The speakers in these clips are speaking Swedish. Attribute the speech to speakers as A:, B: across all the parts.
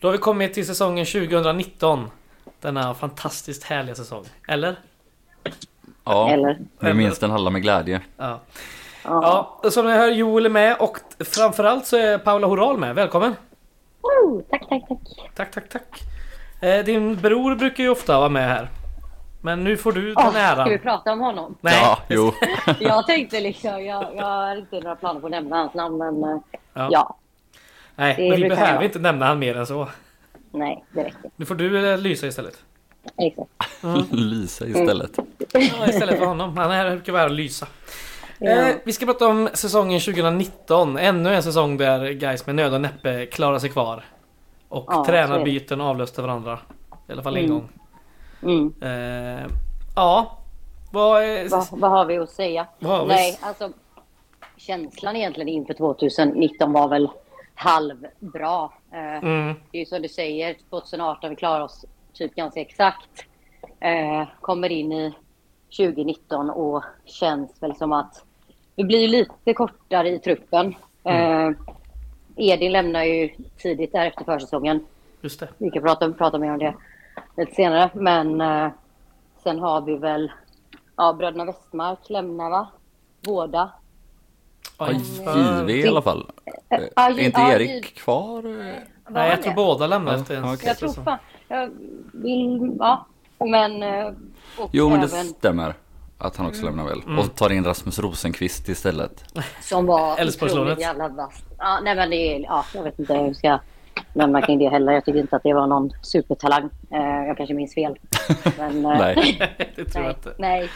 A: Då har vi kommit till säsongen 2019. Denna fantastiskt härliga säsong. Eller?
B: Ja,
C: Eller?
B: vi minns den alla med glädje.
A: Ja.
C: Ja.
A: Ja, och som ni hör Joel är med och t- framförallt så är Paula Horal med. Välkommen!
C: Woo! Tack, tack, tack.
A: Tack, tack, tack. Eh, din bror brukar ju ofta vara med här. Men nu får du den
C: Åh, ska vi
A: äran.
C: prata om honom?
A: Nej.
B: Ja, jo.
C: Jag tänkte liksom, jag, jag har inte några planer på att nämna hans namn, men eh,
A: Ja.
C: ja.
A: Nej,
C: Det
A: men vi
C: brukar
A: behöver
C: jag.
A: inte nämna han mer än så.
C: nej, det räcker.
A: Nu får du eh, lysa istället.
C: Exakt.
B: Lysa istället.
A: Ja, istället för honom. Han är här brukar vara här och lysa. Eh,
C: Ja.
A: vi ska prata om säsongen 2019. Ännu en säsong där guys med nöd och näppe klarar sig kvar. Och
C: Ja, så är det.
A: tränarbyten avlöste varandra. I alla fall en
C: Mm.
A: gång.
C: Mm.
A: Eh, ja. Vad är...
C: Va, vad har vi att säga?
A: Vad har vi-
C: nej, alltså känslan egentligen inför 2019 var väl halvbra. Eh,
A: Mm,
C: Det är ju som du säger, 2018 vi klarar oss typ ganska exakt. Eh, kommer in i 2019 och känns väl som att vi blir ju lite kortare i truppen. Eh, Edin lämnar ju tidigt där efter försäsongen.
A: just det.
C: Vi kan prata, prata mer om det lite senare. Men eh, sen har vi väl ja, bröderna Westmark lämnar va? Båda.
A: Ja,
B: Ja, JV i alla fall. Eh,
C: Ja,
B: Är inte
C: ja,
B: Erik kvar? eh?
A: Nej, jag tror båda lämnar
B: Ja,
A: efter en
B: ja, okej.
C: Jag tror fan, jag vill, ja. Men, eh, och
B: Jo, men det
C: även Mm.
B: stämmer. Att han också lämnar väl. Och tar in Rasmus Rosenqvist istället.
C: som var
A: Älvsborgslånet.
C: otroligt jävla vass. Ja, nej men det är, ja, jag vet inte hur jag ska nämna kring det heller. Jag tycker inte att det var någon supertalang. Eh, jag kanske minns fel. Men, eh,
B: Nej.
A: det tror jag
C: nej,
A: inte.
C: nej,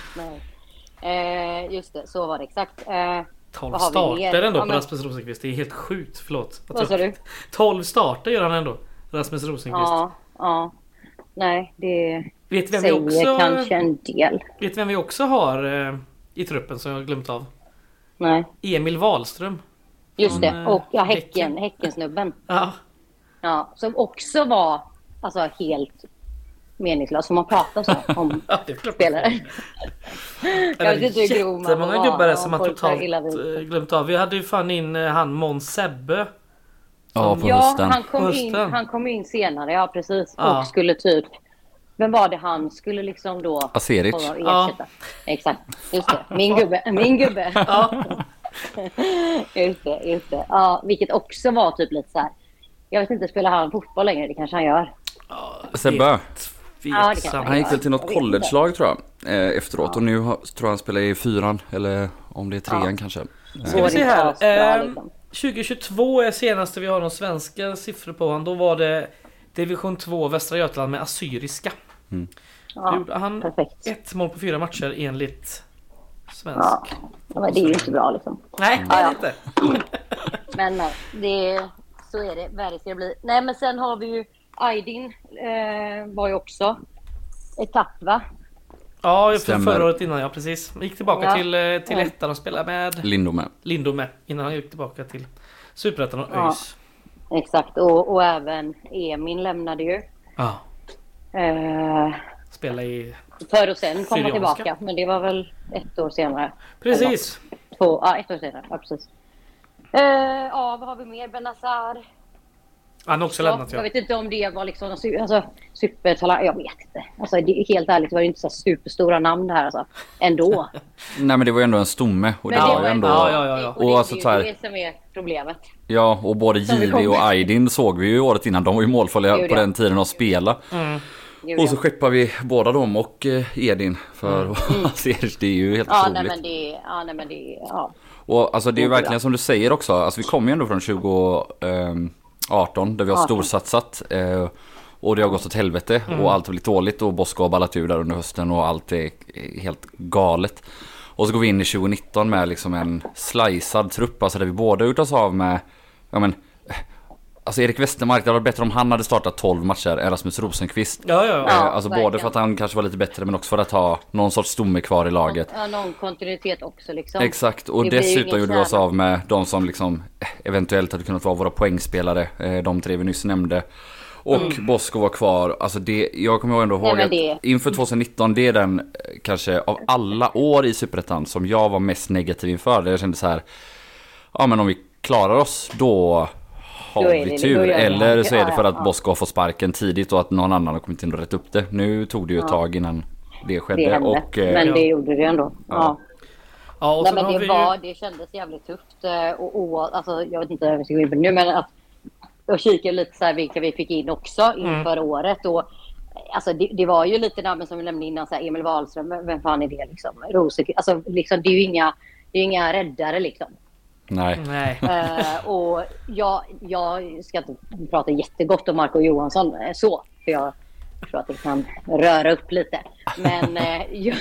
C: nej. Eh, just det, så var det exakt. Eh,
A: 12
C: vad har vi mer?
A: starter ändå
C: Ja,
A: på
C: men-
A: Rasmus Rosenqvist. Det är helt sjukt. Förlåt. Jag
C: Vad sa
A: tror-
C: du?
A: 12 starter gör han ändå. Rasmus Rosenqvist.
C: ja, ja. Nej, det
A: Vet vem vi
C: säger
A: också...
C: kanske en del.
A: Vet vem vi också har eh, i truppen som jag har glömt av?
C: Nej,
A: Emil Wahlström.
C: just
A: Från,
C: det.
A: eh,
C: Och ja,
A: Häcken.
C: häcken, Häckensnubben.
A: Ja,
C: Ja, som också var alltså, helt meningslös. Som man pratar så om
A: ja, det är klart.
C: spelare.
A: Eller,
C: Jag vet inte hur grov man
A: jättemånga
C: var,
A: gubbar där
C: om
A: som man
C: folk tar
A: totalt
C: illa vid
A: eh,
C: sig.
A: glömt av. Vi hade ju fan in eh, han Måns Sebbe.
B: Ja, på
C: Ja,
B: hösten.
C: han kom, in,
A: Hösten.
C: han kom in senare, ja precis.
A: Ja.
C: Och skulle typ... Vem var det han skulle liksom då...
B: Aseric.
C: få ersätta?
A: Ja.
C: Exakt, just det. Min gubbe. Min gubbe.
A: Ja,
C: Just det, just det. Ja, vilket också var typ lite så här... Jag vet inte, spelar han fotboll längre? Det kanske han gör.
B: Sebbe.
C: Ja, det
A: tveksam.
C: kan
B: Han gick väl till
C: Jag
B: något
C: vet inte.
B: collegelag tror jag. eh, Efteråt. Och nu har, tror jag han spelar i fyran. Eller om det är trean kanske.
A: Ska vi
C: Går
A: se
C: inte
A: här.
C: asbra,
A: Ehm,
C: liksom.
A: 2022 är senaste vi har några svenska siffror på honom. Då var det Division 2 Västra Götaland med Assyriska. Då
C: Ja,
A: gjorde han
C: perfekt.
A: ett mål på fyra matcher enligt svensk.
C: Ja. ja, men det är ju inte bra liksom.
A: Nej, det är det inte.
C: Men nej, det, så är det. Värre ska det bli. Nej, men sen har vi ju Aydin eh, var ju också etapp, va?
A: Ja, jag
B: Stämmer.
A: förra året innan ja, precis. Gick tillbaka
C: Ja.
A: till, eh, till
C: Ja.
A: ettan och spelade med
B: Lindome.
A: Lindome innan han gick tillbaka till Superettan och
C: Ja.
A: ÖIS.
C: Exakt, och, och även Emin lämnade ju.
A: Ja.
C: Eh,
A: Spela i...
C: för att sen komma
A: Syrianska.
C: tillbaka. Men det var väl ett år senare.
A: Precis!
C: Två, ja, ett år senare. Ja, precis. Eh, ja, vad har vi mer? Benazar.
A: Han har också
C: Ja,
A: lämnat
C: jag
A: ja.
C: vet inte om det var liksom någon su- alltså, supertalang. Jag vet inte. Alltså, det, helt ärligt var det inte så här superstora namn det här alltså. Ändå.
B: Nej men det var ju ändå en stomme. Och det
C: Men det
B: var ju
C: var
B: ändå...
A: Ja, ja, ja, ja.
C: Och det,
B: Och alltså,
C: det
B: så
C: är
B: här-
C: ju det som är problemet.
B: Ja, och både
C: vi
B: JV
C: kom.
B: och Aydin såg vi ju året innan. De var ju
C: Det
B: målfarliga
C: gjorde
B: på
C: jag.
B: den tiden att spela.
C: Julia.
B: Och så skeppar vi båda dem och eh, Edin för Aseric. Det är ju helt
C: Mm. ja, nej,
B: otroligt.
C: men det, ja, nej, men det, ja.
B: Och alltså det är ju
C: Det är bra.
B: verkligen som du säger också. Alltså vi kommer ju ändå från 2018 där vi har
C: 18.
B: storsatsat. eh, Och det har gått åt helvete
C: Mm.
B: och allt har blivit dåligt och Bosko har ballat ur där under hösten och allt är eh, helt galet. Och så går vi in i 2019 med liksom en slicead trupp, alltså där vi båda har gjort oss av med, ja men, eh, alltså Erik Westermark, det hade varit bättre om han hade startat 12 matcher än Rasmus Rosenqvist.
A: Ja, ja,
B: Eh,
A: ja.
B: alltså både
C: verkligen.
B: för att han kanske var lite bättre men också för att ha någon sorts stomme kvar i laget.
C: ja, någon kontinuitet också liksom.
B: Exakt, och
C: Det blir ju
B: dessutom
C: ingen
B: gjorde alltså vi oss
C: kärna.
B: av med de som liksom eh, eventuellt hade kunnat vara våra poängspelare, eh, de tre vi nyss nämnde. Och Bosko var kvar, alltså det, jag kommer ändå ihåg
C: Mm. men
B: att
C: det-
B: inför 2019, det är den eh, kanske av alla år i Superettan som jag var mest negativ inför. Där jag kände så här, ja men om vi klarar oss då
C: Då
B: har
C: är det-
B: vi
C: då
B: tur.
C: gör det
B: Eller så är det
C: Ja,
B: för
C: ja,
B: att
C: ja.
B: Bosko har fått sparken tidigt och att någon annan har kommit in och rätt upp det. Nu tog det ju ett tag innan det skedde.
C: det hände.
B: och, eh,
C: men det
A: ja.
C: gjorde det ändå. Ja.
A: Ja, och
C: Nej,
A: sen
C: men
A: har
C: det,
A: vi
C: var,
A: ju...
C: det kändes jävligt tufft. eh, Och, och, alltså, jag vet inte om jag ska gå in på det nu, men att jag kikade lite så här vilka vi fick in också
A: Mm.
C: inför året. Och, alltså, det, det var ju lite namn som vi nämnde innan, så här, Emil Wahlström, men vem fan är det liksom? Rosek, alltså, liksom det är ju inga, det är ju inga räddare liksom.
B: Nej.
A: Nej.
C: Eh, och jag, jag ska inte prata jättegott om Marco Johansson eh, så, för jag tror att det kan röra upp lite. Men eh, jag,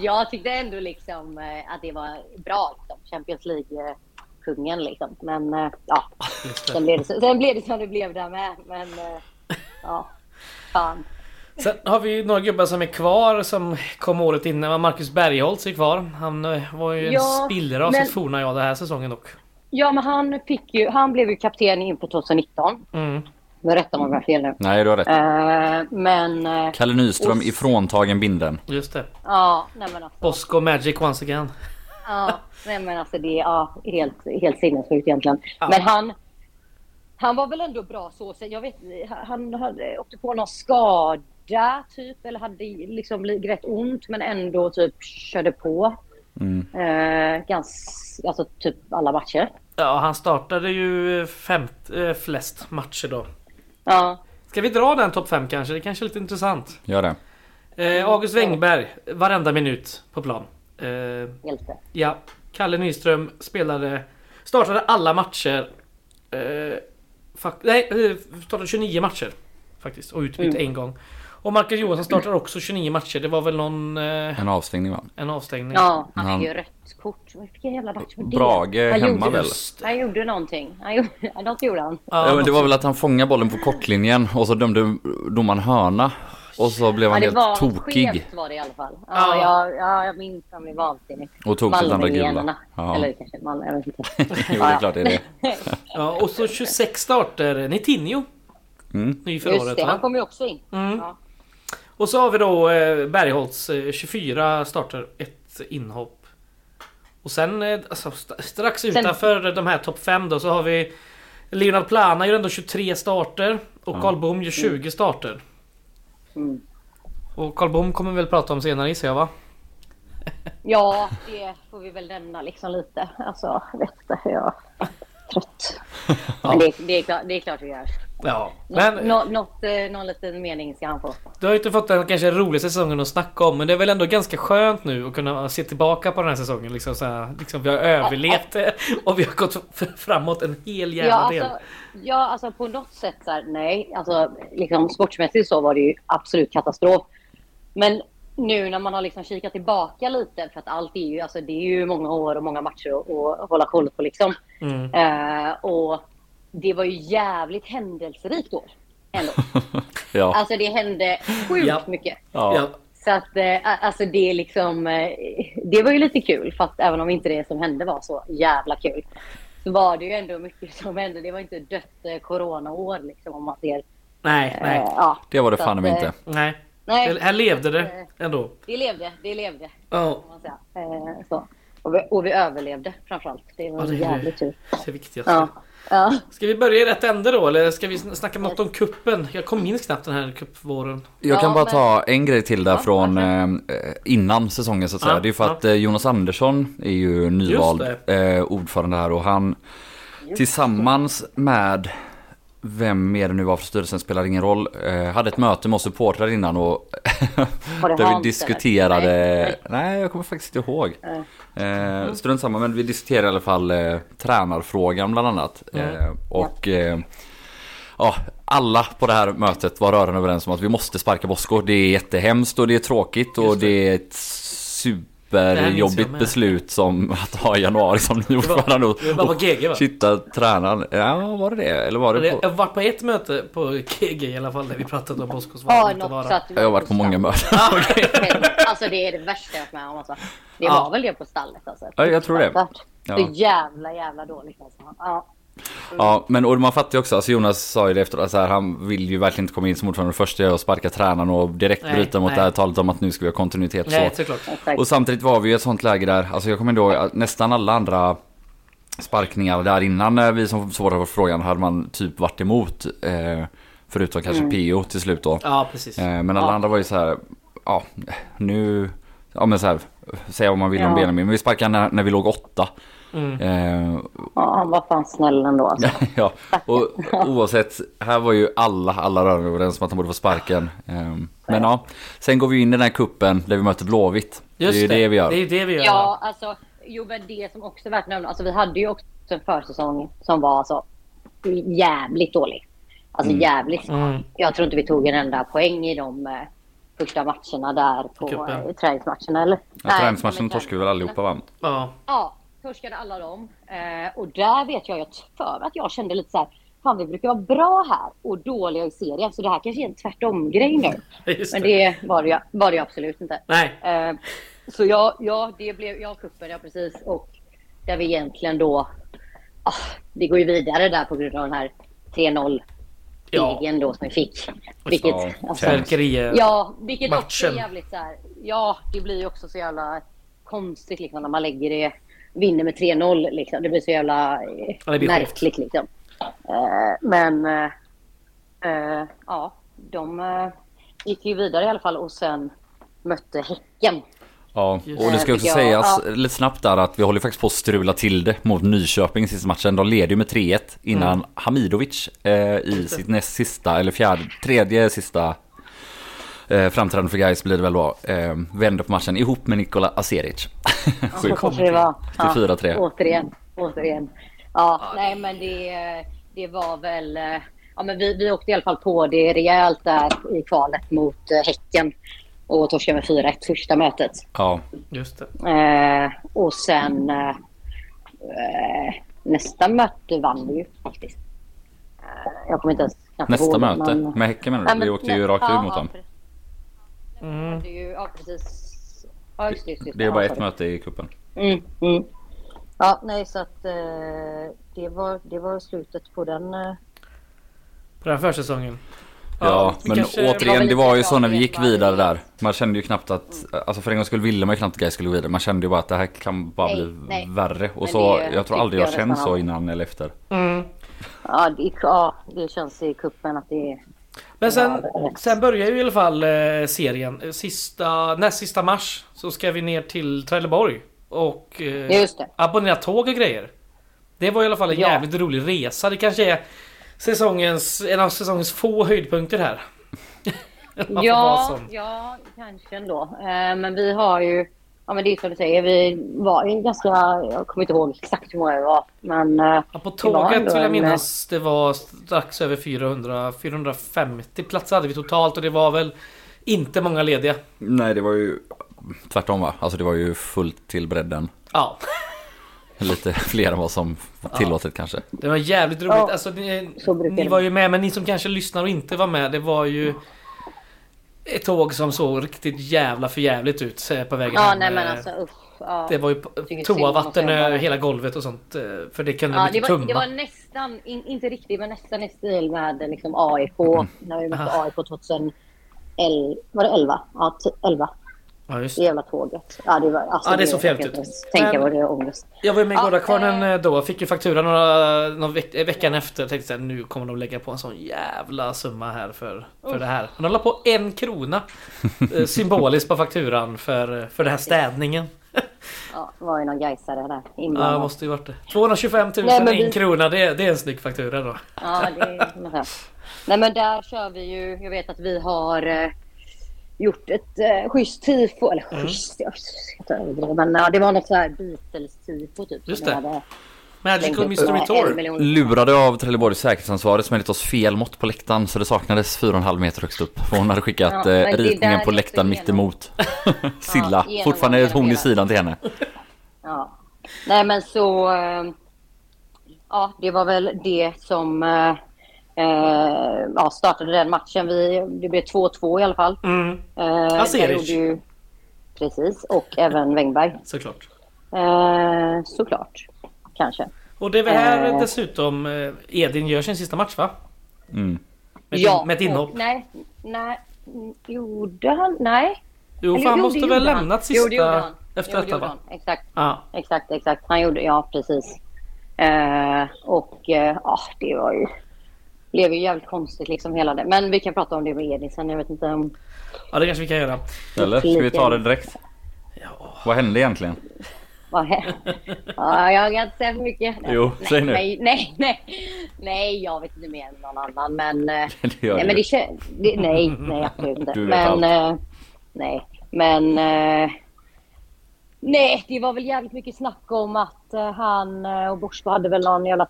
C: jag tyckte ändå liksom eh, att det var bra, liksom. Champions League-kungen liksom. Men eh, ja, sen blev, det, så- sen blev det som det blev där med. Men eh, ja, fan.
A: Sen har vi ju några gubbar som är kvar som kom året innan. Marcus Bergholtz är kvar. Han eh, var ju en
C: Ja,
A: spillra av
C: men-
A: sitt forna jag den här säsongen dock.
C: Ja, men han, fick ju, han blev ju kapten inför 2019.
A: Mm.
C: Nu rättar man mig fel nu.
B: Nej, du har rätt.
C: Eh, men eh,
B: Kalle Nyström
C: och-
B: ifråntagen binden.
A: Just det.
C: ja, nej men alltså.
A: Bosco Magic once again.
C: Ja, nej men alltså det är ja, helt, helt sinnessjukt egentligen. Men han, han var väl ändå bra så. så jag vet, han hade, åkte på någon skada typ eller hade liksom li- rätt ont men ändå typ körde på.
B: Mm.
C: Eh, ganska, alltså typ alla matcher.
A: Ja, han startade ju femt, eh, flest matcher då.
C: Ja,
A: Ska vi dra den topp 5 kanske? Det kanske är lite intressant.
B: Gör det.
A: Eh, August Wängberg, varenda minut på plan. Eh,
C: hjälte.
A: ja, Kalle Nyström spelade, startade alla matcher. Eh, fak- nej, eh, startade 29 matcher faktiskt och utbytte
C: Mm.
A: en gång. Och Marcus Johansson startade också 29 matcher. Det var väl någon eh,
B: En avstängning va?
A: en avstängning.
C: Ja, han
B: Han-
C: fick ju rött kort. Vilken jävla match var det?
B: Brage
C: han
B: hemma
C: gjorde,
B: väl?
C: Han gjorde någonting. Han gjorde, något gjorde han.
A: Ja,
B: Ja, men det var väl att han fångade bollen på kortlinjen och så dömde domaren hörna. Och så blev han
C: det var
B: helt tokig.
C: skevt var det i alla fall. Ja,
A: Ja.
C: Jag, ja, jag minns han blev vansinnig.
B: Och tog sitt andra
C: Malmöigenarna.
B: gula. Ja.
C: Eller kanske Malmö, jag vet inte.
B: Jo, det är klart det är det.
A: Ja, och så 26 starter. Nitinho.
B: Mm.
A: Ny för
C: Just
A: året
C: det,
A: va?
C: han kom ju också in. Ja.
A: Och så har vi då eh, Bergholtz eh, 24 starter, ett inhopp. Och sen eh, alltså, st- strax utanför de här topp 5 då så har vi Leonard Plana gör ändå 23 starter och Karl Bom gör 20 starter.
C: Mm.
A: Och Karl Bom kommer vi väl prata om senare gissar jag va?
C: ja, det får vi väl nämna liksom lite. Alltså, jag vet inte, jag är trött. Men det, det, är klart, det är klart vi gör.
A: Ja.
C: Men...
A: Men
C: Nå, något, eh, någon liten mening ska han få.
A: du har ju inte fått den kanske roligaste säsongen att snacka om men det är väl ändå ganska skönt nu att kunna se tillbaka på den här säsongen liksom, så här, liksom vi har överlevt eh, och vi har gått f- framåt en hel jävla
C: Ja
A: del.
C: alltså, ja, alltså på något sätt så här, nej. Alltså, liksom, sportsmässigt så var det ju absolut katastrof. Men nu när man har liksom kikat tillbaka lite, för att allt är ju, alltså, det är ju många år och många matcher att, att hålla koll på. Liksom.
A: Mm.
C: Eh, och det var ju jävligt händelserikt år. Ändå.
B: Ja.
C: Alltså det hände sjukt
A: Ja.
C: mycket.
B: ja.
A: Ja.
C: Så att, eh, alltså det är liksom, eh, det var ju lite kul fast även om inte det som hände var så jävla kul. Så var det ju ändå mycket som hände. Det var inte ett dött eh, coronaår liksom om man ser. eh,
A: Nej, nej.
C: ja.
B: Det var det
C: Så
B: fan
C: att,
B: mig inte.
C: eh,
A: Nej.
C: Nej.
A: Det- Här levde det ändå.
C: Det levde, det levde.
A: Ja.
C: Kan man säga. Eh, så. Och, vi, och vi överlevde framförallt. Det var
A: Ja, det är
C: jävligt
A: det.
C: tur.
A: Det viktigaste.
C: Ja. Ja.
A: Ska vi börja i rätt ände då eller ska vi sn- snacka något om kuppen? Jag kom in knappt den här kuppvåren.
B: Jag kan
C: Ja,
B: bara
C: men-
B: ta en grej till där från eh, innan säsongen så att säga.
A: Ja,
B: det är för
A: ja.
B: att eh, Jonas Andersson är ju nyvald
A: Just
B: eh, ordförande här och han tillsammans med vem mer det nu var för styrelsen spelar ingen roll. Eh, hade ett möte med oss supportrar innan och
C: Var det
B: där
C: Hans,
B: vi diskuterade.
C: eller?
B: Nej,
C: Nej.
B: jag kommer faktiskt inte ihåg. Eh, strunt samma men vi diskuterade i alla fall eh, tränarfrågan bland annat.
C: Mm.
B: Eh, och eh, Ja, alla på det här mötet var rörande överens om att vi måste sparka Bosko. Det är jättehemskt och det är tråkigt och
A: Just
B: det.
A: det.
B: är ett
A: Det här minns jag
B: superjobbigt
A: med.
B: beslut som att ha i januari som
A: var-
B: ny ordförande. och-
A: det var på GG, va?
B: och Sitta tränaren. Ja, var det det? Eller var det
A: Jag
B: på...
A: har varit på ett möte på KG i alla fall där vi pratade om Boskos vara
C: Har
A: och inte
C: något
A: vara.
C: så att du
B: Jag har varit på många möten.
C: Alltså det är det värsta jag varit med om. Alltså. Det
A: Ja.
C: var väl det på stallet alltså.
B: Ja, jag tror det.
C: Så
B: Ja.
C: jävla jävla dåligt alltså. Ja.
B: Ja, men och man fattar ju också, alltså Jonas sa ju det efteråt, så här, han vill ju verkligen inte komma in som ordförande. Först är jag att sparka tränaren och direkt
A: Nej,
B: bryta mot
A: nej.
B: det här talet om att nu ska vi ha kontinuitet.
A: Nej,
B: så.
A: såklart.
C: Exakt.
B: Och samtidigt var vi i ett sånt läge där, alltså jag kommer ihåg att nästan alla andra sparkningar där innan eh, vi som svarade på frågan hade man typ varit emot. Eh, förutom kanske PO till slut då.
A: Ja, precis.
B: Eh, men alla
C: Mm. Ja.
B: andra var ju så här, ja nu, ja men så här, säga vad man vill om
C: Ja.
B: Benjamin, men vi sparkade när, när vi låg åtta.
A: Mm.
B: Eh,
C: Ja, han var fan snäll ändå. Alltså.
B: ja, och oavsett, här var ju alla, alla rörande överens om att han borde få sparken. Eh, men ja, sen går vi in i den här kuppen där vi möter Blåvitt. det är ju det, vi gör.
A: Det är ju det vi gör.
C: Ja, alltså. Jo, men det som också är värt att nämna. Alltså, vi hade ju också en försäsong som var alltså, jävligt dålig. Alltså jävligt svag.
A: Mm.
C: Jag tror inte vi tog en enda poäng i de eh, första matcherna där på
A: Cupen.
C: eh, träningsmatcherna. Eller?
B: Ja,
C: Nej,
B: träningsmatchen
C: men- eh,
B: torskade vi väl allihopa va?
A: Ja.
C: Ja, torskade alla dem. Eh, och där vet jag, jag för att jag kände lite så här. Fan, vi brukar vara bra här och dåliga i serien. Så det här kanske är en tvärtom-grej nu.
A: Just
C: Men
A: det.
C: det var det, ju- var det ju absolut inte.
A: Nej.
C: Eh, så ja, ja, det blev jag kuppen, ja precis. Och där vi egentligen då... Ah, vi går ju vidare där på grund av den här 3-0
A: Ja.
C: segern då som vi fick. Vilket,
B: Ja,
C: alltså,
B: fem.
A: Fyrverkerier.
C: ja, vilket också är
A: Matchen.
C: jävligt så här. Ja, det blir ju också så jävla konstigt liksom när man lägger det, vinner med 3-0 liksom. Det blir så jävla eh,
A: Ja, det blir
C: märkligt liksom. Eh, men eh, eh, ja, de eh, gick ju vidare i alla fall och sen mötte Häcken.
B: Ja,
A: Just
B: och det ska
C: det.
B: också
C: Ja,
B: sägas
C: ja.
B: lite snabbt där att vi håller faktiskt på att strula till det mot Nyköping i sista matchen. De leder ju med 3-1 innan
C: Mm.
B: Hamidovic eh, i sitt näst sista, eller fjärde, tredje sista eh, framträdande för Gais blir det väl då. Eh, vänder på matchen ihop med Nikola Aseric.
C: Så
B: Sjukt.
C: kanske det var. Ja,
B: Till 4-3.
C: Återigen, återigen. Ja, nej men det, det var väl... eh, Ja, men vi, vi åkte i alla fall på det rejält där i kvalet mot eh, Häcken. Och torskade med 4-1 första mötet.
B: Ja,
A: Just det.
C: Eh, och sen eh, eh, nästa möte vann vi ju faktiskt. Eh, jag kommer inte ens knappt
B: nästa
C: ihåg,
B: möte
C: men-
B: med Häcken menar
C: Nej,
B: du?
C: men-
B: Vi åkte ju
C: nej,
B: rakt
C: ja,
B: ut mot
C: ja,
B: dem.
C: precis.
A: Mm.
C: Det är ju, ja, precis. Ja, just det, just
B: Det är bara
C: Ja,
B: ett
C: sorry.
B: möte i kuppen.
C: Mm, mm. Ja, nej så att eh, det, var, det var slutet på den. Eh.
A: På den här försäsongen.
B: Ja,
A: vi
B: men
A: kanske-
C: var väl
B: återigen, det
C: lite
B: var ju
C: bra
B: så när vi
C: att
B: gick
C: veta
B: vidare
C: det.
B: där. Man kände ju knappt att, alltså för en gång skulle ville man ju knappt att Gais skulle gå vidare. Man kände ju bara att det här kan bara
C: Nej,
B: bli
C: nej.
B: värre. Och
C: Men
B: så,
C: det
B: jag tror aldrig jag
C: tycker jag
B: känt
C: nästan
B: så
C: alla.
B: innan eller efter.
A: Mm.
C: Ja, det, ja, det känns i kuppen att det är...
A: Men sen,
C: Ja.
A: sen börjar ju i alla fall eh, serien. Sista, näst sista mars så ska vi ner till Trelleborg. Och eh,
C: Just det.
A: abonnera tåg och grejer. Det var i alla fall en
C: Ja.
A: jävligt rolig resa. Det kanske är säsongens, en av säsongens få höjdpunkter här. Man får vara
C: Ja,
A: sån.
C: ja, kanske ändå. Eh, men vi har ju... Ja, men det är som du säger. Vi var ju ganska... Jag kommer inte ihåg exakt hur många vi var. Men... eh,
A: Ja, på
C: det var ändå
A: tåget vill jag
C: en, eh,
A: minnas det var strax över 400, 450 platser hade vi totalt och det var väl inte många lediga.
B: Nej, det var ju tvärtom va? Alltså det var ju fullt till bredden.
A: Ja,
B: Lite fler än vad som var tillåtet kanske.
A: det var jävligt roligt.
C: Ja,
A: alltså, ni,
C: så brukar
A: ni
C: det
A: var
C: vara.
A: ju med, men ni som kanske lyssnar och inte var med, det var ju ett tåg som såg riktigt jävla för jävligt ut eh, på vägen
C: Ja,
A: hem.
C: nej men
A: Eh,
C: alltså usch. Ja.
A: Det var ju
C: Tycker synd om oss
A: toavatten
C: själva.
A: över hela golvet och sånt. eh, För det kunde
C: Ja,
A: de
C: det,
A: inte
C: var, det
A: tumma.
C: var nästan, in, inte riktigt, men nästan i stil med liksom
A: Mm.
C: AIK. När vi mötte
A: Aha.
C: AIK 2011. Var det 11? Ja, t- 11.
A: Ja, just.
C: Det jävla tåget. Ja, det, var, alltså,
A: Ja, det är så
C: jag kan
A: fjävligt.
C: inte ens Tänka
A: Men-
C: vad det är ångest.
A: Jag var ju med i
C: Ja,
A: Gårdakvarnen
C: eh.
A: eh, då, fick ju faktura några, någon veck, eh, veckan efter. Tänkte såhär, nu kommer de lägga på en sån jävla summa här för, för det här. Men de la på en krona eh, symboliskt på fakturan för, eh, för den här städningen.
C: Ja, det var ju någon gaisare där
A: Ja,
C: inblandad.
A: måste ju varit det. 225 000,
C: Nej, men
A: en
C: vi-
A: krona, det, det är en snygg faktura då.
C: Ja, det är kan man säga. Nej, men där kör vi ju. Jag vet att vi har eh, gjort ett eh, schysst tifo. Eller
A: Mm.
C: schysst, jag ska inte överdriva. Men ja, det var något så här Beatles-tifo typ. som
A: Just
C: vi
A: det.
C: hade slängt
A: Magical
C: upp
A: Mystery
C: en
A: Tour.
C: miljon-
B: Lurade av Trelleborgs säkerhetsansvarig som enligt oss fel mått på läktaren så det saknades 4,5 meter högst upp. För hon hade skickat
C: Ja,
B: eh,
C: men det där
B: ritningen
C: är
B: på
C: också
B: läktaren
C: genom-
B: mittemot. Silla,
C: genom-
B: fortfarande är det ett horn i
C: genomdelat.
B: sidan till henne.
C: Ja. Nej men så... eh, Ja, det var väl det som eh, eh, ja, startade den matchen. Vi, det blev 2-2 i alla fall.
A: Mm,
C: Eh,
A: Aseric.
C: där gjorde ju, precis, och även Wängberg.
A: såklart.
C: Eh, såklart, kanske.
A: Och det är väl här
C: Eh.
A: dessutom eh, Edin gör sin sista match va?
B: Mm.
A: Med, ett- med ett inhopp.
C: och- Mm, Nej, nej, gjorde han? Nej.
A: Jo,
C: Eller
A: för han
C: jo,
A: måste
C: det
A: väl
C: gjorde han.
A: lämnat
C: Jo, det gjorde
A: sista
C: han.
A: efter
C: Jo, det
A: detta
C: gjorde
A: va?
C: han. Exakt.
A: Ja.
C: Exakt, exakt. Han gjorde, ja precis. Eh, och eh, ja, det var ju... blev ju jävligt konstigt liksom hela det. Men vi kan prata om det med Edin sen. Jag vet inte om...
A: Ja det kanske vi kan göra.
B: Eller ska vi ta det direkt? Vad hände egentligen?
C: Vad hä- ja, jag kan inte säga för mycket.
B: Jo,
C: nej,
B: säg nu.
C: Nej, nej, nej. Nej, jag vet inte mer än någon annan. Men... eh,
B: Det gör
C: nej,
B: du.
C: men det, kän- det Nej, nej absolut inte.
B: Du vet
C: men,
B: allt.
C: eh, nej, men... eh, nej, det var väl jävligt mycket snack om att eh, han eh, och Borsbo hade väl någon jävla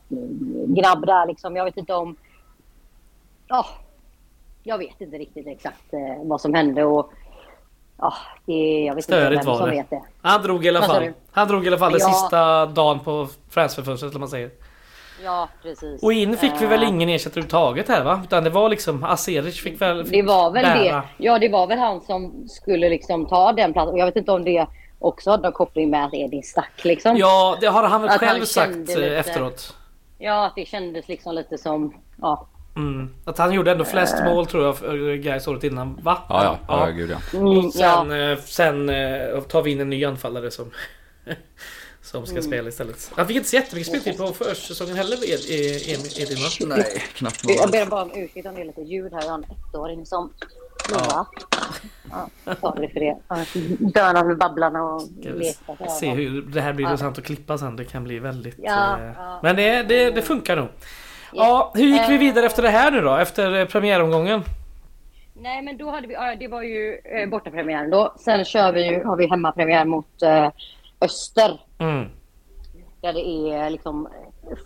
C: grabb där liksom. Jag vet inte om... Ja, jag vet inte riktigt exakt eh, vad som hände och... ja, det, jag vet
A: Störigt
C: inte vem
A: var
C: som
A: det.
C: vet det.
A: Han drog i alla
C: Vad sa
A: fall.
C: du?
A: Han drog i alla fall den
C: Ja.
A: sista dagen på transferfönstret som man säger.
C: Ja, precis.
A: Och in fick vi väl
C: Eh,
A: ingen ersättare överhuvudtaget här va? Utan det var liksom Aseric fick väl fick
C: Det var väl
A: bära.
C: det. Ja, det var väl han som skulle liksom ta den platsen. Och jag vet inte om det också hade någon koppling med att Edin stack liksom.
A: Ja det har han väl
C: Att han
A: själv sagt
C: kände
A: eh,
C: lite.
A: efteråt.
C: Ja, att det kändes liksom lite som... Ja.
A: Mm. Att han gjorde ändå
C: Eh.
A: flest mål tror jag för eh, Gais året innan va?
B: Ja, ja, ja. gud ja.
C: Mm, ja.
A: Sen, eh, sen eh, tar vi in en ny anfallare som, som
C: Mm.
A: ska spela istället. Han fick inte så jättemycket speltid på försäsongen heller, Ed- eh, Em- Edin va?
B: Nej, knappt
C: Jag ber bara om ursäkt om det är lite ljud här. Jag har en ettåring som... Ja. ja. Sorry för det. Ja, Dönar med Babblarna och
A: Ska vi
C: leker.
A: s- se hur det här blir intressant att klippa sen. Det kan bli väldigt...
C: Ja,
A: eh,
C: ja.
A: Men det, det, det funkar nog. Ja, hur gick vi
C: Eh.
A: vidare efter det här nu då? Efter eh, premiäromgången?
C: Nej, men då hade vi, ja, det var ju eh, bortapremiären då. Sen kör vi, ju- har vi hemmapremiär mot eh, Öster.
A: Mm.
C: där det är liksom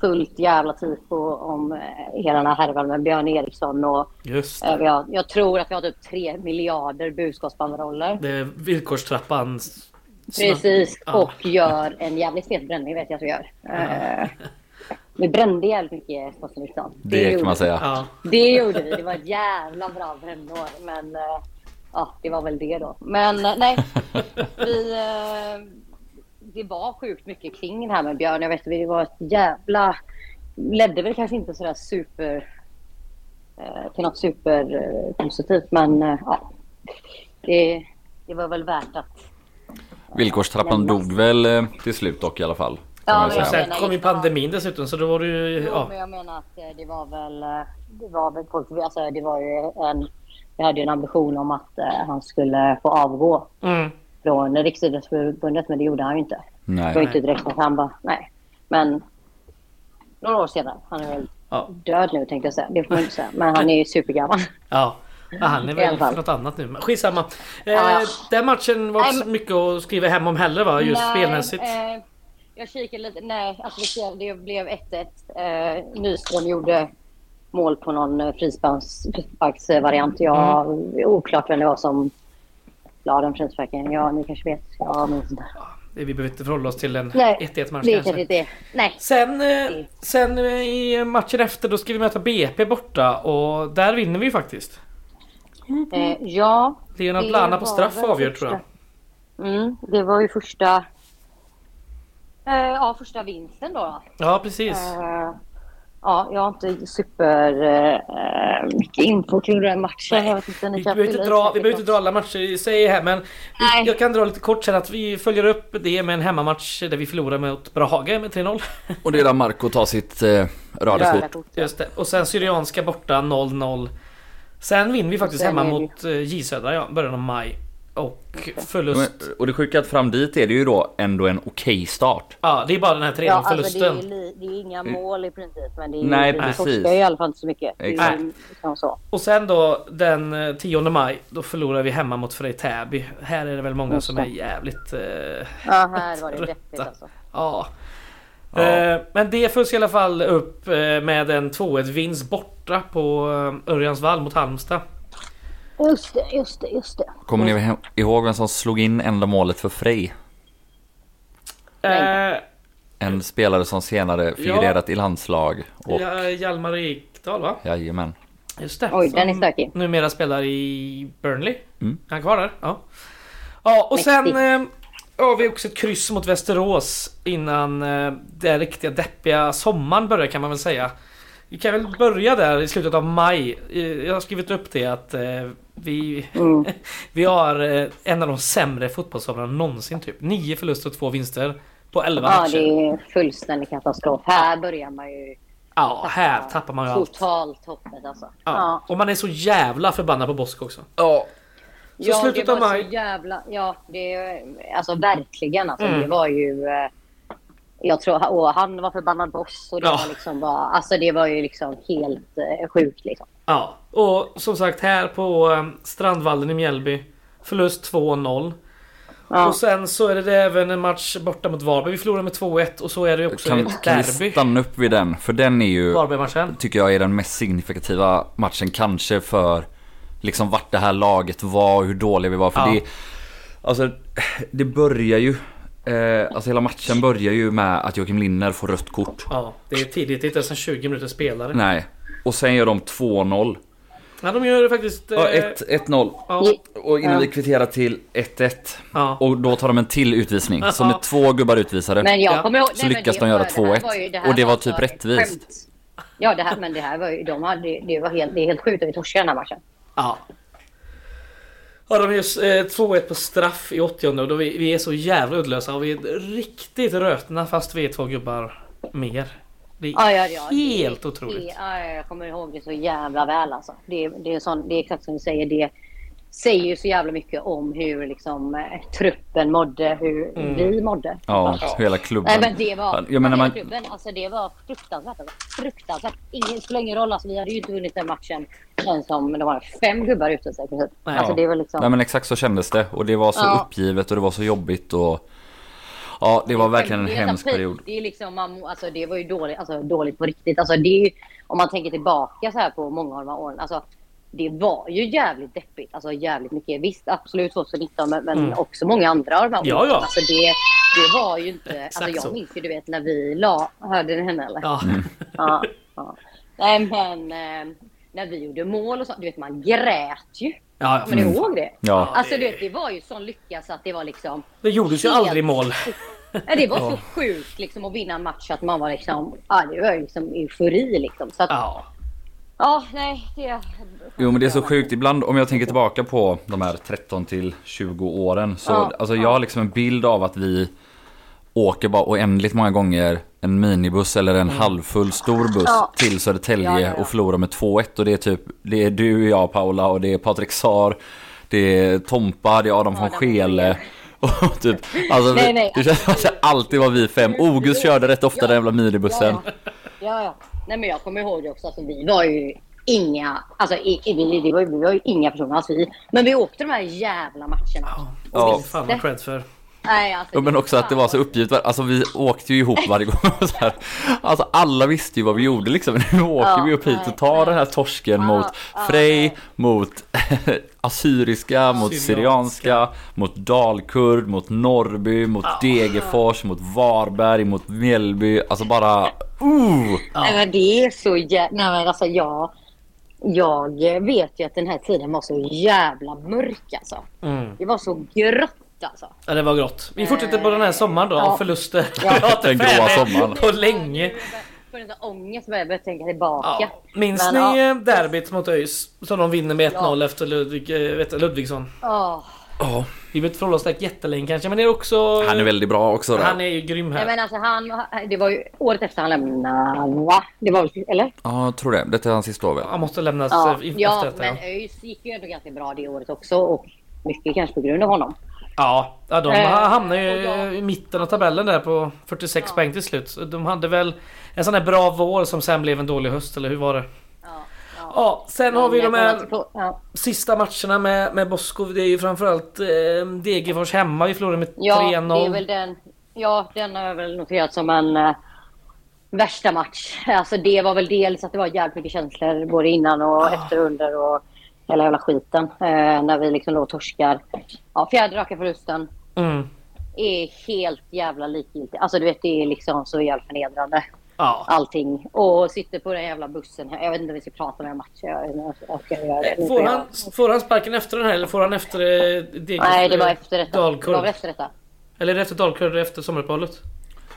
C: fullt jävla tifo om eh, hela den här härvan med Björn Eriksson och
A: Just
C: eh,
A: det.
C: vi har, jag tror att vi har typ tre miljarder budskapsbanderoller.
A: det. är Villkorstrappan. s-
C: Precis,
A: Ja.
C: och gör en jävligt fet bränning vet jag att vi gör. Eh, vi brände jävligt mycket Sporten Eriksson.
B: Det kan
C: gjorde
B: man
C: vi.
B: säga.
A: Ja.
C: Det gjorde vi, det var ett jävla bra brännår. Men eh, ja, det var väl det då. Men eh, nej, vi, eh, det var sjukt mycket kring det här med Björn. Jag vet det var ett jävla... Ledde väl kanske inte sådär super... eh, Till något superpositivt, men eh, ja. Det, det var väl värt att...
B: Villkorstrappan dog väl eh, till slut dock i alla fall. kan
C: Ja,
B: man
C: men
B: säga.
A: Och
C: jag
A: sen
C: menar,
A: kom ju
C: liksom-
A: pandemin dessutom så då var det ju...
C: Jo,
A: Ja.
C: men jag menar att eh, det var väl... eh, Det var väl folk... Alltså, det var ju en... Vi hade ju en ambition om att eh, han skulle få avgå
A: Mm.
C: från Riksidrottsförbundet, men det gjorde han ju inte. Det var
B: Nej.
C: inte direkt att han bara, nej. Men några år senare. Han är väl
A: Ja.
C: död nu tänkte jag säga. Det får man inte säga. Men han är ju supergammal.
A: Ja. Ja, han är
C: I
A: väl
C: alla fall.
A: för något annat nu. men Skitsamma.
C: Ja.
A: Eh, den matchen var inte
C: Nej,
A: så mycket att skriva hem om heller va? Just
C: Nej,
A: spelmässigt.
C: Eh, jag kikade lite. Nej, alltså vi ser, det blev 1-1. Eh, Nyström gjorde mål på någon eh, frisparks- frisparksvariant. Jag,
A: Mm.
C: Oklart vem det var som la den frisparken. Ja, ni kanske vet. Jag minns inte.
A: Vi behöver inte förhålla oss till en
C: Nej,
A: 1-1 match
C: Det är
A: kanske.
C: kanske inte är. Nej.
A: Sen, eh, sen eh, i matchen efter då ska vi möta BP borta och där vinner vi ju faktiskt. Mm.
C: Eh, ja,
A: Leonard
C: Det
A: Blana på
C: var
A: straff
C: väl
A: avgör
C: första-
A: tror jag.
C: Mm, det var ju första... Eh, ja, första vinsten då. då.
A: Ja precis.
C: Eh, ja, jag har inte super eh, mycket info kring den här matchen. jag vet inte, ni
A: Vi
C: kan
A: behöver
C: fylla
A: inte
C: i
A: dra, vi
C: säkert
A: behöver inte dra alla matcher i sig här men
C: Nej.
A: vi, jag kan dra lite kort sen att vi följer upp det med en hemmamatch där vi förlorar mot Brage med 3-0.
B: Och det är där Marco tar sitt eh,
C: något.
B: röda kort.
C: Röda kort, ja.
A: Just det. Och sen Syrianska borta 0-0. Sen vinner vi faktiskt
C: Sen
A: hemma
C: är det-
A: mot eh, J Södra ja, början av maj. Och förlust.
B: Men- Och det sjuka är att fram dit är det ju då ändå en okej start.
A: Ja det är bara den här 3-0
C: Ja, alltså det,
A: förlusten.
C: är, li- det är inga mål i princip, men det är,
B: Nej,
C: vi
B: precis.
C: torskar ju i alla fall inte så mycket. Det är ju
B: Exakt.
C: liksom så.
A: Och sen då den eh, 10 maj, då förlorar vi hemma mot Frej Täby. Här är det väl många som är jävligt... Eh,
C: Ja, här var det deppigt
A: Trötta.
C: alltså.
A: ja.
B: Ja.
A: Eh, men det följs i alla fall upp eh, med en 2-1 vinst borta på eh, Örjansvall mot Halmstad.
C: Just det, just det, just det.
B: Kommer ni he- ihåg vem som slog in enda målet för Frej?
A: Eh,
B: En spelare som senare figurerat i landslag. Och,
A: Ja, Hjalmar Ekdal va?
B: Jajamän.
A: Just det.
C: Oj, den är
A: Som
C: stökig.
A: Numera spelar i Burnley.
B: Mm.
A: Är han kvar där? Ja. Ja, och sen
C: Mäktigt.
A: eh, har vi också ett kryss mot Västerås innan eh, den riktiga deppiga sommaren börjar kan man väl säga. Vi kan väl börja där i slutet av maj. Eh, Jag har skrivit upp det att eh, vi,
C: Mm.
A: vi har eh, en av de sämre fotbollssomrarna någonsin typ. Nio förluster och två vinster. På 11
C: Ja,
A: matcher.
C: det är fullständig katastrof. Här börjar man ju
A: Ja, här tappar man ju allt.
C: totalt hoppet alltså.
A: Ja. Och man är så jävla förbannad på Bosko också.
B: Ja.
A: Så
C: ja,
A: slutet
C: det
A: av
C: var
A: maj.
C: Så jävla, ja, det, alltså verkligen. Alltså,
A: Mm.
C: Det var ju... eh, Jag tror, och han var förbannad på oss. Och det,
A: Ja.
C: var liksom bara, alltså, det var ju liksom helt eh, sjukt. Liksom.
A: Ja, och som sagt här på eh, Strandvallen i Mjällby. Förlust 2-0.
C: Ja.
A: Och sen så är det även en match borta mot Varberg. Vi förlorar med 2-1 och så är det också
B: Kan, vi-
A: ett
B: kan vi
A: derby.
B: stanna upp vid den? För den är ju...
A: Varberg-matchen.
B: tycker jag är den mest signifikativa matchen kanske för liksom vart det här laget var och hur dåliga vi var. För
A: Ja.
B: det, alltså, det börjar ju, eh, alltså hela matchen börjar ju med att Joakim Linner får rött kort.
A: Ja, det är tidigt. Det är inte ens en 20 minuter spelare. Nej.
B: Nej. Och sen gör de 2-0.
A: Ja, de gör det faktiskt... eh,
B: Ja, 1 1-0.
A: ja,
B: Och innan
C: Ja.
B: vi kvitterar till 1-1.
A: Ja.
B: Och då tar de en till utvisning. Så med två gubbar utvisade.
C: Men
A: Ja.
C: jag kommer ihåg,
B: Så
C: nej, men
B: lyckas
C: det
B: de göra
C: var- det här
B: 2-1.
C: var ju- här
B: Och det var typ
C: alltså ett
B: rättvist.
C: skämt. Ja, det här, men det här var ju... De hade, det, var helt, det är helt sjukt att vi torskade den här matchen.
A: Ja. Ja, de gör eh, 2-1 på straff i 80 och då vi, vi är så jävla uddlösa och vi är riktigt rötna fast vi är två gubbar mer. Det är
C: Ja, ja, ja.
A: helt
C: det,
A: otroligt.
C: Det, ja, ja, jag kommer ihåg det så jävla väl. Alltså. Det, det, är sån, det är exakt som du säger. Det säger ju så jävla mycket om hur liksom, eh, truppen mådde, hur
A: Mm.
C: vi mådde. Alltså.
B: Ja, hela klubben.
C: Nej, men det var,
B: jag menar,
C: hela
B: man,
C: klubben, alltså, det var fruktansvärt. Alltså. Fruktansvärt. Ingen, det spelar ingen roll. Alltså, vi hade ju inte vunnit den matchen. Känns som de hade fem gubbar ute sig. Precis.
A: Nej.
C: Alltså, det var liksom...
B: Nej men exakt så kändes det och det var så
C: Ja.
B: uppgivet och det var så jobbigt och Ja det var verkligen en
C: Det är så
B: hemsk
C: pin-
B: period.
C: Alltså, Det, är liksom, man, må- alltså, det var ju dåligt, alltså, dåligt på riktigt. Alltså, det är ju, om man tänker tillbaka så här på många av de här åren. Alltså, det var ju jävligt deppigt. Alltså jävligt mycket. Visst, absolut 2019, men, men
B: Mm.
C: också många andra av de här
A: Ja,
C: åren.
A: ja.
C: Alltså, det, det var ju inte... Alltså,
A: Exakt
C: jag
A: så.
C: minns ju, du vet, när vi la... Hörde ni henne eller?
A: Ja.
C: ja, ja. Nej, men eh, när vi gjorde mål och så, du vet, man grät ju.
A: Ja, mm.
C: Kommer
A: ja.
C: ni ihåg det?
B: Mm. Ja.
C: Alltså, du vet, det var ju sån lycka så att det var liksom...
A: Det gjordes ju
C: Helt
A: aldrig mål.
C: Nej, det var så sjukt liksom, att vinna en match att man var liksom, ja, det var ju liksom eufori liksom. Så att, ja.
A: Ja.
C: nej, det...
B: Jo men det är så sjukt ibland om jag tänker tillbaka på de här 13 till 20 åren så
C: Ja,
B: alltså jag har liksom en bild av att vi åker bara oändligt många gånger en minibuss eller en halvfull stor buss
C: Mm. Ja.
B: till Södertälje
C: Ja, ja, ja.
B: och förlorar med 2-1 och det är typ det är du, jag, Paula och det är Patrik Saar det är Tompa, det är Adam von
C: Adam.
B: Schele och typ, alltså,
C: Nej, nej.
B: det känns som att det alltid var vi fem. Ogus körde rätt ofta
C: Ja.
B: den jävla minibussen.
C: Ja, ja. ja, ja. Nej, men jag kommer ihåg det också. Alltså, vi var ju inga, alltså i, i, vi, det var, ju- vi var ju inga personer alls vi. Men vi åkte de här jävla matcherna.
B: Ja.
A: Fan vad cred för.
C: Nej, alltså,
B: Ja, men också att det var så uppgivet. Alltså vi åkte ju ihop varje gång. och Så här. Alltså alla visste ju vad vi gjorde liksom. Nu åker
C: Ja,
B: vi upp hit
C: nej,
B: och tar den här torsken
C: Ja,
B: mot
C: ja,
B: Frej,
C: nej.
B: mot assyriska, mot syrianska, mot dalkurd, mot Norrby, mot Degerfors, mot Varberg, mot Mjällby. Alltså bara... Uh!
C: Nej, men det är så jävla... Nej, men alltså jag... Jag vet ju att den här tiden var så jävla mörk alltså.
A: Mm.
C: Det var så grått alltså.
A: Ja, det var grått. Vi fortsätter på den här sommaren då,
C: Ja.
A: av förluster.
C: Ja.
A: Jag har inte
B: Den gråa
A: färdig
B: sommaren.
A: På länge.
C: Får en sån ångest när jag börjar tänka tillbaka.
A: Ja. Minns
C: Men,
A: ni
C: ja.
A: eh, derbyt mot ÖIS? Som de vinner med 1-0 efter Ludvig, eh, vet du, Ludvigsson.
C: Åh.
B: Ja,
A: Vi behöver inte förhålla oss där jättelänge kanske, men det är också...
B: han är väldigt bra också. Då.
A: Han är ju grym här.
C: Nej, men alltså han, det var ju året efter han lämnade, va? Det var väl, eller?
B: Ja, jag tror det. Detta är hans sista år väl?
A: Han måste lämnas
C: Ja,
A: ja, Alltså, efter
C: ja
A: detta.
C: men
A: Ja,
C: ÖIS gick ju ändå ganska bra det året också och mycket kanske på grund av honom.
A: ja. de
C: Eh,
A: hamnar ju
C: och jag-
A: i mitten av tabellen där på 46 poäng till slut. Så De hade väl en sån här bra vår som sen blev en dålig höst, eller hur var det?
C: Ja, ja.
A: Ja, sen har vi
C: Men
A: de här
C: på- ja.
A: sista matcherna med, med Bosko. Det är ju framförallt eh, Degerfors hemma. Vi förlorade med
C: Ja, det är
A: 3-0.
C: väl den. Ja, den har jag väl noterat som en eh, värsta match. Alltså det var väl dels att det var jävligt mycket känslor både innan och
A: Ah.
C: efter och under och hela jävla skiten. Eh, när vi liksom låg och torskar. Ja, fjärde raka förlusten.
A: Mm.
C: Är helt jävla likgiltigt. Alltså du vet, det är liksom så jävla förnedrande.
A: Ja.
C: Allting. Och sitter på den jävla bussen. här. Jag vet inte om vi ska prata om den här matchen. Jag, jag, jag, jag, jag, jag,
A: Får han, får han sparken efter den här eller får han efter eh, Degerfors?
C: Nej, det var efter detta. Det var
A: Dalkurd.
C: väl efter detta.
A: Eller är det efter Dalkurd eller efter sommaruppehållet?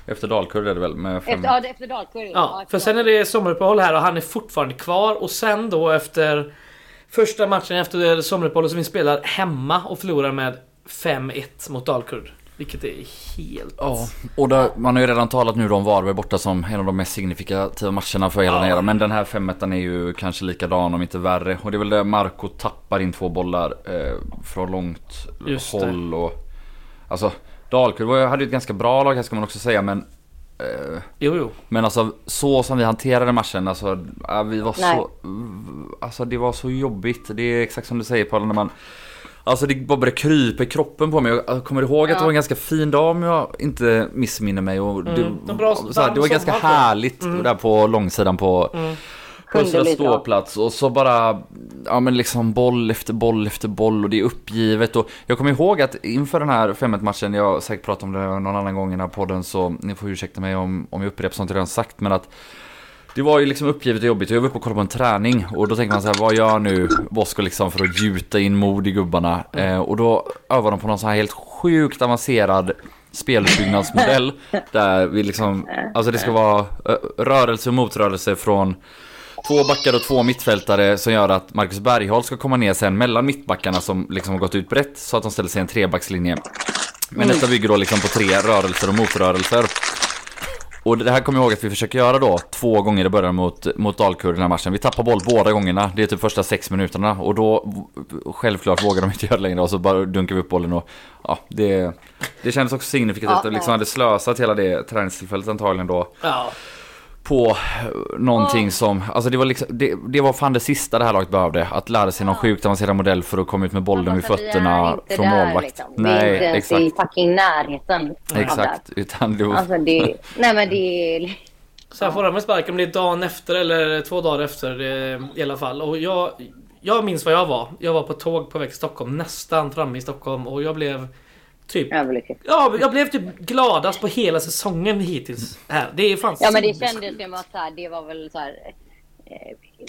B: Efter Dalkurd är det väl med fem...
C: Efter, ja, det- efter Dalkurd.
A: Ja,
C: efter
A: för sen är det sommaruppehåll här och han är fortfarande kvar och sen då efter första matchen efter sommaruppehållet som vi spelar hemma och förlorar med 5-1 mot Dalkurd. Vilket är helt...
B: Ja, och där, man har ju redan talat nu då om Varberg borta som en av de mest signifikativa matcherna för hela den här eran. Men den här femmettan är ju kanske likadan om inte värre. Och det är väl där Marco tappar in två bollar eh, från långt
A: Just det.
B: håll och... Alltså, Dalkurd var- hade ju ett ganska bra lag här ska man också säga men... Eh,
A: Jo, jo.
B: men alltså så som vi hanterade matchen, alltså ja, vi var
C: Nej.
B: så... Alltså det var så jobbigt. Det är exakt som du säger Paul, när man... Alltså det bara började krypa i kroppen på mig. Jag- Jag kommer ihåg att det
C: Ja.
B: var en ganska fin dag om jag inte missminner mig. Och det,
A: Mm, en bra
B: så här, det var
A: varm
B: ganska
A: sommar, tror jag.
B: härligt där på långsidan på... Mm. På
C: Sjunde
B: Östra
C: Mm. lite, ja.
B: ståplats och så bara, ja men liksom boll efter boll efter boll och det är uppgivet och jag kommer ihåg att inför den här 5-1 matchen, jag har säkert pratat om det någon annan gång i den här podden så ni får ursäkta mig om, om jag upprepar sånt jag redan sagt men att det var ju liksom uppgivet och jobbigt och jag var uppe och kollade på en träning och då tänker man så här, vad gör nu Bosko liksom för att gjuta in mod i gubbarna? Eh, och då övar de på någon sån här helt sjukt avancerad speluppbyggnadsmodell där vi liksom, alltså det ska vara eh, rörelse och motrörelse från Två backar och två mittfältare som gör att Marcus Bergholm ska komma ner sen mellan mittbackarna som liksom har gått ut brett så att de ställer sig i en trebackslinje. Men detta bygger då liksom på tre rörelser och motrörelser. Och det här kommer jag ihåg att vi försöker göra då två gånger i början mot, mot Dalkurd i den här matchen. Vi tappar boll båda gångerna. Det är typ första sex minuterna och då självklart vågar de inte göra det längre och så bara dunkar vi upp bollen och ja, det, det kändes också signifikativt att vi liksom hade slösat hela det träningstillfället antagligen då
A: Ja.
B: på någonting som, alltså det var liksom, det, det var fan det sista det här laget behövde. Att lära sig någon sjukt avancerad modell för att komma ut med bollen vid
C: Alltså, vi är
B: fötterna
C: inte
B: från
C: där,
B: målvakt.
C: liksom. Vi är
B: Nej,
C: inte ens
B: exakt.
C: i fucking närheten. liksom, av
B: Exakt, utan det
C: där.
B: var,
C: Alltså det, nej men det är...
A: Sen får de en spark om det är dagen efter eller två dagar efter eh, i alla fall. Och jag, jag minns vad jag var. Jag var på tåg på väg till Stockholm, nästan framme i Stockholm och jag blev typ...
C: överlyckligt.
A: Ja, jag blev typ gladast på hela säsongen hittills. Här. Det är fan
C: Ja men det
A: sinnessjukt.
C: kändes som att så här, det var väl så här, eh,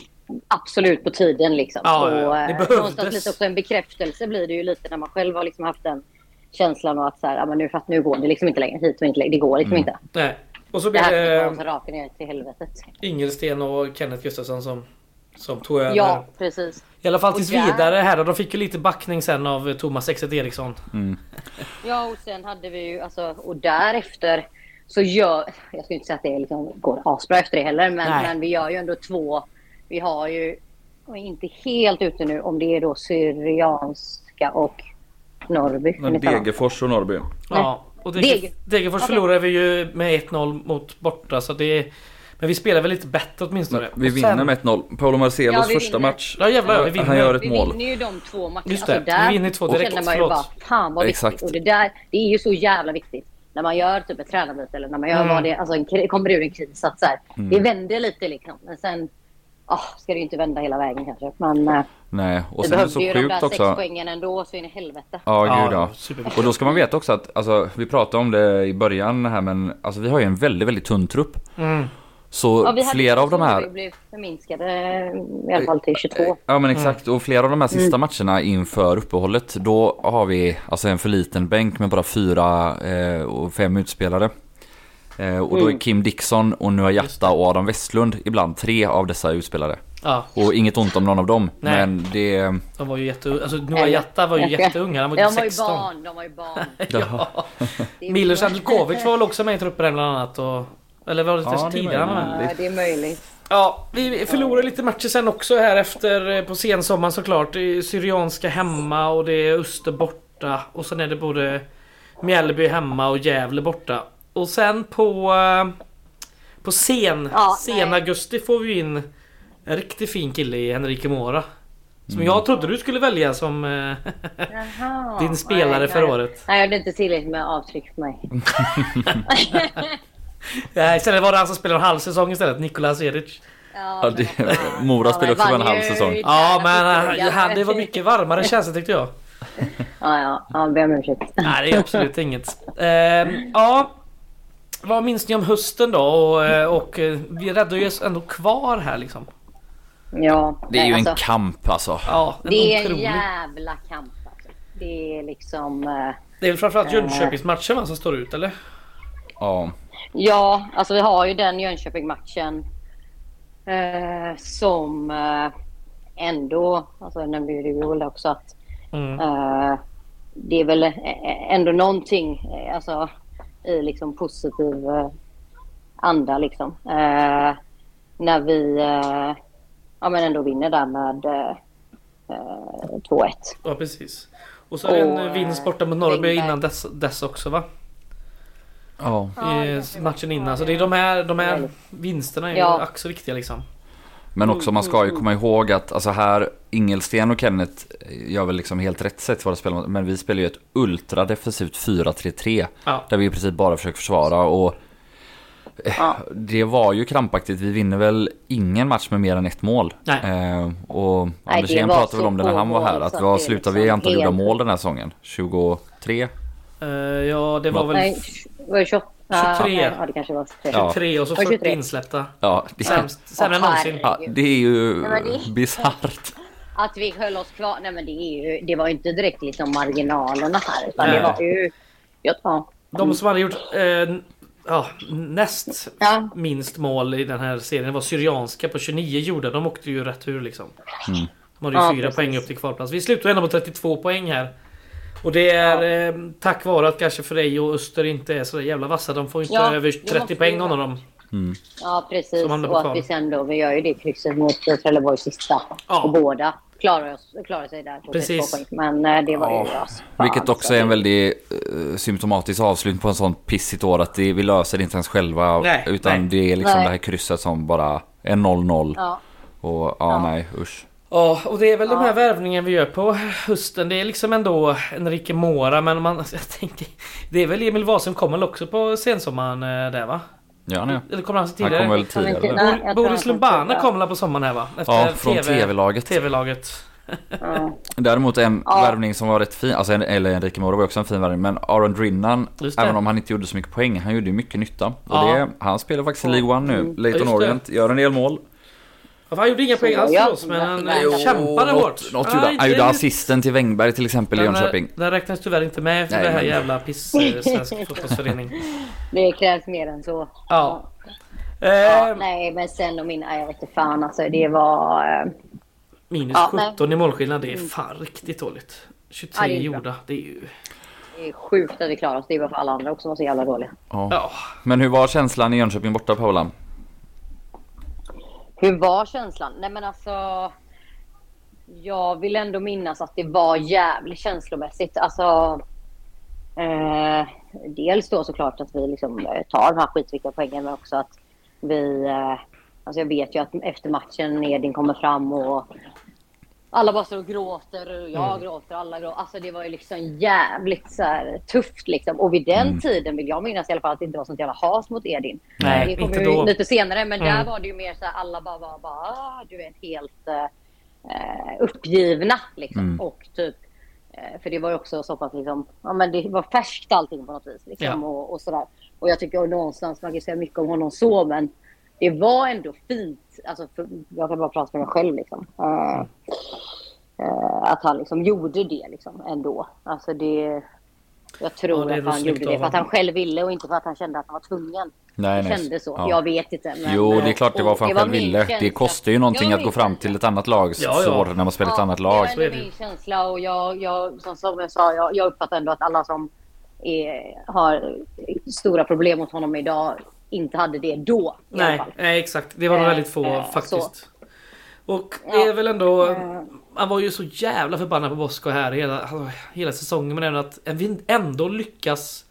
C: absolut på tiden liksom.
A: Ja, ja, ja.
C: Och, eh,
A: Det behövdes.
C: någonstans lite också en bekräftelse blir det ju lite när man själv har liksom haft den känslan av att så här, ja, men nu, för att nu går det liksom inte längre hit och inte längre. Det går liksom
B: Mm.
C: inte.
A: Nej. Och så
C: Det
A: blev
C: här ska
A: det
C: man raka ner till helvetet.
A: Ingelsten och Kenneth Gustafsson som, som tog över.
C: Ja, precis.
A: I alla fall tills
C: Och där-
A: vidare här. De fick ju lite backning sen av Thomas Exet Eriksson.
B: Mm.
C: Ja, och sen hade vi ju, alltså, och därefter så gör, jag skulle inte säga att det liksom går asbra efter det heller, men,
A: Nej.
C: men vi gör ju ändå två, vi har ju, och inte helt ute nu, om det är då Syrianska och Norrby. ungefär, va?
B: Degerfors och Norrby.
A: Ja, och Deg-
C: Deg-
A: Degerfors
C: Okej.
A: förlorade vi ju med 1-0 mot borta så det... Men vi spelar väl lite bättre åtminstone.
B: Vi
A: Och
B: vinner
A: sen-
B: med 1-0. Paolo Marcelos
C: Ja, vi
B: första
C: vinner.
B: match.
A: Ja, jävlar, vi vinner.
B: Han gör ett
C: Vi
B: mål.
C: vinner ju de två matcherna. Alltså,
A: Just det, vi vinner två direkt,
C: känner man ju
A: förlåt.
C: bara, fan vad viktigt.
B: Exakt.
C: Och det där, det är ju så jävla viktigt. När man gör typ ett tränarbyte eller när man gör
A: Mm.
C: vad det alltså en, kri- kommer ur en kris. Att så här,
B: Mm.
C: Det vänder lite liksom. Men sen ah, ska det ju inte vända hela vägen kanske. Men eh,
B: Nej, och
C: det
B: sen är det
C: behövs
B: så
C: ju de där
B: sjukt
C: sex
B: också.
C: poängen ändå så in i helvete.
B: Ja, gud
A: Ja,
B: ja.
A: superviktigt.
B: Och då ska man veta också att, alltså, vi pratade om det i början här men, alltså vi har ju en väldigt, väldigt tunn trupp.
A: Mm.
B: Så
C: Ja, vi hade
B: flera av de här...
C: Vi blev förminskade eh, i alla fall till 22.
B: Ja men exakt
C: Mm.
B: och flera av de här sista matcherna inför uppehållet då har vi alltså en för liten bänk med bara fyra eh, och fem utspelare. Eh, och
C: Mm.
B: då är Kim Dixon och Nuayatta och Adam Westlund ibland tre av dessa utspelare.
A: Ja,
B: Och inget ont om någon av dem
A: Nej.
B: men det...
A: de var ju jätteunga. Alltså Noah Jatta var ju jätteung. Han var ju
C: de var ju
A: 16.
C: barn. De var ju barn.
A: ja.
C: Det är-
A: Milos Andelkovic var väl också med i truppen här bland annat. Och... Eller var det
B: Ja,
A: kanske
B: det var
A: tidigare han var med?
B: ju-
C: Ja, det är möjligt.
A: Ja, vi förlorade lite matcher sen också här efter eh, på sensommaren såklart. Det är Syrianska hemma och det är Öster borta. Och sen är det både Mjällby hemma och Gävle borta. Och sen på, eh, på sen,
C: Ja,
A: sen
C: nej.
A: augusti får vi in en riktigt fin kille i Henrique Mora. Som jag trodde du skulle välja som... eh,
C: Jaha.
A: Din spelare
C: Nej,
A: förra
C: nej.
A: året.
C: Nej, jag hade inte tillräckligt med avtryck för mig.
B: Mm.
A: Nej, istället var det han som spelade en halv säsong istället, Nikolas Eric.
B: Ja,
C: Ja,
B: det
C: men vad fan.
B: Mora
C: Ja,
B: spelar
C: men
B: också en
C: vann
B: halv
C: ju
B: säsong.
C: i
A: Ja, men eh,
C: träningsligan.
A: han, han, det var mycket varmare känsla tyckte jag.
C: Ja, ja. ja jag ber om ursäkt.
A: Nej, det är absolut inget. Ehm, ja, vad minns ni om hösten då? Och, eh, och eh, vi räddade ju oss ändå kvar här liksom.
C: Ja,
B: Det är ju
C: nej,
B: en
C: alltså,
B: kamp alltså.
A: Ja, en
C: Det är en
A: otrolig.
C: jävla kamp. Alltså. Det är liksom... eh,
A: Det är väl framförallt Jönköpingsmatchen va, som står ut eller?
B: Ja.
C: Ja, alltså vi har ju den Jönköping-matchen eh, som eh, ändå, alltså jag nämnde ju det i Ola också, att
A: Mm.
C: eh, det är väl eh, ändå någonting eh, alltså, i liksom positiv eh, anda liksom. Eh, när vi eh, ja, men ändå vinner där med eh, eh, 2-1.
A: Ja precis. Och så är det en
C: Och,
A: eh, vinst borta mot Norrby innan dess, dess också va?
B: Ja.
D: Ja,
A: I
D: det
A: eh,
D: kanske
A: matchen
D: var. Ja,
A: innan. Så
D: det-
A: det är de här, de här
C: Ja.
A: vinsterna är ju
C: Ja.
A: ack så viktiga liksom.
B: Men
A: Mm,
B: också man ska ju komma ihåg att alltså här Ingelsten och Kenneth gör väl liksom helt rätt sätt vad de spelar mot, Men vi spelar ju ett ultradefensivt 4-3-3.
A: Ja.
B: Där vi i princip bara försöker försvara och eh, det var ju krampaktigt. Vi vinner väl ingen match med mer än ett mål.
A: Nej.
B: Eh, och
C: det
B: Andersén
C: var
B: pratade väl
C: så
B: om det när han var
C: pågående
B: här.
C: så
B: Att
C: att
B: vad
C: det är
B: slutar vi i
C: liksom
B: antal gjorda
C: helt-
B: mål den här säsongen? 23?
A: Eh, ja det var väl
C: Nej, var det 28?
A: 23.
C: Ja, det kanske var 23.
B: Ja.
A: 3 och så
C: Var
A: 40
C: 23.
A: insläppta.
B: Ja, det,
A: Sämst, sämre än
C: Åh,
A: någonsin.
B: ja, det är ju
C: Nej, men det-
B: bisarrt.
C: Att vi höll oss kvar. Nej, men det, är ju, det var ju inte direkt liksom marginalerna här. Utan det
A: Nej.
C: var ju... Ja, ja.
A: De som hade gjort eh, ja, näst
C: Ja.
A: minst mål i den här serien var Syrianska på 29 gjorda. De åkte ju rätt ur liksom. De hade ju
C: Ja,
A: fyra
C: precis.
A: poäng upp till kvalplats. Vi slutade ändå på 32 poäng här. Och det är eh, tack vare att kanske Frej och Öster inte är så där jävla vassa. De får ju inte
C: Ja,
A: över
C: det
A: 30
C: måste
A: poäng
C: vi-
A: någon av dem.
B: Mm.
C: ja, precis.
A: Som hamnade på
C: Och
A: kval.
C: att vi sen då, vi gör ju det krysset mot Trelleborg sista.
A: Ja.
C: Och båda klarar, oss, klarar sig där på
A: Precis.
C: 32 poäng. Men eh, det var ju ras. Fan,
B: Vilket också
C: så
B: är en
C: det-
B: väldigt eh, symptomatisk avslutning på en sån pissigt år att det, vi löser det inte ens själva
A: Nej,
B: utan
A: nej.
B: det är liksom
C: Nej.
B: det här krysset som bara är 0-0
C: Ja.
B: och ja, nej usch.
A: Ja, och det är väl de här värvningarna vi gör på hösten. Det är liksom ändå Enrique Mora, men man, alltså, jag tänker... Det är väl Emil Wasum kommer väl också på sensommaren eh, där va?
B: Ja, nej.
A: Eller kommer han
B: Han
A: tidigare?
B: kom väl
C: Som en
B: tidigare?
C: kille. Nej, jag tror han
A: Boris
C: kom
A: Lumbana
C: tidigare.
A: kom väl på sommaren här va? Efter
B: Ja, från
A: TV
B: TV-laget.
A: TV-laget.
C: Ja.
B: Däremot en
C: Ja.
B: värvning som var rätt fin, alltså en, eller Enrique Moro var också en fin värvning men Aron Drinnan,
A: Just det.
B: även om han inte gjorde så mycket poäng, han gjorde ju mycket nytta. Och
A: Ja.
B: det, han spelar faktiskt i League One nu,
C: Mm.
A: Ja,
B: Leighton
A: just det.
B: Orient, gör en del mål.
A: Ja, för han gjorde inga poäng alls
C: ja.
A: för oss, men han
C: Jo,
A: kämpade
B: något,
A: hårt.
B: Något
A: Nej,
B: gjorde, han. han gjorde
A: det-
B: assisten till Wängberg till exempel i
A: den, eh,
B: Jönköping.
A: den räknas tyvärr inte med för
B: Nej,
A: det här
B: men-
A: jävla piss eh, Svensk fotbollsförening.
C: Det krävs mer än så.
A: Ja.
C: Ja,
A: Eh,
C: nej, men sen om min... nej, Jag vet inte fan alltså. Det var... eh,
A: minus
C: Ja, nej. Mm.
A: 17 i målskillnad, det är fan riktigt dåligt. 23
C: Ja, det är bra.
A: gjorda, det är ju...
C: Det är sjukt att vi klarar oss. Det var för alla andra också som var så jävla dåliga.
B: Ja.
A: Ja.
B: Men hur var känslan i Jönköping borta Paula?
C: Hur var känslan? Nej men alltså. Jag vill ändå minnas att det var jävligt känslomässigt. Alltså. Eh, dels då såklart att vi liksom eh, tar de här skitviktiga poängen men också att vi. Eh, alltså jag vet ju att efter matchen Edin kommer fram och alla bara står och gråter och jag
A: Mm.
C: gråter och alla gråter. Alltså det var ju liksom jävligt så här tufft liksom. Och vid den
A: Mm.
C: tiden vill jag minnas i alla fall att det inte var sånt jävla has mot Edin.
A: Nej,
C: det kom
A: inte
C: ju
A: då.
C: lite senare men
A: Mm.
C: där var det ju mer så här alla bara var bara, "Ah, du är helt eh, uppgivna liksom.
A: Mm.
C: Och typ eh, för det var ju också så pass liksom, ja men det var färskt allting på något vis liksom
A: Ja.
C: och, och sådär. Och jag tycker någonstans, man kan ju säga mycket om honom så men det var ändå fint. Alltså, för, jag kan bara prata för mig själv. Liksom. Eh, eh, att han liksom gjorde det liksom, ändå. Alltså, det, jag
A: Ja,
C: tror
A: det är
C: att
A: väl
C: han
A: snyggt
C: gjorde
A: av
C: det för att
A: honom.
C: han själv ville och inte för att han kände att han var tvungen.
B: Nej,
C: det
B: nej.
C: kändes så.
B: Ja.
C: Jag vet inte. Men,
B: Jo, det är klart det
C: och
B: var för han själv
C: min
B: ville. Det
C: känsla.
B: kostar ju
C: Det
B: någonting
C: var
B: att gå
C: min
B: fram
C: känsla.
B: till ett annat lag
A: Ja, ja.
B: så när man spelar ett annat lag.
A: så
C: Det
A: är
C: är
A: det ju.
C: min känsla och jag, jag som, som jag sa, jag, jag uppfattar ändå att alla som är, har stora problem mot honom idag inte hade det då. i alla
A: Nej,
C: fall.
A: nej, exakt. Det var nog
C: Eh,
A: väldigt få
C: eh,
A: faktiskt. Och
C: Ja. Eh.
A: det är väl ändå... Han var ju så jävla förbannad på Bosko här hela, alltså, hela säsongen. Men även att vi ändå lyckas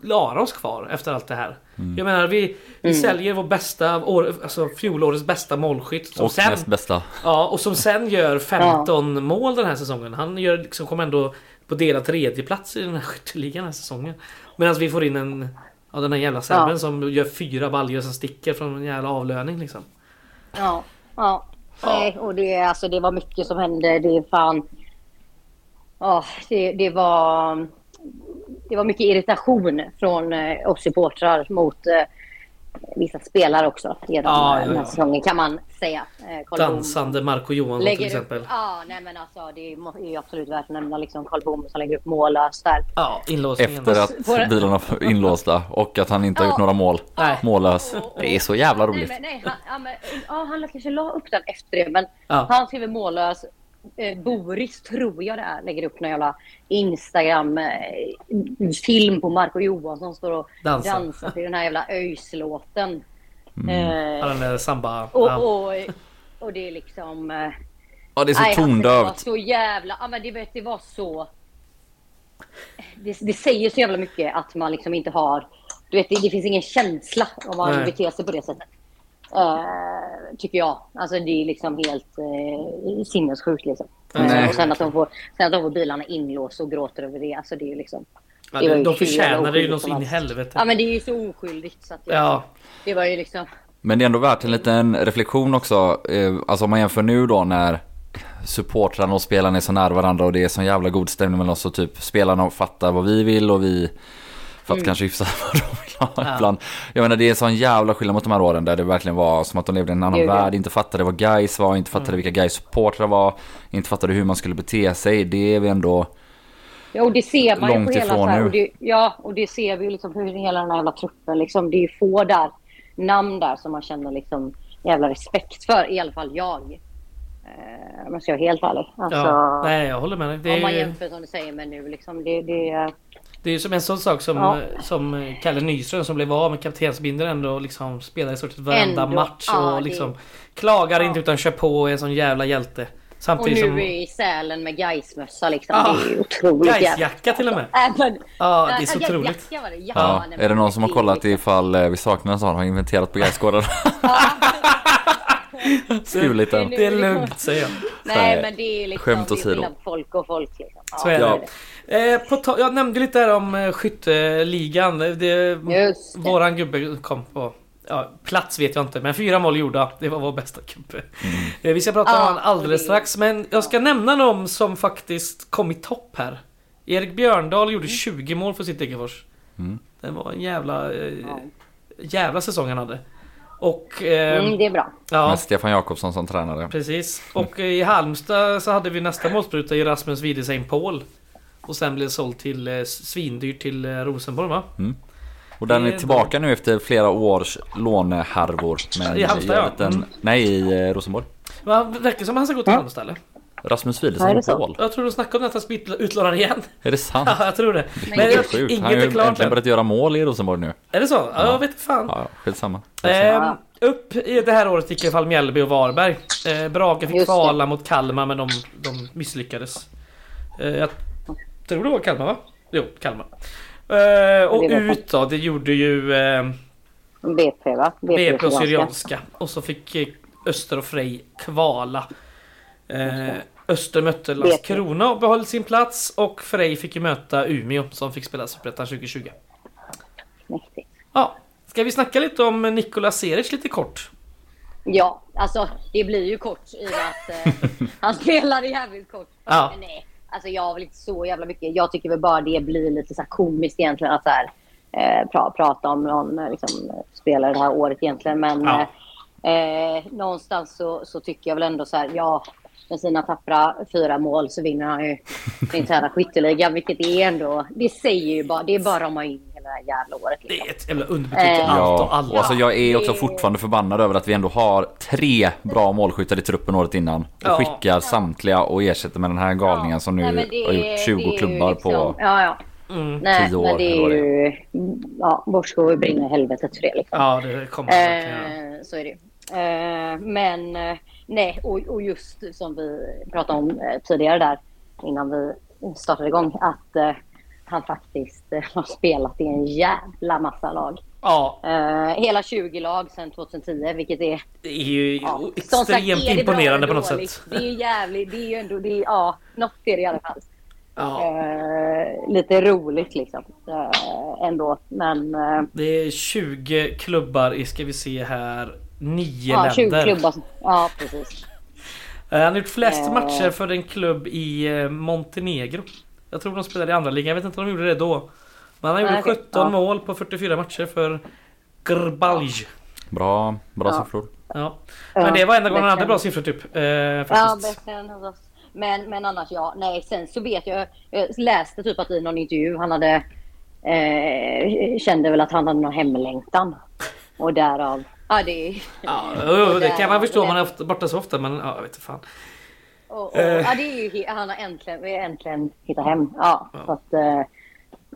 A: klara oss kvar efter allt det här. Jag menar vi, vi
C: Mm.
A: säljer vår bästa, år, alltså fjolårets bästa målskytt. Som
B: Och
A: sen,
B: näst bästa.
A: ja, och som sen gör 15 mål den här säsongen. Han gör liksom, kom ändå på delad tredjeplats i den här skytteligan den här säsongen. Medan vi får in en, ja, den här jävla serben
C: Ja.
A: som gör fyra baljor som sticker från en jävla avlöning liksom.
C: Ja, ja. Nej, och det, alltså, det var mycket som hände. Det är fan... Ja, det, det var... Det var mycket irritation från eh, oss supportrar mot eh, vissa spelare också genom
A: Ja,
C: eh,
A: ja,
C: den här
A: ja.
C: säsongen kan man säga. Eh, Carl Bohm
A: Dansande Marco Johansson till
C: lägger
A: exempel.
C: Upp, ja, nej men alltså det är ju absolut värt att nämna liksom Carl Bohm som lägger upp mållöst där.
A: Ja, inlåsningen.
B: Efter
C: På
B: att
C: det-
B: bilarna var inlåsta och att han inte har gjort
C: Ja.
B: några mål.
A: Nej.
B: Mållös. Det är så jävla
C: Nej,
B: roligt.
C: men, nej, han, ja, men, ja, han kanske la upp den efter det, men
A: Ja.
C: han skriver mållös. eh, Boris, tror jag det är, lägger upp någon jävla Instagram-film på Marco Johansson står och
A: Dansar.
C: dansar till den här jävla öjslåten. Eh,
A: Ja, den är samba.
C: och,
A: ja.
C: och, och det är liksom... eh,
B: Ja, det är
C: nej,
B: så
C: alltså, Det var
B: tondövt.
C: så jävla... Ja, men det, vet, det var så... Det, det säger så jävla mycket att man liksom inte har... Du vet, det, det finns ingen känsla om man
A: Nej.
C: beter sig på det sättet. Eh, tycker jag. Alltså det är liksom helt eh, sinnessjukt liksom.
A: Nej.
C: Eh, och sen att, de får, sen att de får bilarna inlåsta och gråter över det. Alltså det är ju liksom...
A: Ja,
C: det var
A: de,
C: ju
A: de
C: så jävla
A: förtjänar det ju
C: oskyldigt
A: något
C: som
A: in i
C: allt.
A: helvete.
C: Ja men det är ju så oskyldigt så att det,
A: Ja.
C: det var ju liksom...
B: Men det är ändå värt en liten reflektion också. Eh, Alltså om man jämför nu då när supportrarna och spelarna är så nära varandra och det är sån jävla god stämning mellan oss och typ spelarna fattar vad vi vill och vi fattar
C: Mm.
B: kanske hyfsat vad de vill ha ibland. Jag menar det är sån jävla skillnad mot de här åren där det verkligen var som att de levde i en annan
C: Gud, ja. Mm.
B: värld, inte fattade vad guys var, inte fattade vilka guys supportrar var, inte fattade hur man skulle bete sig. Det är vi ändå...
C: Ja, och det ser man
B: Långt
C: ju på hela... Så
B: ifrån
C: här,
B: nu.
C: och det, ja, och det ser vi ju liksom hur hela den här jävla truppen... Liksom, det är ju få där, namn där som man känner liksom jävla respekt för. I alla fall jag. Eh, måste jag vara helt ärlig. Alltså,
A: Ja, nej, jag håller med dig. Det
C: Om man
A: är, ju-
C: jämför som du säger med nu. Liksom, det, det,
A: det är ju som en sån sak som, eh,
C: Ja.
A: som Kalle Nyström som blev av med kaptensbindeln ändå och liksom spelar i stort sett varenda
C: Ändå.
A: match och
C: Ja, det-
A: liksom klagar inte utan kör på och är en sån jävla hjälte.
C: och
A: Samtidigt
C: nu
A: som...
C: är i Sälen med Gaismössa. Liksom,
A: Ja.
C: Det är ju otroligt jävla-
A: Gaisjacka till och med.
C: Äh, men-
A: Ja, det är så
C: Äh, ja,
A: otroligt.
C: jacka var det. Ja,
B: Ja,
C: nej, men
B: är det någon som har
C: är
B: kollat
C: liksom-
B: ifall eh, vi saknar en sån? Har inventerat på guysgården? Skulit den.
A: Det är lugnt säger jag.
B: Nej,
C: Nej, men det är liksom...
B: skämt
C: det är
B: åsido.
C: skillnad på Folk och folk liksom. Ja,
A: Så är
B: Ja.
A: det. Eh, på ta- jag nämnde lite här om eh, skytteligan. Det,
C: Just det.
A: Våran gubbe kom på ja, plats vet jag inte, men fyra mål gjorda. Det var vår bästa gubbe. Eh, vi ska prata om
C: Ja,
A: honom alldeles
C: det-
A: strax, men jag ska nämna någon som faktiskt kom i topp här. Erik Björndal gjorde
C: Mm.
A: 20 mål för sitt Degerfors. Det var en jävla, eh, jävla säsong han hade. Och... Eh,
C: Mm, det är bra.
A: ja.
B: Med Stefan Jakobsson som tränare.
A: Precis. Och eh, i Halmstad så hade vi nästa målspruta i Rasmus Widesheim Paul. Och sen blev såld till eh, svindyrt till eh, Rosenborg va?
B: Och den
A: Det
B: är
A: är
B: tillbaka nu efter flera års lånehärvor. Men
A: I Halmstad, ja. Mm.
B: liten- Nej, i eh, Rosenborg.
A: Men det verkar som att han ska gå till Halmstad eller?
B: Rasmus
C: Ja, är
B: Wilhelmsson
C: det
B: och
C: så?
B: Paul.
A: Jag tror de snackade om att han ska bli utl- utlånad igen.
B: Är det sant?
A: Ja, jag tror det. Men
C: Vilket
A: jag-
B: Helt sjukt. Han har
A: inget är
B: ju
A: klart
B: äntligen
A: än.
B: börjat göra mål i Rosenborg nu.
A: Är det så? Ja, jag vet fan.
B: Ja, ja, skitsamma.
A: Ehm, upp i det här året gick i alla fall Mjällby och Varberg. Eh, Brage fick
C: Just det.
A: kvala mot Kalmar men de, de misslyckades. Eh, jag tror det var Kalmar va? Jo, Kalmar. Eh, och
C: Det vet jag.
A: ut då, det gjorde ju... Eh,
C: BP va?
A: BP och
C: Syrianska.
A: Syrianska. Och så fick eh, Öster och Frej kvala. Eh, Öster mötte Landskrona och behöll sin plats. Och Frej fick ju möta Umeå som fick spela Superettan 2020.
C: Mäktigt.
A: Ja, ska vi snacka lite om Nikolas Seric lite kort?
C: Ja, alltså det blir ju kort i och med att eh, han spelade jävligt kort.
A: Ja.
C: Men nej, alltså jag har väl inte så jävla mycket. Jag tycker väl bara det blir lite så här komiskt egentligen att så här, eh, pra, prata om någon eh, liksom, eh, spelare det här året egentligen. Men
A: Ja.
C: eh, Eh, någonstans så, så tycker jag väl ändå så här, ja, med sina tappra fyra mål så vinner han ju interna skytteligan, vilket är ändå, det säger ju bara, det är bara om man in hela det här jävla året.
A: Det
C: Liksom.
A: är ett jävla underbetyg till
C: Eh,
A: allt och alla.
B: och alltså jag är också
C: det-
B: fortfarande förbannad över att vi ändå har tre bra målskyttar i truppen året innan. Och
A: Ja.
B: skickar samtliga och ersätter med den här galningen som nu
C: Nej, men det
B: har
C: är-
B: gjort 20
C: det är ju
B: klubbar
C: liksom-
B: på...
C: Ja, ja.
A: Mm.
C: Nej,
B: tio år,
C: men det
B: eller
C: är
B: vad det
C: ju... Ja, Borskog brinner helvetet för det. Liksom.
A: Ja, det kommer jag verkligen göra.
C: Eh, så är det. Eh, men eh, nej, och, och just som vi pratade om eh, tidigare där innan vi startade igång att eh, han faktiskt eh, har spelat i en jävla massa lag.
A: Ja,
C: Eh, hela 20 lag sedan 2010, vilket är
A: det är ju
C: ja, som
A: extremt
C: sagt, är det bra
A: imponerande på
C: eller
A: något
C: dåligt?
A: sätt.
C: Det är jävligt, det är ju ändå, det är, ja, något är det i alla fall.
A: Ja,
C: Eh, lite roligt liksom eh, ändå, men eh,
A: det är 20 klubbar i, ska vi se här, 9
C: ja, 20
A: länder.
C: klubbar. som- Ja, precis.
A: Eh, Han har gjort flest
C: Eh.
A: matcher för en klubb i eh, Montenegro. Jag tror de spelade i andra ligan, jag vet inte om de gjorde det då. Men han gjorde
C: Nej, okej.
A: 17
C: Ja.
A: mål på 44 matcher för Grbalj.
B: Bra, bra
C: Ja.
B: siffror.
A: Ja.
C: Ja,
A: Men det var enda gången han hade
C: verkligen.
A: bra siffror typ. Eh,
C: Ja,
A: faktiskt.
C: bättre än hos oss. Men, men annars ja. Nej, sen så vet jag. Jag läste typ att i någon intervju han hade eh, kände väl att han hade någon hemlängtan. Och därav. Ja, det är...
A: Ja, jo, jo, det kan man
C: där-
A: förstå om man är ofta, borta så ofta men ja, jag vet inte fan.
C: Och, och, ja, det är ju, he- han har äntligen, vi har äntligen hittat hem. Ja, Så att, eh,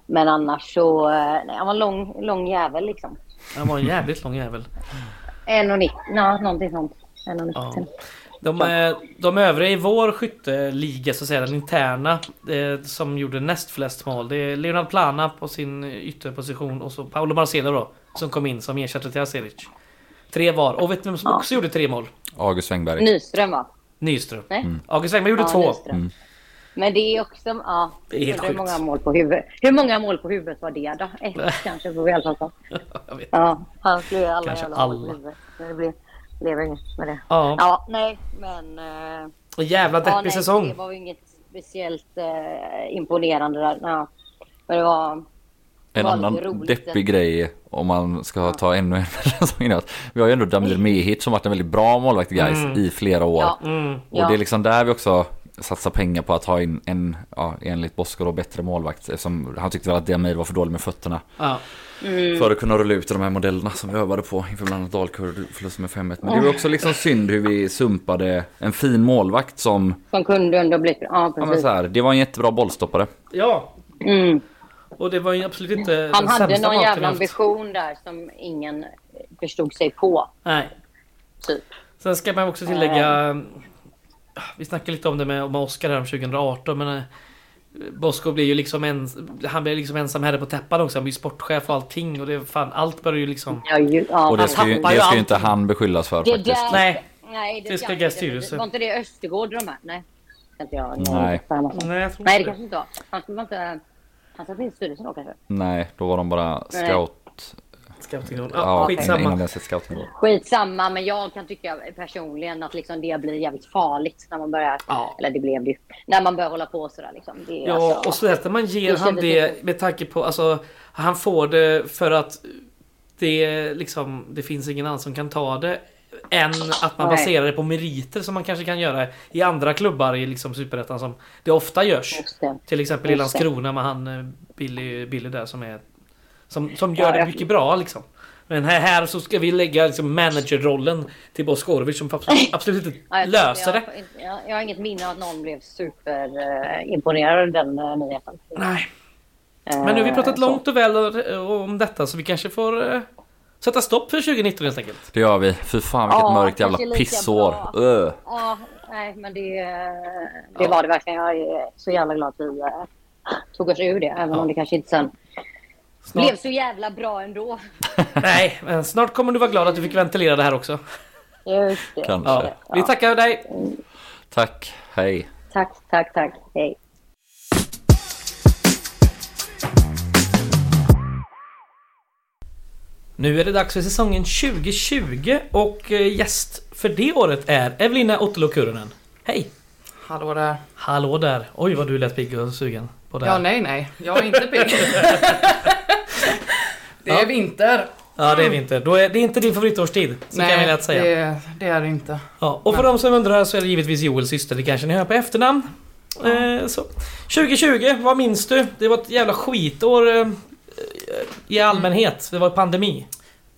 C: men annars så... eh, Nej, han var lång, lång jävel liksom.
A: Han var en jävligt lång jävel.
C: 1,90. Ja, någonting sånt. 1,90.
A: De, eh, de övriga i vår skytteliga, så att säga, den interna, eh, som gjorde näst flest mål. Det är Leonard Plana på sin ytterposition och så Paolo Marcelo då, som kom in som ersättare till Aselic. Tre var. Och vet du vem som också gjorde tre mål?
B: August Svängberg.
C: Nyström va?
A: Nyström.
C: Nej?
A: August Engberg gjorde
C: Ja,
A: två.
C: Nyström. Men det är också... Ja,
A: Det är helt
C: undrar hur
A: sjukt.
C: många mål på huvudet. Hur många mål på huvudet var det då? Ett kanske får vi i alla fall ta.
A: Jag vet.
C: Ja, han slog ju alla
A: Kanske
C: jävla mål på
A: alla.
C: huvudet. Men Det blev, blev inget med det.
A: Ja.
C: ja nej, men... eh,
A: En jävla deppig
C: Ja, nej, Det
A: säsong.
C: var ju inget speciellt eh, imponerande där. Ja. Men det var...
B: En
C: var
B: annan
C: lite roligt.
B: deppig grej om man ska ta ännu en säsong innan. Vi har ju ändå Damir Mehic som varit en väldigt bra målvakt i Gais i flera år.
C: Mm. Ja.
A: Mm.
B: Och det är liksom där vi också satsar pengar på att ha in en, ja, enligt Bosko då, bättre målvakt. Eftersom han tyckte väl att Diamir var för dålig med fötterna.
A: Ja.
C: Mm,
B: För att kunna rulla ut de här modellerna som vi övade på inför bland annat Dalkurd förlust med 5-1. Men
C: Mm.
B: det var också liksom synd hur vi sumpade en fin målvakt som,
C: Som kunde ändå bli... Ja,
B: ja men
C: precis.
B: så här, det var en jättebra bollstoppare.
A: ja.
C: Mm.
A: Och det var ju absolut inte
C: Han
A: den
C: hade
A: sämsta
C: någon
A: matchen
C: jävla
A: jag haft.
C: ambition där som ingen förstod sig på.
A: Nej.
C: Typ.
A: Sen ska man också tillägga... eh, Vi snackade lite om det med, med Oscar här om 2018 men... eh, Bosko blir ju liksom en, Han blir liksom ensam herre på täppan också. Han blir ju sportchef och allting och det fan allt börjar ju liksom...
C: Ja, ju, ja,
B: Och det ska ju,
A: tappar ju
B: det ska ju
A: allting.
B: inte han beskyllas för
C: Det
B: faktiskt.
C: där-
A: Nej.
C: Nej, det,
A: Det
C: ska
A: ska
C: inte.
A: styrelse.
C: Var inte det Östergård och de här? Nej. Kan inte jag.
B: Nej.
A: Nej, jag tror
C: Nej, det
A: inte
C: kanske inte var. Han skulle man inte... Han satt inte i styrelsen då kanske.
B: Nej, då var de bara
C: Nej.
B: scout.
A: det. Scoutingrollen. Ja,
B: Ja, innan, innan
A: skitsamma.
B: den sett scouten då.
C: Skitsamma, men jag kan tycka personligen att liksom det blir jävligt farligt när man börjar...
A: Ja.
C: Eller det blev det ju. När man börjar hålla på sådär liksom. Det är
A: Ja,
C: alltså-
A: och speciellt när man ger
C: Det
A: han
C: kändes
A: det
C: inte-
A: med tanke på... Alltså, han får det för att det är liksom... Det finns ingen annan som kan ta det. Än att man
C: Nej.
A: baserar det på meriter som man kanske kan göra i andra klubbar i liksom Superettan som det ofta görs.
C: Just det.
A: Till exempel i
C: Just det.
A: Landskrona med han eh, Billy, Billy där som är... Som, som
C: Ja,
A: gör det
C: jag-
A: mycket bra liksom. Men här, här så ska vi lägga liksom managerrollen till Boskorovic som abs- absolut inte
C: Ja, jag-
A: löser
C: jag,
A: det.
C: Jag, jag har inget minne av att någon blev superimponerad av den eh, nyheten. Eh,
A: Nej. Men
D: Eh,
A: nu har vi pratat långt och väl och- och om detta så vi kanske får eh, sätta stopp för 2019 helt enkelt.
B: Det gör vi. Fy fan vilket
C: Ja,
B: mörkt jävla
C: kanske lika bra.
B: pissår. Öh.
C: Ja, nej, men det, eh, det var det verkligen. Jag är så jävla glad att vi eh, tog oss ur det, även om det kanske inte sen
A: Snart-
C: blev så jävla bra ändå.
A: Nej, men snart kommer du vara glad att du fick ventilera det här också.
C: Just det.
B: Kanske.
A: Ja. Vi tackar dig.
B: Tack, hej.
C: Tack, tack, tack. Hej.
A: Nu är det dags för säsongen 2020 och eh, gäst för det året är Evelina Ottolo Kurunen. Hej!
D: Hallå där.
A: Hallå där! Oj vad du lät pigg och sugen på det här.
D: Ja, nej, nej. Jag är inte pigg. det är
A: Ja.
D: vinter.
A: Ja, det är vi inte. Då är, det är inte din favoritårstid. Så kan vi lätt säga.
D: Det, det är det inte.
A: Ja, och för de som undrar så är det givetvis Joels syster. Det kanske ni hör på efternamn. Eh, så. 2020, vad minns du? Det var ett jävla skitår eh, i allmänhet. Det var pandemi.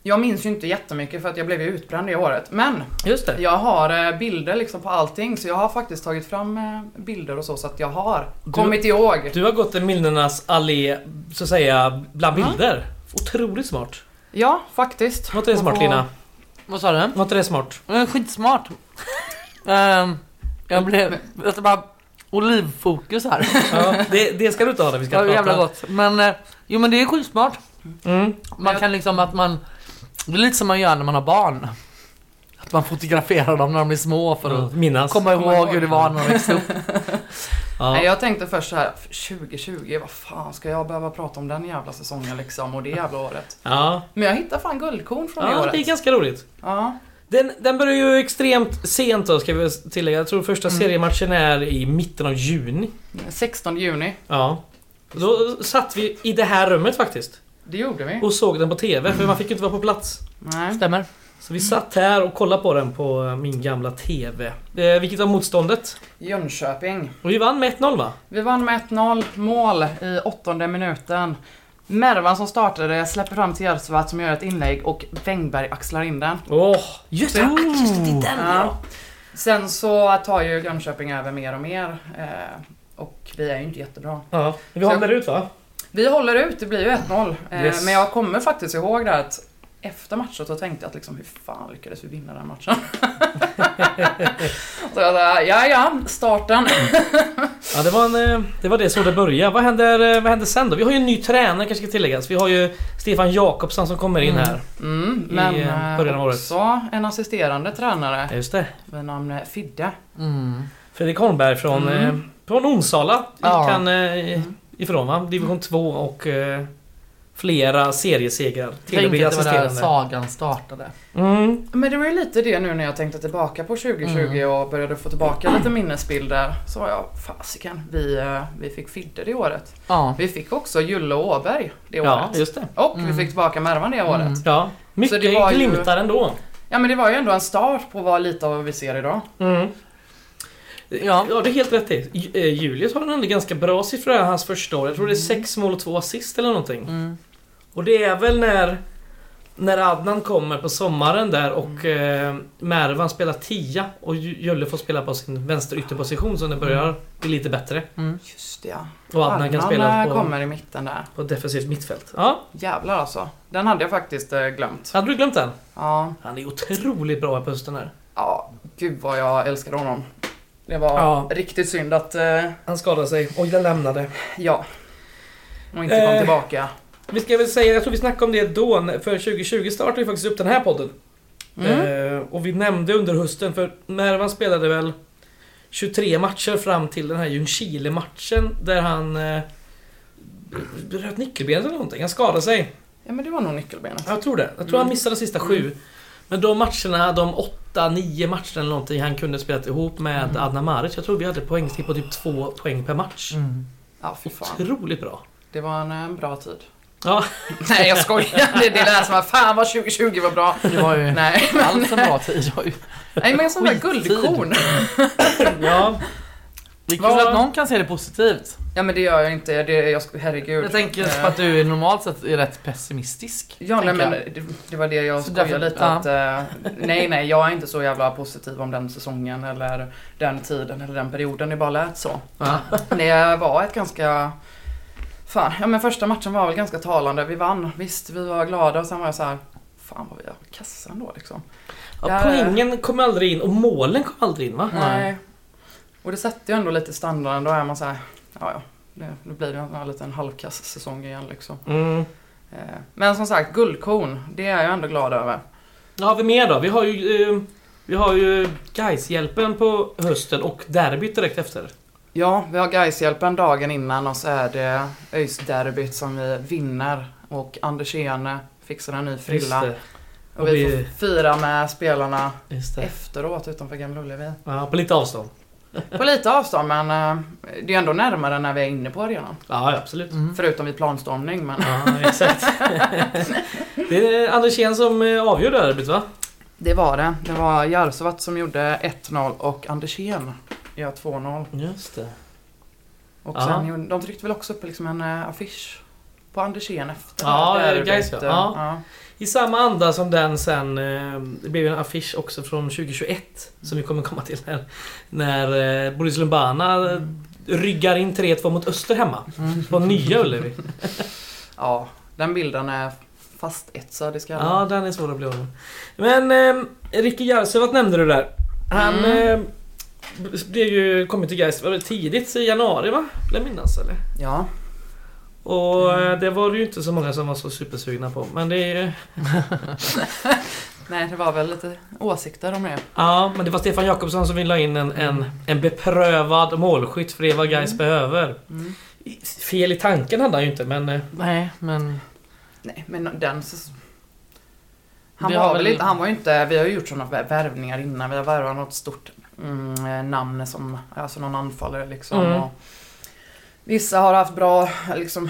D: Jag minns ju inte jättemycket för att jag blev ju utbränd det året. Men
A: Just det.
D: jag har eh, bilder liksom på allting så jag har faktiskt tagit fram eh, bilder och så så att jag har kommit ihåg.
A: Du har gått en minnenas allé, så att säga, bland bilder. Otroligt smart.
D: Ja, faktiskt.
A: Var inte det smart Lina?
E: Vad sa du?
A: Var inte det smart?
E: Eh, Skitsmart. Ehm, jag blev... Jag ska bara... Olivfokus här.
A: Ja, det, det ska du inte ha när vi
E: Det
A: ska
E: var
A: prata.
E: jävla gott. Men, eh, jo men det är skitsmart.
A: Mm.
E: Man kan liksom att man... Det är lite som man gör när man har barn. Att man fotograferar dem när de är små för att
A: Mm, Minnas.
E: komma
D: Komma
E: ihåg
D: ihåg.
E: hur det var när de växte upp.
D: Nej,
A: Ja.
D: jag tänkte först så här 2020, vad fan ska jag behöva prata om den jävla säsongen liksom och det jävla året.
A: Ja.
D: Men jag hittade fan guldkorn från det
A: ja,
D: året.
A: det är ganska roligt.
D: Ja,
A: Den, den börjar ju extremt sent då ska vi väl tillägga. Jag tror första seriematchen är i mitten av juni.
D: 16 juni.
A: Ja. Då satt vi i det här rummet faktiskt
D: Det gjorde vi.
A: och såg den på TV för man fick ju inte vara på plats.
D: Nej.
E: Stämmer.
A: Så vi satt här och kollade på den på eh, min gamla TV. Eh, vilket var motståndet.
D: Jönköping.
A: Och vi vann med 1-0 va?
D: Vi vann med 1-0, mål i åttonde minuten. Mervan som startade släpper fram till Järvsvart som gör ett inlägg och Wängberg axlar in den.
A: Åh! just det!
D: Ja.
A: Just det, det är den ja.
D: Sen så tar ju Jönköping över mer och mer. Eh, och vi är ju inte jättebra.
A: Ja, vi håller ut va?
D: Vi håller ut, det blir ju 1-0. Eh,
A: Yes.
D: Men jag kommer faktiskt ihåg det här att efter matchen så tänkte jag att liksom, hur fan lyckades vi vinna den här matchen? så jag sa, ja ja, starten.
A: Ja, det var, en, eh, det var det så det började. Vad händer, eh, vad händer sen då? Vi har ju en ny tränare kanske ska tilläggas. Vi har ju Stefan Jakobsson som kommer in här.
D: Mm, men
A: eh, början av
D: eh,
A: året.
D: också en assisterande tränare
A: Ja, just det.
D: vid namn eh, Fidde.
E: Mm.
A: Fredrik Holmberg från,
D: Mm.
A: eh, från Onsala.
E: Ja.
A: Ja. Kan, eh, ifrån va? Division 2 och eh, flera seriesegrar.
E: Tänk
A: TLB
E: att det var där
A: assisterande.
E: sagan startade.
A: Mm.
D: Men det var ju lite det nu när jag tänkte tillbaka på 2020 och började få tillbaka lite minnesbilder. Så var jag, fasiken, vi, eh, vi fick Fidde det året.
E: Ja.
D: Vi fick också Julle Åberg det
A: Ja,
D: året.
A: just det. Mm.
D: Och vi fick tillbaka Mervan det året.
A: Ja. Mycket
D: det var ju-
A: glimtar ändå.
D: Ja men det var ju ändå en start på vad lite av vad vi ser idag.
A: Mm.
E: Ja.
A: Ja, det är helt rätt i. Ju- eh, Julius har en ändå ganska bra siffra här hans första år. Jag tror det är sex mål och två assist eller någonting.
E: Mm.
A: Och det är väl när när Adnan kommer på sommaren där och eh, Mervan spelar tia och Ju- Julle får spela på sin vänster ytterposition så det börjar bli lite bättre.
D: Just det ja.
A: Och Mm. Adnan kan spela
D: eh,
A: på,
D: kommer i mitten där.
A: på defensivt mittfält. Ja,
D: Jävlar alltså. Den hade jag faktiskt eh, glömt.
A: hade du glömt den?
D: Ja.
A: Han är otroligt bra på hösten här.
D: ja, gud vad jag älskade honom. Det var
A: Ja.
D: riktigt synd att, eh,
A: Han skadade sig och den lämnade.
D: ja. Och inte kom
A: Eh.
D: tillbaka.
A: Vi ska väl säga, jag tror vi snackade om det då, när- för 2020 startade vi faktiskt upp den här podden. Eh, och vi nämnde under hösten, för Mervan spelade väl 23 matcher fram till den här Ljungskile-matchen där han eh, bröt nyckelbenet eller någonting. Han skadade sig.
D: Ja men det var nog nyckelbenet.
A: Jag tror det. Jag tror han missade de sista sju. Men de matcherna, de åtta, nio matcherna eller någonting han kunde spela ihop med Adnan Maric. Jag tror vi hade poängsnitt på typ två poäng per match.
E: Mm.
D: Ja fy fan.
A: Otroligt bra.
D: Det var en, eh, bra tid.
A: Ja,
D: Nej jag skojar. Det, det lät som att fan vad 2020 var bra.
E: Det var ju
D: Nej men,
E: alls en bra tid. Oj.
D: nej, men sån där
E: Skittid.
D: guldkorn.
A: ja.
E: Det är kul
A: Vad-
E: att någon kan se det positivt.
D: Ja men det gör jag inte. Det, jag, sk- herregud.
E: Jag tänker
D: Eh.
E: på att du är normalt sett är rätt pessimistisk.
D: Ja, nej,
E: tänker
D: men
E: jag.
D: det, det var det jag
E: Så
D: skojade
E: därför-
D: lite att eh, Nej nej jag är inte så jävla positiv om den säsongen eller den tiden eller den perioden. Det bara lät så.
A: Ja.
D: Det var ett ganska Fan, ja men första matchen var väl ganska talande. Vi vann, visst vi var glada och sen var jag så här. Fan vad vi har kassan då liksom.
A: Ja,
D: Där-
A: poängen kom aldrig in och målen kom aldrig in va?
D: Nej. Och det sätter ju ändå lite standarden. Då är man så här. Ja ja, nu, nu blir det en sån här liten halvkass säsong igen liksom.
A: Mm.
D: Eh, Men som sagt, guldkorn. Det är jag ändå glad över.
A: Vad har vi mer då? Vi har ju, eh, vi har ju guys hjälpen på hösten och derbyt direkt efter.
D: Ja, vi har Gaishjälpen dagen innan och så är det ÖIS-derbyt som vi vinner och Anders Ene fixar en ny
A: Just
D: frilla.
A: det,
D: Och vi
A: vi-
D: får fira med spelarna
A: Just det.
D: efteråt utanför Gamla Ullevi.
A: Ja, på lite avstånd.
D: På lite avstånd men eh, det är ändå närmare när vi är inne på arenan.
A: Ja, ja, absolut.
E: Mm.
D: Förutom vid planstormning men
A: Ja, exakt. det är Andersén som eh, avgör derbyt va?
D: det var det. Det var Jarsovat som gjorde 1-0 och Andersén gör 2-0.
A: Just det.
D: Och
A: Ja.
D: sen gjorde, de tryckte väl också upp liksom en eh, affisch på Andersén efter.
A: Ja,
D: det här derbyt.
A: Gais, ja. Ja.
D: ja.
A: I samma anda som den sen, eh, det blev ju en affisch också från 2021 som vi kommer komma till här. När eh, Boris Lumbana eh, ryggar in 3-2 mot Öster hemma. På nya Ullevi.
D: Ja, den bilden är fastetsad i skallen.
A: Ja, den är svår att bli av med. Men eh, Ricky Jarsevat nämnde du där. Han
D: Mm.
A: eh, blev ju, kommit till Gais var det tidigt i januari va? Vill jag minnas eller?
D: Ja.
A: Och eh, det var det ju inte så många som var så supersugna på. Men det är ju...
D: Nej, det var väl lite åsikter om det.
A: Ja, men det var Stefan Jakobsson som ville ha in en, en, en beprövad målskytt för det är vad Gais behöver.
D: Mm.
A: I- Fel i tanken hade han ju inte men... eh,
E: Nej, men...
D: Nej, men den... s- Han
E: Det
D: var,
E: har
D: väl
E: väl-
D: inte, han var ju inte... Vi har ju gjort sådana vä- värvningar innan. Vi har värvat något stort mm, eh, namn som... Alltså någon anfallare liksom.
A: Mm.
D: Och vissa har haft bra, liksom...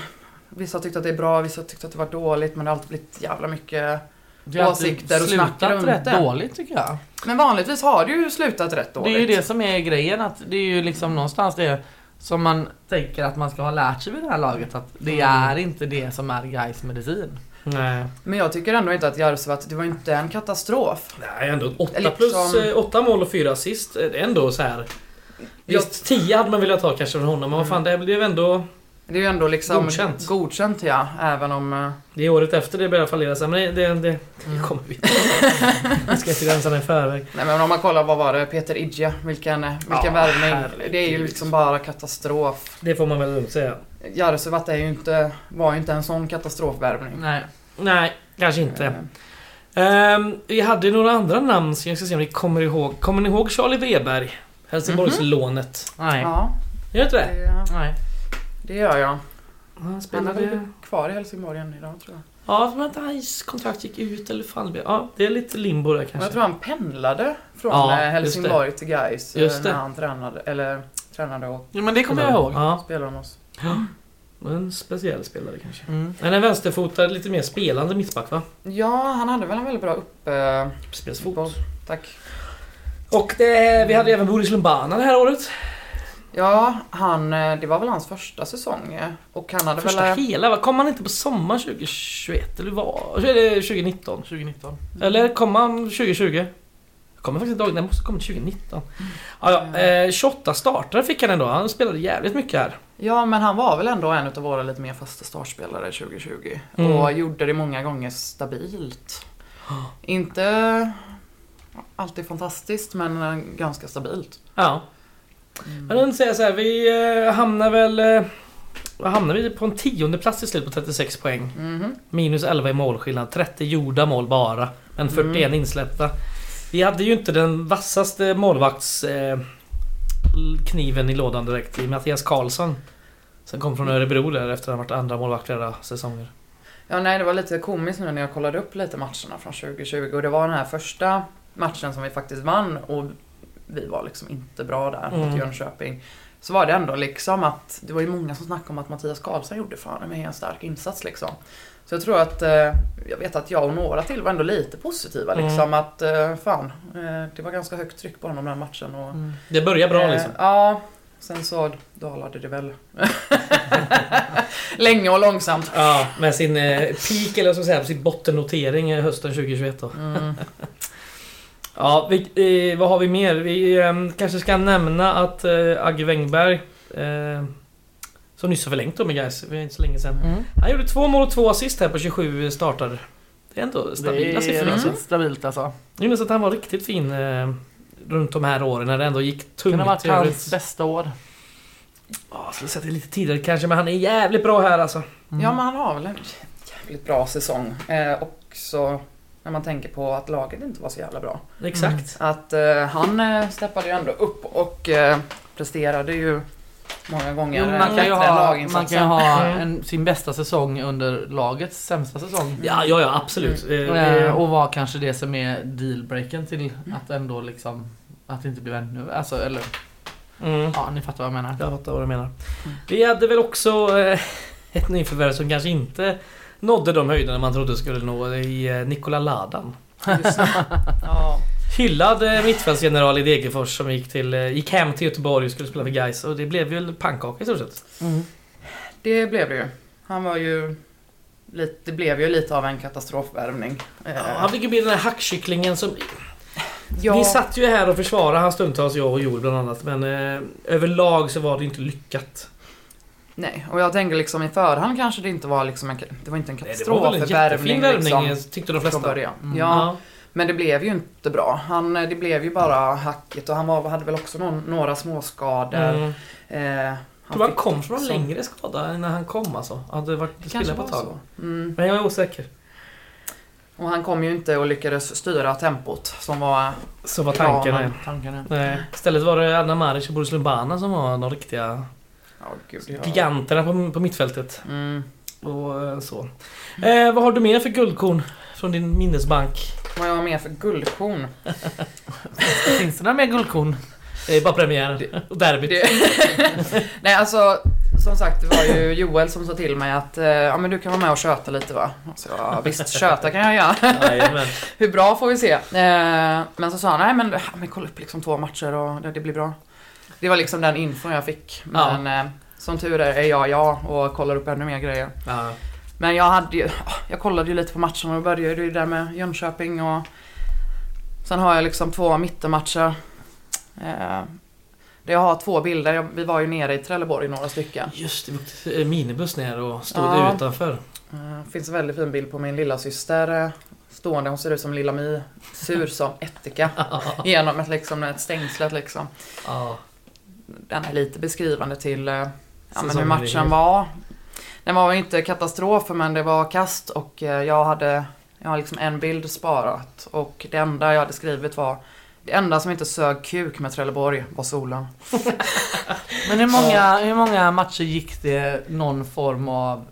D: Vissa har tyckt att det är bra, vissa har tyckt att det var dåligt. Men det har alltid blivit jävla mycket...
E: Det har
D: Åsikter och
E: slutat
D: snack runt
E: rätt
D: det.
E: dåligt tycker jag.
D: Men vanligtvis har det ju slutat rätt
E: Det
D: dåligt.
E: är ju det som är grejen att det är ju liksom någonstans det som Mm. man tänker att man ska ha lärt sig vid det här laget att det är inte det som är guys medicin.
A: Nej.
D: Men jag tycker ändå inte att Jarosevat, det var inte en katastrof.
A: Nej, ändå 8
D: Liksom-
A: plus 8 mål och 4 assist. Det är ändå så här. Visst, 10 hade man velat ha kanske från honom, men vad fan det blev ändå...
D: Det är ju ändå liksom
A: Godkänt.
D: godkänt ja, även om... eh,
A: Det är året efter det börjar fallera sen, men det, det, det,
E: Mm.
A: det kommer vi Vi ska inte rensa den i förväg.
D: Nej men om man kollar, vad var det? Peter Idje, vilken, eh, vilken
A: Ja,
D: värvning.
A: herregud.
D: Det är ju liksom bara katastrof.
A: Det får man väl lugnt säga.
D: Jarosevat är ju inte, var ju inte en sån katastrofvärvning.
E: Nej.
A: Nej, kanske inte.
D: Eh,
A: Ehm, vi hade några andra namn som jag ska se om ni kommer ihåg. Kommer ni ihåg Charlie Weberg? Helsingborgslånet.
E: Nej.
D: Ja,
E: Mhm.
A: Gör inte det?
D: det,
E: Nej.
D: det gör jag.
A: Han
D: Han är väl
A: spelade...
D: kvar i Helsingborg än idag tror jag.
A: Ja, men att hans kontrakt gick ut eller fan det blev. Ja, det är lite limbo där
D: Men
A: kanske.
D: jag tror han pendlade från
A: Ja,
D: eh,
A: just
D: Helsingborg till Gais eh,
A: Just det.
D: när han tränade, eller tränade och
E: Jo, men det kommer jag ihåg.
A: Ja,
D: spelade med oss.
A: en speciell spelare kanske.
E: Mm.
A: Men en vänsterfotad, lite mer spelande mittback va?
D: Ja, han hade väl en väldigt bra uppe...
A: Spelsfot.
D: Boll. Tack.
A: Och det, vi hade även Boris Lumbana det här året.
D: Ja, han, eh, det var väl hans första säsong eh, och han hade
A: Första
D: väl... eh,
A: hela, va? kom han inte på sommaren 2021? Eller var eller 2019?
E: 2019.
A: Eller kom han 2020? Jag kommer faktiskt inte ihåg, den måste ha kommit 2019. Ja, ja, eh, 28 startare fick han ändå, han spelade jävligt mycket här.
D: Ja, men han var väl ändå en av våra lite mer fasta startspelare 2020
A: Mm.
D: och gjorde det många gånger stabilt. Inte alltid fantastiskt, men eh, ganska stabilt.
A: Ja. Jag vill inte säga så här, vi eh, hamnar väl... Eh, vad hamnar vi på en tionde plats till slut på 36 poäng.
D: Mhm.
A: Minus 11 i målskillnad, 30 gjorda mål bara. Men 41 insläppta. Vi hade ju inte den vassaste målvakts... Eh, kniven i lådan direkt i Mattias Karlsson. Som kom från Örebro där efter att han varit andra målvakt flera säsonger.
D: Ja, nej, det var lite komiskt nu när jag kollade upp lite matcherna från 2020 och det var den här första matchen som vi faktiskt vann och vi var liksom inte bra där
A: Mm.
D: mot Jönköping. Så var det ändå liksom att det var ju många som snackade om att Mattias Karlsson gjorde fan med en stark insats liksom. Så jag tror att, eh, jag vet att jag och några till var ändå lite positiva
A: Mm.
D: liksom att eh, fan, eh, det var ganska högt tryck på honom den matchen och
A: Det börjar bra
D: Eh,
A: liksom.
D: Ja, sen så dalade det väl. Länge och långsamt.
A: Ja, med sin eh, peak eller vad ska man säga, sin bottennotering eh, hösten 2021 då.
D: Mm.
A: ja, vi, eh, vad har vi mer? Vi eh, kanske ska nämna att eh, Agge Wängberg eh, som nyss har förlängt då med guys, det var inte så länge sedan.
E: Mm.
A: Han gjorde två mål och två assist här på 27 startar. Det är ändå stabila siffror.
E: Det är
A: Alltså.
E: mm. stabilt alltså.
A: Jag minns att han var riktigt fin eh, runt de här åren när det ändå gick
E: Det kan
A: tungt.
E: ha varit
A: i övrigt.
E: hans bästa år.
A: Ja, jag skulle säga att det är lite tidigare kanske, men han är jävligt bra här alltså.
D: Ja men han har väl en jävligt bra säsong. Eh, också när man tänker på att laget inte var så jävla bra.
A: Exakt.
D: Att eh, han eh, steppade ju ändå upp och eh, presterade ju många gånger
E: Jo,
D: eh,
E: man, kan ju
D: bättre än
E: ha, man kan
D: laginsatsen.
E: ju ha
A: Mm.
E: en, sin bästa säsong under lagets sämsta säsong.
A: Ja, ja, Mm. ja absolut. Eh,
E: Eh,
A: eh,
E: och vad kanske det som är dealbreaken till att ändå liksom att det inte blir ännu, alltså eller
A: mm.
E: ja ni fattar vad jag menar.
A: Jag fattar vad du menar. Vi hade väl också eh, ett nyförvärv som kanske inte nådde de höjderna man trodde skulle nå i eh, Nikola Ladan.
D: Just det. ja.
A: Hyllad eh, mittfältsgeneral i Degerfors som gick, till, eh, gick hem till Göteborg och skulle spela för Gais och det blev väl pannkaka i stort sett.
D: Det blev det ju. Han var ju lite, det blev ju lite av en katastrofvärvning. Eh,
A: Han fick ju bli den här hackkycklingen som...
D: ja,
A: Vi satt ju här och försvarade han stundtals, jag och Joel bland annat, men eh, överlag så var det inte lyckat.
D: Nej, och jag tänker liksom i förhand kanske det inte var liksom en, det var inte en
A: Nej, det var väl en jättefin
D: katastrofvärvning
A: värvning
D: liksom,
A: tyckte de
D: från
A: flesta.
D: början.
E: Mm.
D: Ja. Men det blev ju inte bra. Han, eh, det blev ju bara hacket och han var, hade väl också någon, några småskador.
A: Mm.
D: Eh,
A: Jag tror han
D: fick-
A: kom från en
D: som-
A: längre skada när han kom alltså. Han hade varit
D: kanske
A: spelare på ett
D: var
A: tag.
D: så. Mm.
A: Men jag är osäker.
D: Och han kom ju inte och lyckades styra tempot som var...
A: Så var
D: tanken,
A: tanken.
D: nej.
E: Tankarna.
A: Nej. Istället var det Anna Maric och Boris Lumbana som var de riktiga
D: Ja, gud. ja.
A: giganterna på, på mittfältet.
D: Mm.
A: Och eh, så. Eh, vad har du mer för guldkorn från din minnesbank?
D: Vad jag var med för guldkorn.
E: Finns det några mer guldkorn?
A: Det är bara premiären och derbyt.
D: Det- Nej alltså, som sagt det var ju Joel som sa till mig att eh, ja men du kan vara med och köta lite va? Så jag, visst köta kan jag göra.
A: Jajamän.
D: Hur bra får vi se. Eh, men så sa han, nej men, ja, men kolla upp liksom två matcher och det, det blir bra. Det var liksom den infon jag fick. Men eh, som tur är är jag jag och kollar upp ännu mer grejer.
A: ja.
D: Men jag hade ju, ah, jag kollade ju lite på matcherna och började ju där med Jönköping och sen har jag liksom två mittenmatcher. Eh, där jag har två bilder, Jag- vi var ju nere i Trelleborg några stycken.
A: Just det, vi åkte eh, minibuss ner och stod
D: Ja.
A: utanför.
D: Eh, finns en väldigt fin bild på min lilla syster eh, stående, hon ser ut som Lilla My, sur som ättika. genom ett, liksom, ett stängslet liksom.
A: Ja.
D: den är lite beskrivande till eh, ja, men hur
A: Säsongen
D: matchen
A: är-
D: var. Den var inte katastrof men det var kast och eh, jag hade jag har liksom en bild sparat och det enda jag hade skrivit var det enda som inte sög kuk med Trelleborg var solen.
E: Men hur många, hur många matcher gick det någon form av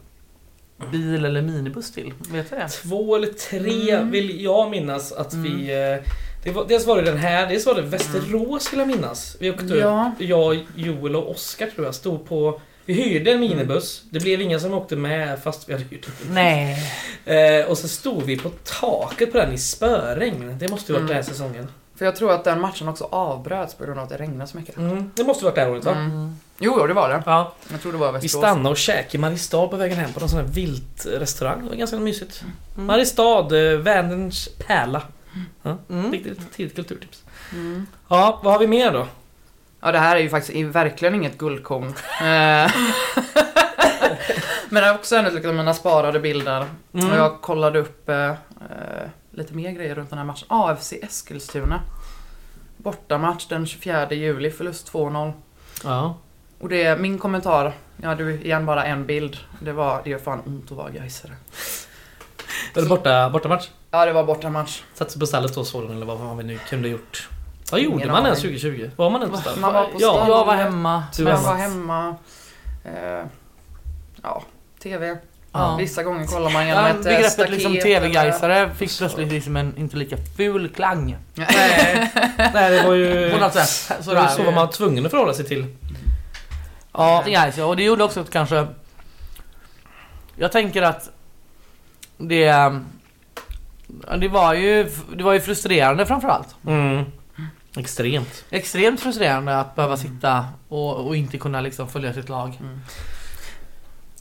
E: bil eller minibuss till? Vet du det?
A: Två eller tre vill jag minnas att vi... eh, Det var, dels var det den här, dels var det Västerås vill jag minnas. Vi åkte
D: Ja.
A: upp, jag, Joel och Oskar tror jag, stod på... Vi hyrde en minibuss, det blev ingen som åkte med fast vi hade hyrt en.
E: Nej.
A: Eh, och så stod vi på taket på den i spöregn. Det måste ju varit den här säsongen.
D: För jag tror att den matchen också avbröts på grund av att det regnade så mycket. Mm.
A: Mm. Det måste varit det här året va?
D: Jo, jo det var det.
A: Ja.
D: Jag tror det var
A: Vi
D: Västerås.
A: stannade och käkade i Mariestad på vägen hem på någon sån här viltrestaurang. Det var ganska mysigt. Mariestad, eh, Vänerns pärla. Ja, Riktigt tidigt kulturtips. Ja, vad har vi mer då?
D: Ja det här är ju faktiskt i- verkligen inget guldkorn. Eh, Men det är också en av liksom mina sparade bilder.
A: Mm.
E: Mm.
D: Och jag kollade upp eh, eh, lite mer grejer runt den här matchen. AFC Eskilstuna. Bortamatch den 24 juli, förlust 2-0.
A: Ja.
D: Och det är min kommentar, jag hade ju igen bara en bild. Det var, det gör fan ont att vara Gaisare.
A: Eller borta, bortamatch.
D: Ja det var bortamatch.
A: Satt sig på stallet då såg den, eller vad fan vi nu kunde gjort. Vad
D: Ingen
A: gjorde man ens
D: aning.
A: 2020? Var man ens på stallet?
D: Man var på
A: Ja,
D: stan.
E: Jag var hemma.
A: Du
D: Jag
A: var
D: var hemma. Eh, ja, TV.
E: Ja.
D: Vissa gånger kollar man genom
E: Ja,
D: ett eh,
E: begreppet
D: staket eh,
E: liksom
D: eller-
E: tv-gaisare fick plötsligt liksom en inte lika ful klang.
D: Mm.
A: Nej. Nej, det var ju...
E: På något sätt.
A: Så det var
E: Sådär.
A: så var man var tvungen att förhålla sig till.
E: Ja, gaisare. Och det gjorde också att kanske... Jag tänker att det... ehm, ja, Det var ju, det var ju frustrerande framförallt.
A: Mm. Extremt.
E: Extremt frustrerande att behöva sitta och, och inte kunna liksom följa sitt lag.
D: Mm.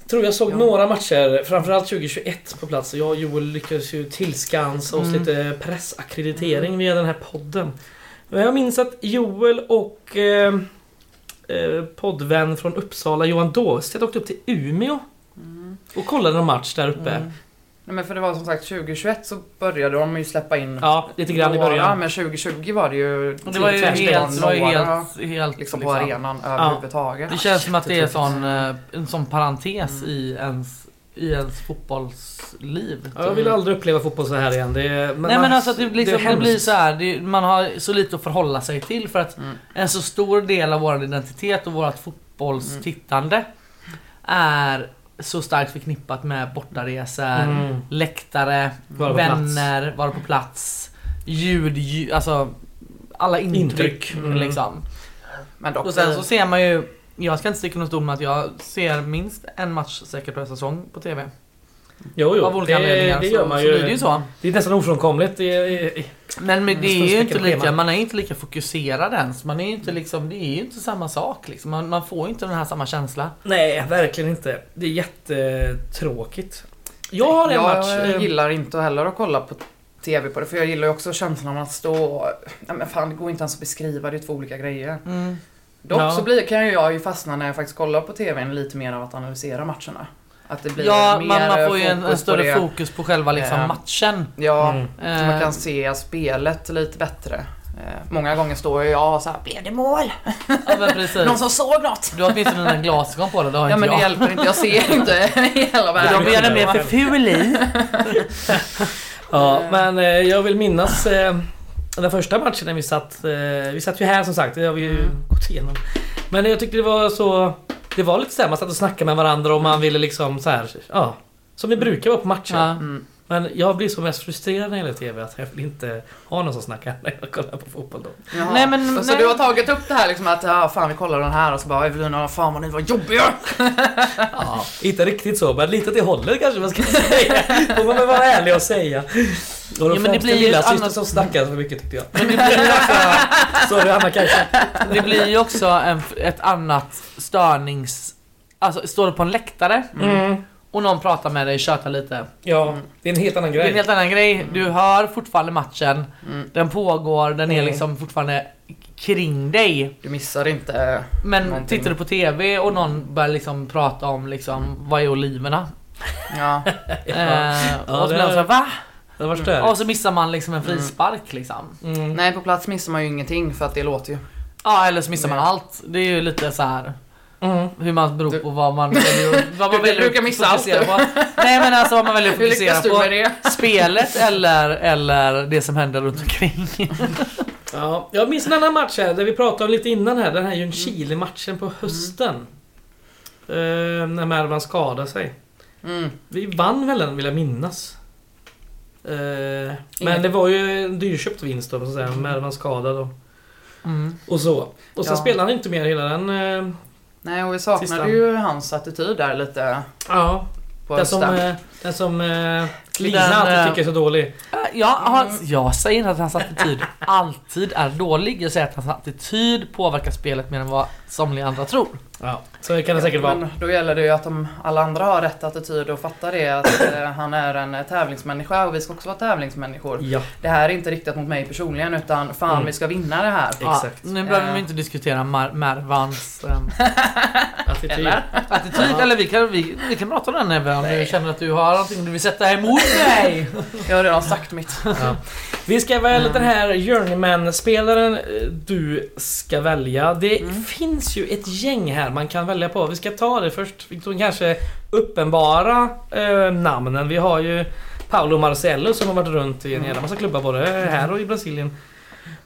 A: tror jag såg några matcher, framförallt 2021 på plats. Jag och Joel lyckades ju tillskansa oss
E: Mm.
A: lite pressackreditering via den här podden. Men jag minns att Joel och eh, eh, poddvän från Uppsala, Johan Dåstedt, åkte upp till Umeå
E: Mm.
A: och kollade en match där uppe.
D: Nej, men för det var som sagt 2021 så började de ju släppa in
A: Ja, lite grann i
D: några,
A: början.
D: Men 2020 var det ju...
E: Och det var ju
A: Tvärtom,
E: helt... Det var ju
D: några,
E: helt, helt
D: liksom på arenan överhuvudtaget.
E: Det känns som att det är sån, eh, en sån parentes i, ens, i ens fotbollsliv.
A: Mm.
E: typ.
A: Ja, jag vill aldrig uppleva fotboll så här igen. Det, är- men
E: Nej
A: man-
E: men alltså att det, liksom, det,
A: hemskt. Mm.
E: blir så här. Det, man har så lite att förhålla sig till för att en så stor del av vår identitet och vårt fotbollstittande är så starkt förknippat med bortaresor,
A: Mm.
E: läktare,
A: Vara på
E: vänner, vara på plats, ljud, ljud alltså alla intryck.
A: Intryck. Mm.
E: Liksom.
D: Men dock,
E: Och sen så ser man ju, jag ska inte sticka under stol med att jag ser minst en match säkert per säsong på TV.
A: Jo,
E: av
A: jo,
E: olika
A: det,
E: anledningar
A: det gör
E: så,
A: man
E: så
A: ju.
E: blir det ju så.
A: Det är nästan ofrånkomligt. Det är,
E: Men, men
A: så
E: det är ju
A: späckat
E: inte lika,
A: schema.
E: man är ju inte lika fokuserad ens. Man är ju inte liksom, det är ju inte samma sak liksom. Man, man får ju inte den här samma känsla.
A: Nej, verkligen inte. Det är jättetråkigt. Jag har en match...
D: jag
A: eh,
D: gillar inte heller att kolla på TV på det för jag gillar ju också känslan av att stå och... Nej men fan det går inte ens att beskriva, det är två olika grejer.
E: Mm.
D: Dock
A: Ja.
D: så blir, kan ju jag ju fastna när jag faktiskt kollar på TVn lite mer av att analysera matcherna. Att det blir
E: Ja,
D: mer
E: man, man får
D: fokus
E: ju en, en
D: på det.
E: större fokus på själva liksom
D: Eh,
E: matchen. Eh,
D: Ja,
A: Mm.
D: så man kan se spelet lite bättre. Eh, många gånger står jag så här, blev det mål?
E: Ja, men precis.
D: Någon som såg något?
E: Du har åtminstone dina glasögon på dig, det har
D: Ja
E: inte
D: men det
E: jag.
D: hjälper inte, jag ser inte hela
E: Jag
D: världen.
E: blir gärna mer för ful i.
A: Ja, men eh, jag vill minnas eh, den första matchen när vi satt... Eh, vi satt ju här som sagt, det har vi ju gått igenom. Men jag tyckte det var så... Det var lite såhär, man satt och snackade med varandra och man ville liksom så här, ja. Som vi brukar vara på matcher.
E: Ja.
D: Mm.
A: Men jag blir så mest frustrerad när jag gäller TV att jag vill inte ha någon som snackar när jag kollar på fotboll då.
D: Jaha.
E: Nej, men-
D: så, så
E: nej.
D: du har tagit upp det här liksom att ja, fan vi kollar den här och så bara Evelina fan vad ni var jobbiga!
A: Inte riktigt så, men lite åt det hållet kanske man ska säga. Får man väl vara ärlig och säga. Och då
E: Ja, men det blir ju
A: lilla
E: ett
A: syster
E: annat-
A: som snackar för mycket tyckte jag.
E: Men det blir ju också,
A: Sorry Anna kanske.
E: det blir ju också en, ett annat störnings... Alltså, står du på en läktare och någon pratar med dig, tjatar lite.
A: Mm. Ja, det är en helt annan
E: Det är en
A: grej.
E: helt annan grej.
A: Mm.
E: Du hör fortfarande matchen.
D: Mm.
E: Den pågår, den är
A: Mm.
E: liksom fortfarande kring dig.
D: Du missar inte...
E: Men
D: Någonting.
E: tittar du på TV och någon börjar liksom prata om liksom, vad är oliverna?
D: Ja.
E: Eh,
A: Ja,
E: och så
A: det
E: blir man
A: är-
E: såhär va?
A: Det var större.
E: Och så missar man liksom en frispark liksom.
A: Mm.
D: Nej, på plats missar man ju ingenting för att det låter ju.
E: Ja eller så missar man
D: Nej.
E: allt. Det är ju lite så här
A: Mm.
E: hur man beror
D: Du-
E: på vad man väljer, att- vad man
D: Du- du
E: väljer
D: brukar
E: att
D: missa allt,
E: fokusera
D: du.
E: på. Nej men alltså vad man väljer att
D: Hur
E: fokusera
D: lyckas du
E: på.
D: med det?
E: Spelet eller, eller det som händer runt omkring.
A: Ja, jag minns en annan match här, där vi pratade om lite innan här. Den här Ljungskile-matchen på hösten. Eh, när Mervan skadade sig.
D: Mm.
A: Vi vann väl den vill jag minnas. Eh, men det var ju en dyrköpt vinst då, så att säga. Mervan skadad och,
E: Mm.
A: och så. Och sen
D: Ja.
A: spelade han inte mer hela den... eh,
D: Nej, och vi saknade
A: Sista.
D: ju hans attityd där lite
A: ja,
D: på
A: den som...
D: hösten.
A: eh, Den som... eh, Lina
E: Den, eh,
A: alltid tycker är så dålig.
E: Jag, har, jag säger inte att hans attityd alltid är dålig. Jag säger att hans attityd påverkar spelet mer än vad somliga andra tror.
A: Ja, så kan det säkert vara.
D: Men då gäller det ju att de, alla andra har rätt attityd och fattar det att eh, han är en eh, tävlingsmänniska och vi ska också vara tävlingsmänniskor.
A: Ja,
D: Det här är inte riktat mot mig personligen utan fan
A: Mm.
D: vi ska vinna det här.
A: Ja. Exakt.
E: nu behöver
D: Eh.
E: vi inte diskutera Mar- Mervans ehm,
A: attityd.
E: attityd. Eller vi kan, vi, vi kan prata om den även om du känner att du har någonting du vill sätta emot mig.
D: Jag har redan sagt mitt.
A: Ja. Vi ska väl den här Journeyman-spelaren eh, du ska välja. Det finns ju ett gäng här man kan välja på. Vi ska ta det först. De kanske uppenbara eh, namnen. Vi har ju Paolo Marcello som har varit runt i en jävla massa klubbar både här och i Brasilien.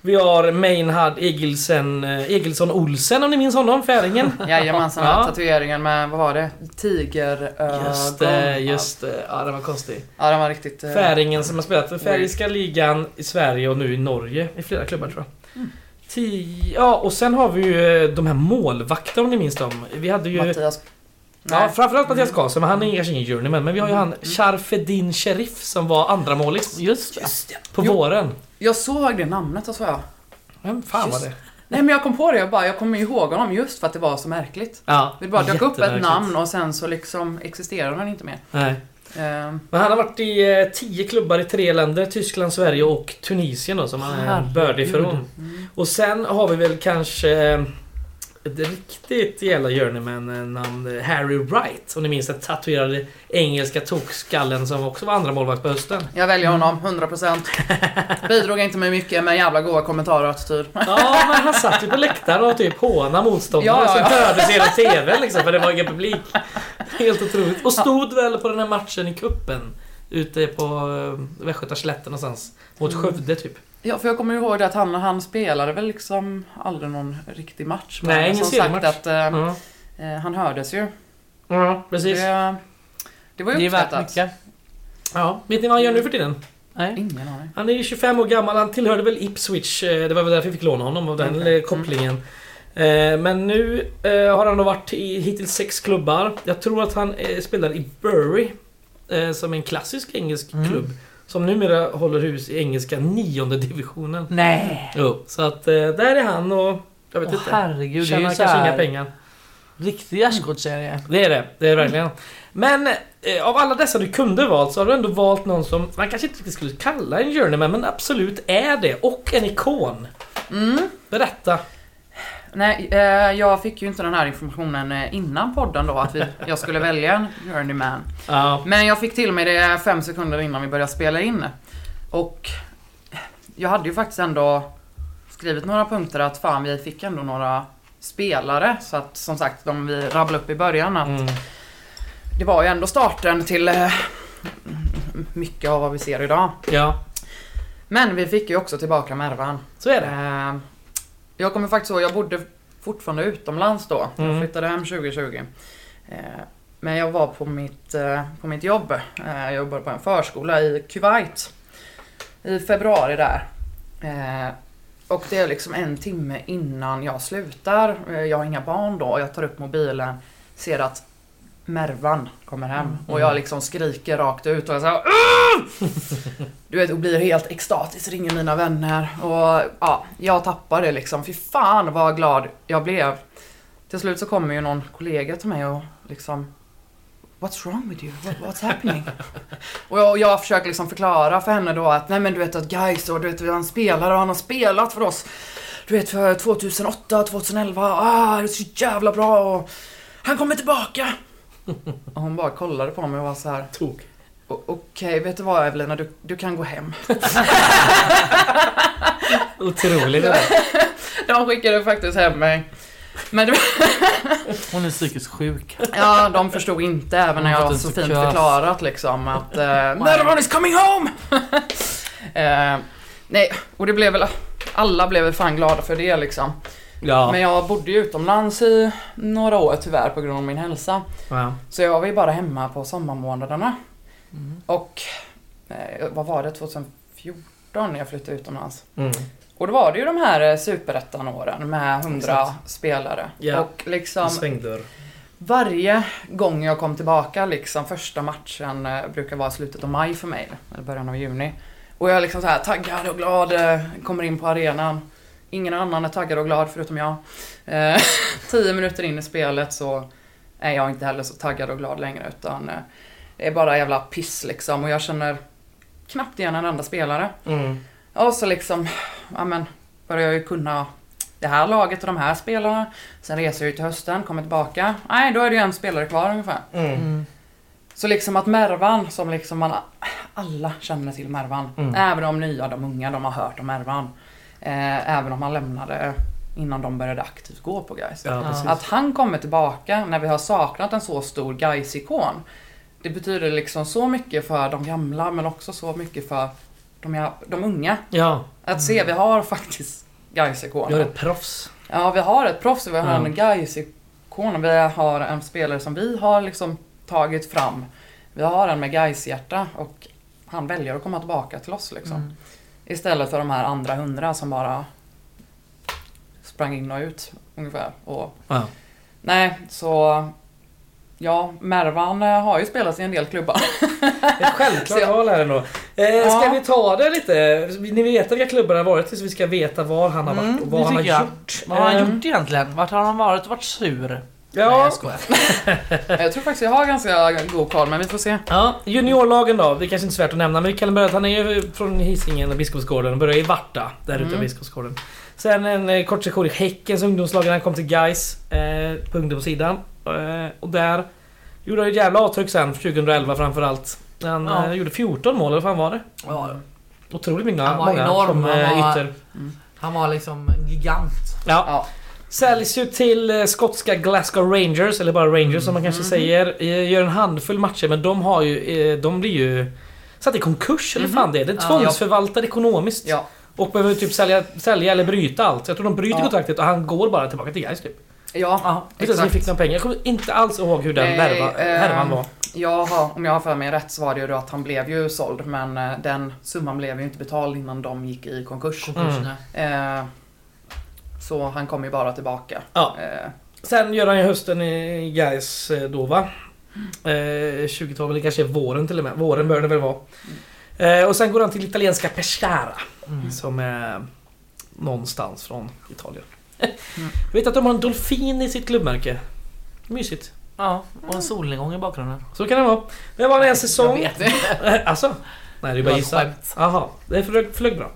A: Vi har Meinhard Egilsen, eh, Egilson Olsen om ni minns honom, färingen.
D: Jajamensan, den
A: Ja.
D: här tatueringen med, vad var det? Tigerögon.
A: Just det, just det. Ja, den var konstig.
D: Ja den var riktigt... eh,
A: Färingen som har spelat för Färjestad ligan i Sverige och nu i Norge i flera klubbar tror jag.
D: Mm.
A: Tio, ja och sen har vi ju eh, de här målvakterna om ni minns dem. Vi hade ju...
D: Mattias.
A: ja,
D: Nej. Mm.
A: framförallt Mattias Karlsson, men han är kanske ingen journeyman. Men vi har ju han Sharfedin Sheriff som var andra målis
E: Just det.
A: på
D: Jo.
A: våren.
D: Jag såg det namnet och så jag.
A: Vem fan var det?
D: Nej men jag kom på det, jag bara, jag kommer ihåg honom just för att det var så märkligt.
A: Ja,
D: Det bara dök upp ett
A: jättemärkligt.
D: namn och sen så liksom existerade han inte mer.
A: Nej.
D: Eh,
A: Men han har varit i eh, tio klubbar i tre länder. Tyskland, Sverige och Tunisien då som han är
E: Herregud.
A: bördig från.
D: mm.
A: Och sen har vi väl kanske eh, ett riktigt jävla journeyman-namn. eh, Harry Wright. Om ni minns den tatuerade engelska tokskallen som också var andra målvakt på hösten.
D: Jag väljer honom, 100%. Bidrog inte med mycket men jävla goa kommentarer och attityd.
A: Ja, men han satt ju på läktaren och typ hånade motståndaren.
D: Ja, ja, ja.
A: Och så hördes hela TVn liksom för det var ingen publik. Helt otroligt. Och stod väl på den här matchen i kuppen Ute på eh, Västgötaslätten någonstans. Mot Skövde typ.
D: Ja för jag kommer ihåg det att han, han spelade väl liksom aldrig någon riktig match. Men
A: Nej, ingen
D: som sagt
A: seriematch.
D: att eh,
A: Ja.
D: eh, han hördes ju.
A: Ja, precis.
D: Det, det var ju
E: Det är värt
D: uppskattat.
E: mycket.
A: Ja. Vet ni vad han gör nu för tiden?
E: Nej.
D: Ingen aning.
A: Han är ju 25 år gammal, han tillhörde väl Ipswich, eh, det var väl därför vi fick låna honom av den
D: Okej.
A: eh, kopplingen. Eh, Men nu eh, har han då varit i hittills sex klubbar. Jag tror att han eh, spelar i Bury, eh, som är en klassisk engelsk
E: Mm.
A: klubb. Som numera håller hus i engelska nionde divisionen.
E: Nej.
A: Jo, så att eh, där är han och... Jag vet
E: Åh
A: inte.
E: herregud, det är
A: Tjänar
E: ju
A: kanske inga
E: såhär
A: pengar.
E: riktig gärdsgårdsserie.
A: Det är det, det är det verkligen. Men eh, av alla dessa du kunde valt så har du ändå valt någon som man kanske inte riktigt skulle kalla en journeyman men absolut är det och en ikon.
E: Mm.
A: Berätta.
D: Nej, eh, jag fick ju inte den här informationen eh, innan podden då att vi, jag skulle välja en journeyman.
A: Ja.
D: Men jag fick till mig det fem sekunder innan vi började spela in. Och jag hade ju faktiskt ändå skrivit några punkter att fan vi fick ändå några spelare. Så att som sagt, de vi rabblade upp i början att
A: Mm.
D: det var ju ändå starten till eh, mycket av vad vi ser idag.
A: Ja,
D: Men vi fick ju också tillbaka Mervan.
A: så är det.
D: Eh, jag kommer faktiskt ihåg, jag bodde fortfarande utomlands då.
A: Mm.
D: Jag flyttade hem 2020. Eh, men jag var på mitt, eh, på mitt jobb. Eh, jag jobbade på en förskola i Kuwait. I februari där. Eh, och det är liksom en timme innan jag slutar. Eh, jag har inga barn då. Jag tar upp mobilen. Ser att Mervan kommer hem. Och jag liksom skriker rakt ut och jag säger du vet, och blir helt extatisk, ringer mina vänner och ja, jag tappar det liksom. Fy fan vad glad jag blev. Till slut så kommer ju någon kollega till mig och liksom What's wrong with you? What, what's happening? och, jag, och jag försöker liksom förklara för henne då att nej men du vet att guys och du vet han spelar och han har spelat för oss. Du vet för 2008, 2011, ah det är så jävla bra och han kommer tillbaka. och hon bara kollade på mig och var så här.
A: Tok.
D: "O- Okej, vet du vad Evelina, du, du kan gå hem.
A: Otroligt.
D: De skickade faktiskt hem mig. Men det,
E: Hon är psykiskt sjuk.
D: ja, de förstod inte även när
E: Hon
D: jag
E: har fått
D: så
E: en
D: fint
E: psykias.
D: förklarat liksom att eh, Everyone is coming home! eh, nej, och det blev väl alla blev väl fan glada för det liksom.
A: Ja.
D: Men jag bodde ju utomlands i några år tyvärr på grund av min hälsa.
A: ja.
D: Så jag var ju bara hemma på sommarmånaderna. Och eh, vad var det, 2014 när jag flyttade utomlands?
A: Mm.
D: Och då var det ju de här eh, superettan-åren med 100
A: Exakt.
D: spelare.
A: Ja.
D: Och liksom
A: Svängdörr.
D: varje gång jag kom tillbaka, liksom första matchen eh, brukar vara slutet av maj för mig, eller början av juni. Och jag är liksom så här taggad och glad, eh, kommer in på arenan. Ingen annan är taggad och glad förutom jag. Eh, tio minuter in i spelet så är jag inte heller så taggad och glad längre utan eh, det är bara jävla piss liksom och jag känner knappt igen en enda spelare.
A: Mm.
D: Och så liksom, ja men, börjar jag ju kunna det här laget och de här spelarna. Sen reser jag ju till hösten, kommer tillbaka. Nej, då är det ju en spelare kvar ungefär.
A: Mm.
D: Så liksom att Mervan, som liksom man, alla känner till Mervan.
A: Mm.
D: Även de nya, de unga, de har hört om Mervan. Eh, även om han lämnade innan de började aktivt gå på guys.
A: Ja, precis.
D: Att han kommer tillbaka när vi har saknat en så stor guys ikon Det betyder liksom så mycket för de gamla men också så mycket för de, ja- de unga.
A: Ja,
D: Att
A: Mm.
D: se, vi har faktiskt
A: jag är
D: Gais-ikoner.
A: ett proffs.
D: Ja, vi har ett proffs, vi har
A: Mm.
D: en Gais-ikon och vi har en spelare som vi har liksom tagit fram. Vi har en med Gais-hjärta och han väljer att komma tillbaka till oss liksom.
A: Mm.
D: Istället för de här andra hundra som bara sprang in och ut ungefär. Och
A: Ja.
D: Nej, så... Ja, Mervan eh, har ju spelat i en del klubbar.
A: Ett självklart val här ändå. Eh, ska
D: Ja.
A: vi ta det lite? Ni vet vilka klubbar det har varit tills vi ska veta var han har varit och vad
E: det
A: han har
E: tycker jag.
A: gjort.
E: Mm. Vad har
A: Eh,
E: han gjort egentligen? Vart har han varit och varit sur? Nej
A: Ja.
E: jag skojar.
D: jag tror faktiskt jag har ganska god koll, men vi får se.
A: ja, juniorlagen då. Det är kanske inte är så värt att nämna men vi kan börja att han är ju från Hisingen och Biskopsgården och började i Varta där
E: Mm.
A: ute i Biskopsgården. Sen en eh, kort sektion i Häckens ungdomslag när han kom till Gais eh, på ungdomssidan. Eh, och där gjorde han ju ett jävla avtryck sen 2011 framförallt. Han
E: Ja.
A: eh, gjorde 14 mål eller vad fan var det?
E: Ja,
A: Otroligt många,
E: Han var
A: många
E: enorm,
A: som
E: han
A: eh,
E: var-
A: ytter.
E: han var liksom en gigant.
A: Ja.
D: Ja.
A: Säljs ju till eh, skotska Glasgow Rangers, eller bara Rangers som man
D: Mhm.
A: kanske säger. Eh, Gör en handfull matcher men de har ju, eh, de blir ju satt i konkurs eller fan det är. Den
E: Ja.
A: tvångsförvaltar ekonomiskt.
D: Mhm. Ja,
A: Och behöver typ sälja, sälja eller bryta allt. Så jag tror de bryter
D: Ja.
A: kontraktet och han går bara tillbaka till Gais typ.
D: ja.
E: Ja.
A: Inte ens om vi
D: Exakt.
A: fick några pengar. Jag kommer inte alls ihåg hur den
D: Nej,
A: värva,
D: ehm,
A: härvan var.
D: Jag har, om jag har för mig rätt så var det ju då att han blev ju såld, men eh, den summan blev ju inte betald innan de gick i konkurs.
E: Mm.
D: Eh, så han kom ju bara tillbaka.
A: Ja.
D: Eh,
A: Sen gör han ju hösten i Gais eh, då va? Eh, 2012, eller kanske våren till och med. Våren bör det väl vara. Eh, och sen går han till italienska Pescara.
E: Mm.
A: Som är någonstans från Italien.
E: Mm.
A: Jag vet att de har en delfin i sitt klubbmärke. Mysigt.
E: Ja, och en solnedgång i bakgrunden.
A: Så kan det vara. Det var en
E: Jag
A: säsong.
E: vet inte.
A: Eh, Alltså? Nej, det är bara
E: var
A: gissa.
E: skämt.
A: Jaha, det flög, flög bra.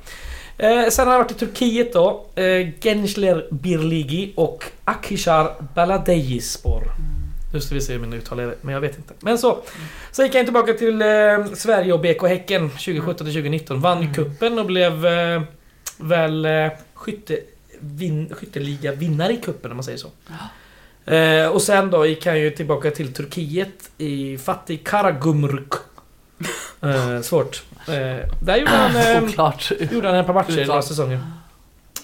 A: Eh, sen har jag varit i Turkiet då. Eh, Gençler Birligi och Akhisar Baladeyspor.
E: Mm.
A: Nu ska vi se hur min uttal är, men jag vet inte. Men så. Sen gick jag tillbaka till eh, Sverige och BK Häcken 2017-2019. Vann
E: Mm.
A: kuppen och blev eh, väl eh, skytte, vin, skytteliga vinnare i kuppen om man säger så. Eh, och sen då gick han ju tillbaka till Turkiet i Fatih Karagumruk. Eh, svårt. Eh, där gjorde han, eh,
E: Oklart.
A: gjorde han ett par matcher i några säsonger.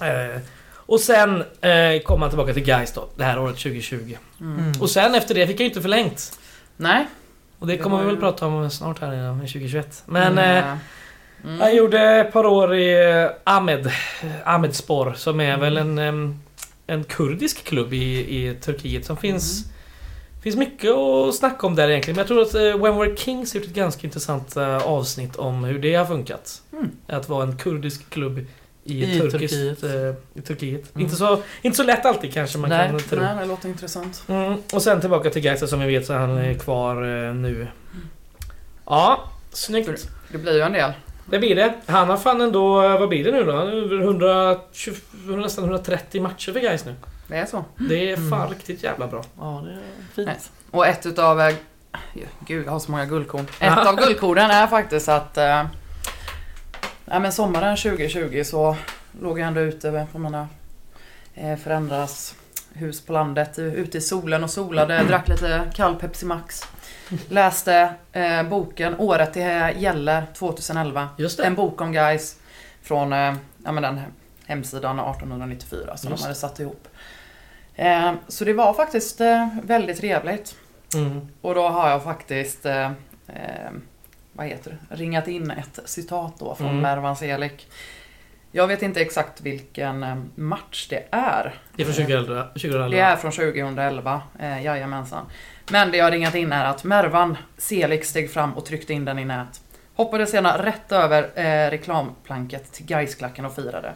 A: Eh, och sen eh, kom han tillbaka till Gais då, det här året 2020.
E: Mm.
A: Och sen efter det fick han ju inte förlängt.
D: nej.
A: Och det
D: Det
A: kommer
D: var
A: vi väl
D: ju-
A: prata om snart här eh, i 2021. Men eh,
D: eh,
A: han gjorde ett par år i eh, Ahmed, Ahmed Spor som
E: Mm.
A: är väl en, em, en kurdisk klubb i, i Turkiet som finns
E: Mm.
A: finns mycket att snacka om där egentligen. Men jag tror att eh, When We're Kings har gjort ett ganska intressant eh, avsnitt om hur det har funkat. Att vara en kurdisk klubb i,
E: Mm. I
A: turkiskt,
E: Turkiet.
A: eh, i Turkiet.
E: Mm.
A: Inte, så, inte så lätt alltid kanske man
E: Nej,
A: kan tro.
D: Mm. Nej, det låter intressant.
A: Mm, och sen tillbaka till Gaisa som vi vet så är han är kvar eh, nu.
E: Mm.
A: Ja, snyggt.
D: Det blir ju en del.
A: Det blir det. Han har fan ändå, eh, vad blir det nu då? Han är över 120, nästan 130 matcher för Gais nu.
D: Det är så.
A: Det är fan riktigt jävla bra.
E: Ja, det är fint.
D: Nej. Och ett utav... eh, Gud, jag har så många guldkorn. Ett av guldkornen är faktiskt att... Eh, nej, men sommaren 2020 så låg jag ändå ute på mina eh, föräldrars hus på landet. Ute i solen och solade, drack lite kall Pepsi Max. Läste eh, boken Året det gäller 2011.
A: Just
D: En
A: det.
D: bok om guys från eh, ja, men den hemsidan 1894 som
A: Just.
D: de hade satt ihop. Eh, så det var faktiskt eh, väldigt trevligt.
A: Mm.
D: Och då har jag faktiskt eh, eh, vad heter det? ringat in ett citat då från
A: Mm.
D: Mervan Selick. Jag vet inte exakt vilken eh, match det är.
A: Det är från 2011. 2011.
D: Det är från 2011, eh, jajamensan. Men det jag har ringat in är att Mervan Selig steg fram och tryckte in den i nät. Hoppade sedan rätt över eh, reklamplanket till Gaisklacken och firade.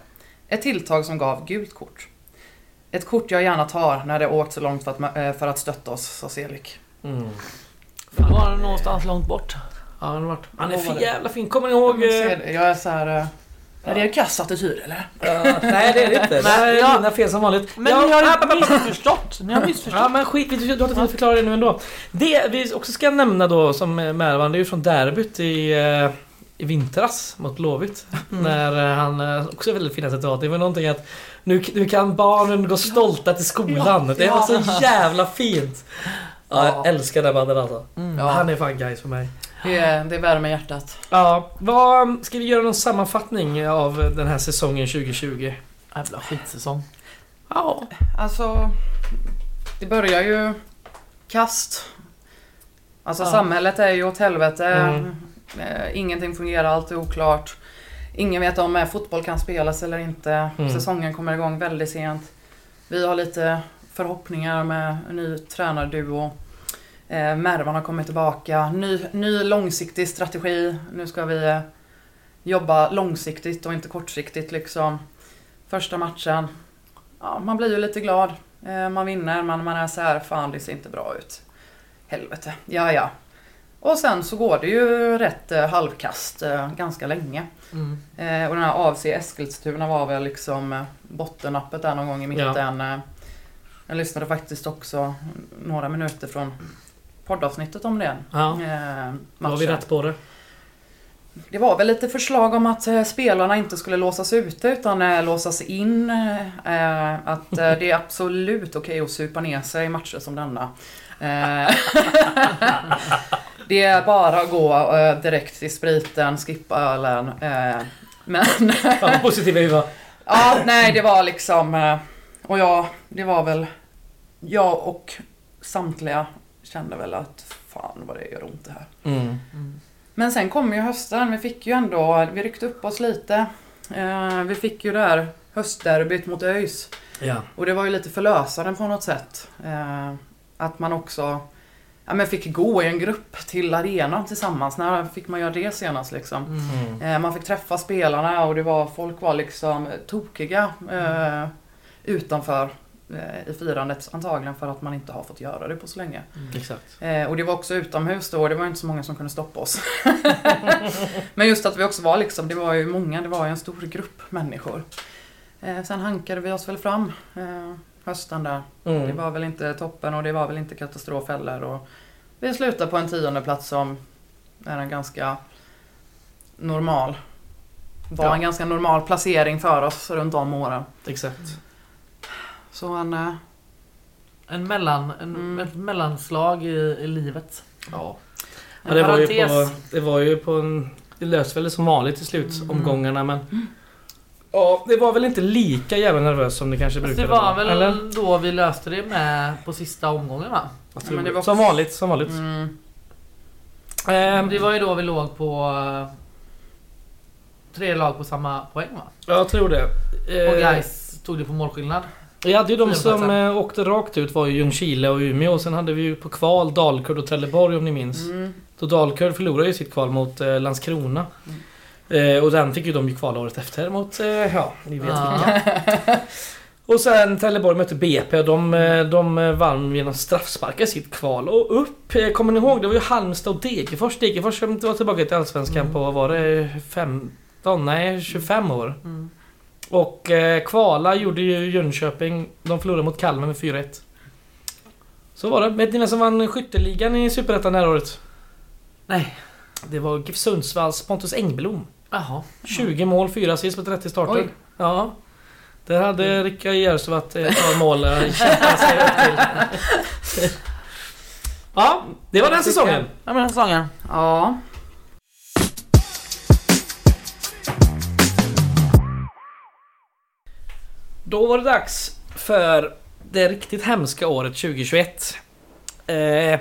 D: Ett tilltag som gav gult kort. Ett kort jag gärna tar när det åkt så långt för att, ma- eh, för att stötta oss, sa Selig.
A: Mm.
E: Fan, var det någonstans långt bort?
A: Ja, han, har varit, han är
D: Vad var
A: för
D: det?
A: jävla fin. Kommer ni ihåg...
D: Jag
A: eh,
D: ser det. Jag är så här. eh, Är det en kass attityd eller?
A: Ja, nej det är det inte. Det här är
E: Ja.
A: mina fel som vanligt.
E: Men
A: Ja,
E: ni
A: app, app,
E: har
A: app, app.
E: missförstått! Ni har
A: Ja
E: missförstått!
A: men skit, vi- du har inte förklara det nu ändå. Det vi också ska nämna då som eh, Mervan, det är ju från derbyt i, eh, i vintras mot Blåvitt. När eh, han, eh, också väldigt fina citat, det var någonting att nu, nu kan barnen gå stolta till skolan. Det var så jävla fint. Ja, jag
D: Ja.
A: älskar det bandet alltså.
D: Ja.
A: Han är fan guys för mig.
D: Det, är- det värmer hjärtat.
A: Ja, vad, ska vi göra någon sammanfattning av den här säsongen 2020?
E: Jävla skitsäsong.
A: Ja.
D: Alltså, det börjar ju kast. Alltså
E: Ja.
D: samhället är ju åt helvete.
A: Mm.
D: Eh, Ingenting fungerar, allt är oklart. Ingen vet om eh, fotboll kan spelas eller inte.
A: Mm.
D: Säsongen kommer igång väldigt sent. Vi har lite förhoppningar med en ny tränarduo. Eh, Mervan har kommit tillbaka. Ny, ny långsiktig strategi. Nu ska vi eh, jobba långsiktigt och inte kortsiktigt liksom. Första matchen. Ja, man blir ju lite glad. Eh, man vinner men man är så här, fan det ser inte bra ut. Helvete, ja ja. Och sen så går det ju rätt eh, halvkast eh, ganska länge.
E: Mm.
D: Eh, och den här AFC Eskilstuna var väl liksom eh, bottennappet där någon gång i mitten. Eh, jag lyssnade faktiskt också några minuter från poddavsnittet om den
A: ja.
D: eh,
A: Då har vi
D: matchen.
A: rätt på det.
D: Det var väl lite förslag om att eh, spelarna inte skulle låsas ute utan eh, låsas in. Eh, att eh, det är absolut okej att supa ner sig i matcher som denna. Eh, det är bara att gå eh, direkt till spriten, skippa ölen. Eh, men
A: Fan vad positiva vi var.
D: ja, nej det var liksom... eh, Och jag, det var väl... Jag och samtliga kände väl att fan vad det gör ont det här. Men sen kom ju hösten. Vi fick ju ändå, vi ryckte upp oss lite. Eh, vi fick ju där höstderbyt mot ÖIS.
A: Ja.
D: Och det var ju lite förlösaren på något sätt. Eh, att man också ja, men fick gå i en grupp till arenan tillsammans. När fick man göra det senast liksom? Eh, man fick träffa spelarna och det var, folk var liksom tokiga eh, utanför eh, i firandet. Antagligen för att man inte har fått göra det på så länge.
A: Exakt.
D: Eh, och det var också utomhus då och det var inte så många som kunde stoppa oss. Men just att vi också var liksom, det var ju många, det var ju en stor grupp människor. Eh, sen hankade vi oss väl fram eh, hösten där.
A: Mm.
D: Det var väl inte toppen och det var väl inte katastrof heller. Och vi slutade på en tionde plats som är en ganska normal, var
A: Ja.
D: en ganska normal placering för oss runt om åren.
A: Exakt.
D: Så en, eh,
E: En mellan, en,
D: Mm.
E: Ett mellanslag i, i livet.
A: Ja.
D: En
A: ja det, var ju på,
E: parentes.
A: det var ju på en... Det löste väl som vanligt i slutomgångarna
E: Mm.
A: men... Ja, det var väl inte lika jävla nervöst som det kanske
E: Fast
A: brukade
E: Alltså, det var väl
A: Eller?
E: då vi löste det med på sista omgången va?
A: Jag
D: Ja, men det
A: tror-
D: var-
A: Som vanligt, som vanligt.
D: mm,
A: Ehm,
E: Det var ju då vi låg på eh, tre lag på samma poäng va?
A: jag tror det. Ehm,
E: Och guys tog det på målskillnad.
A: Vi hade ju de
E: Fyra
A: som
E: platser.
A: eh, åkte rakt ut var ju Ljungskile och Umeå. Och sen hade vi ju på kval Dalkurd och Trelleborg om ni minns.
D: mm.
A: Då Dalkurd förlorade ju sitt kval mot eh, Landskrona. Eh, och sen fick ju de ju kvala året efter mot, eh, ja, ni vet vilka. Och sen Trelleborg mötte BP och de, eh, de vann genom straffsparkar sitt kval och upp. eh, Kommer ni ihåg? Det var ju Halmstad och Degerfors. Degerfors som var tillbaka till Allsvenskan på, vad var det 15? Nej, 25 år. Och eh, kvala gjorde ju Jönköping. De förlorade mot Kalmar med 4-1. Så var det. Vet ni vem som vann skytteligan i Superettan det här året?
E: Nej.
A: Det var GIF Sundsvalls Pontus Engblom.
E: Jaha.
A: 20 mål, 4 assist på 30 starter.
D: Oj.
A: Ja. Där hade Rickard Järvsö varit eh, ett par mål eh, kämpat sig upp till. Ja, det var den säsongen.
E: Ja men sången.
D: Ja.
A: Då var det dags för det riktigt hemska året 2021. Eh,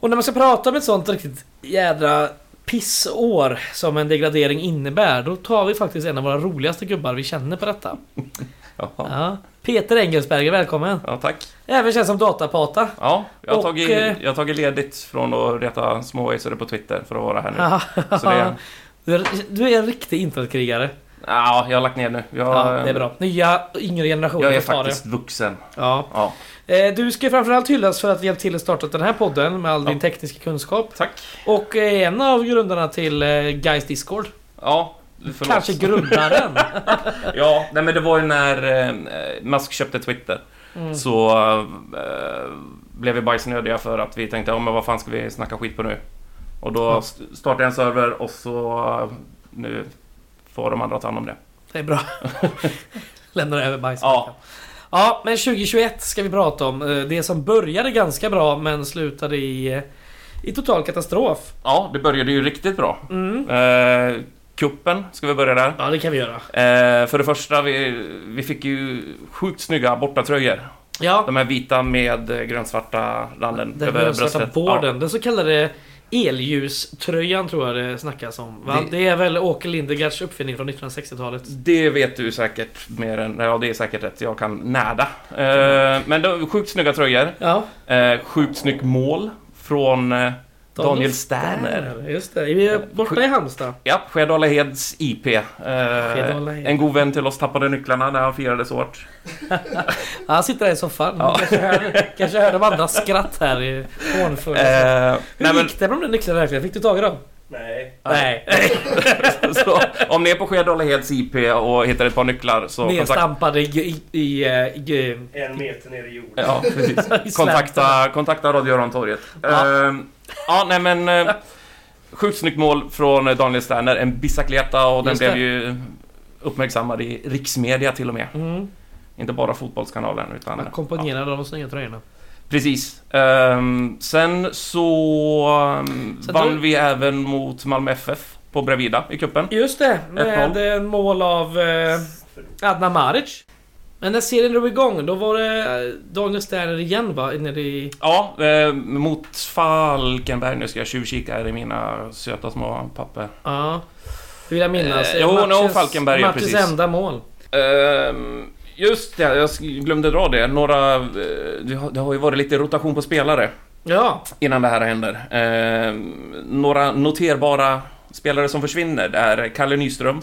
A: och när man ska prata om ett sånt riktigt jädra pissår som en degradering innebär, då tar vi faktiskt en av våra roligaste gubbar vi känner på detta.
B: Jaha.
A: Ja. Peter Engelsberger, välkommen!
F: Ja, tack.
A: Även känd som Datapata.
F: Ja, jag har,
A: Och,
F: tagit,
A: eh,
F: jag har tagit ledigt från att reta småhejsare på Twitter för att vara här nu.
A: Ja.
F: Så det,
A: Du är, du är en riktig internetkrigare.
F: ja, jag har lagt ner nu. Jag,
A: Ja, det är bra. Nya yngre generationer
F: Jag är
A: tar
F: faktiskt vuxen.
A: det. Ja.
F: Ja,
A: Eh, Du ska framförallt hyllas för att du hjälpt till att starta den här podden med all din tekniska kunskap.
F: tack.
A: Och eh, en av grundarna till eh, Guys Discord.
F: Ja, förlåt.
A: Kanske grundaren.
F: Ja, nej men det var ju när eh, Musk köpte Twitter.
A: Mm.
F: Så eh, blev vi bajsnödiga för att vi tänkte, ja men vad fan ska vi snacka skit på nu? Och då st- startade jag en server och så eh, nu får de andra ta hand om det.
A: Det är bra. Lämnar över bajset.
F: Ja.
A: ja, men 2021 ska vi prata om. Eh, Det som började ganska bra men slutade i, eh, i total katastrof.
F: Ja, det började ju riktigt bra. Eh, kuppen, ska vi börja där?
A: Ja, det kan vi göra.
F: Eh, för det första, vi, vi fick ju sjukt snygga bortatröjor.
A: Ja,
F: De här vita med eh, grönsvarta randen
A: Den
F: över
A: rödsvarta
F: bröstet.
A: borden, den så kallade elljuströjan tror jag det snackas om. Va? Det,
F: Det-
A: är väl Åke Lindegards uppfinning från 1960-talet.
F: Det vet du säkert mer än... Ja, det är säkert rätt. Jag kan näda. Eh, men de, sjukt snygga tröjor.
A: Ja,
F: Eh, sjukt snyggt mål från eh, Daniel Sterner.
A: Just det, vi är borta i Halmstad.
F: Ja, Skedala Heds IP. Eh,
A: Skedala Hed.
F: en god vän till oss tappade nycklarna när han firade så hårt.
A: Ja, Han sitter där i soffan. Kanske, hör, kanske hör de andra skratt här i hånfulla.
F: Eh, nej,
A: Hur
F: men,
A: gick det med de där nycklarna verkligen? Fick du tag i dem? Nej. Nej.
F: så, om ni är på Skedala Heds IP och hittar ett par nycklar så kontakta
A: Nedstampade i, i, i, eh, i...
G: En meter ner i jorden.
F: Ja, precis. Kontakta, kontakta Radio Örontorget.
A: Ja.
F: Ja. ja, nej men... eh, Sjukt snyggt mål från eh, Daniel Sterner. En bicicleta och den
A: Just
F: blev
A: det.
F: ju uppmärksammad i riksmedia till och med.
A: Mm.
F: Inte bara Fotbollskanalen utan...
A: Ackompanjerade av de snygga tröjorna.
F: Precis. Ehm, sen så ehm,
A: Sen
F: vann
A: då-
F: vi även mot Malmö FF på Bravida i cupen.
A: Just det, med
F: 1-0.
A: en mål av eh, Adnan Maric. Men när serien drog igång, då var det eh, Daniel Sterner igen va? Nere i...
F: Ja, ehm, mot Falkenberg. Nu ska jag tjuvkika här i mina söta små papper.
A: Ja. Det vill jag minnas.
F: Eh, jo, no, Falkenberg, ja,
A: matchens
F: precis.
A: enda mål.
F: Ehm, just det, jag sk- glömde dra det. Några, eh, det, har, det har ju varit lite rotation på spelare
A: Ja,
F: innan det här händer. Ehm, några noterbara spelare som försvinner det är Kalle Nyström.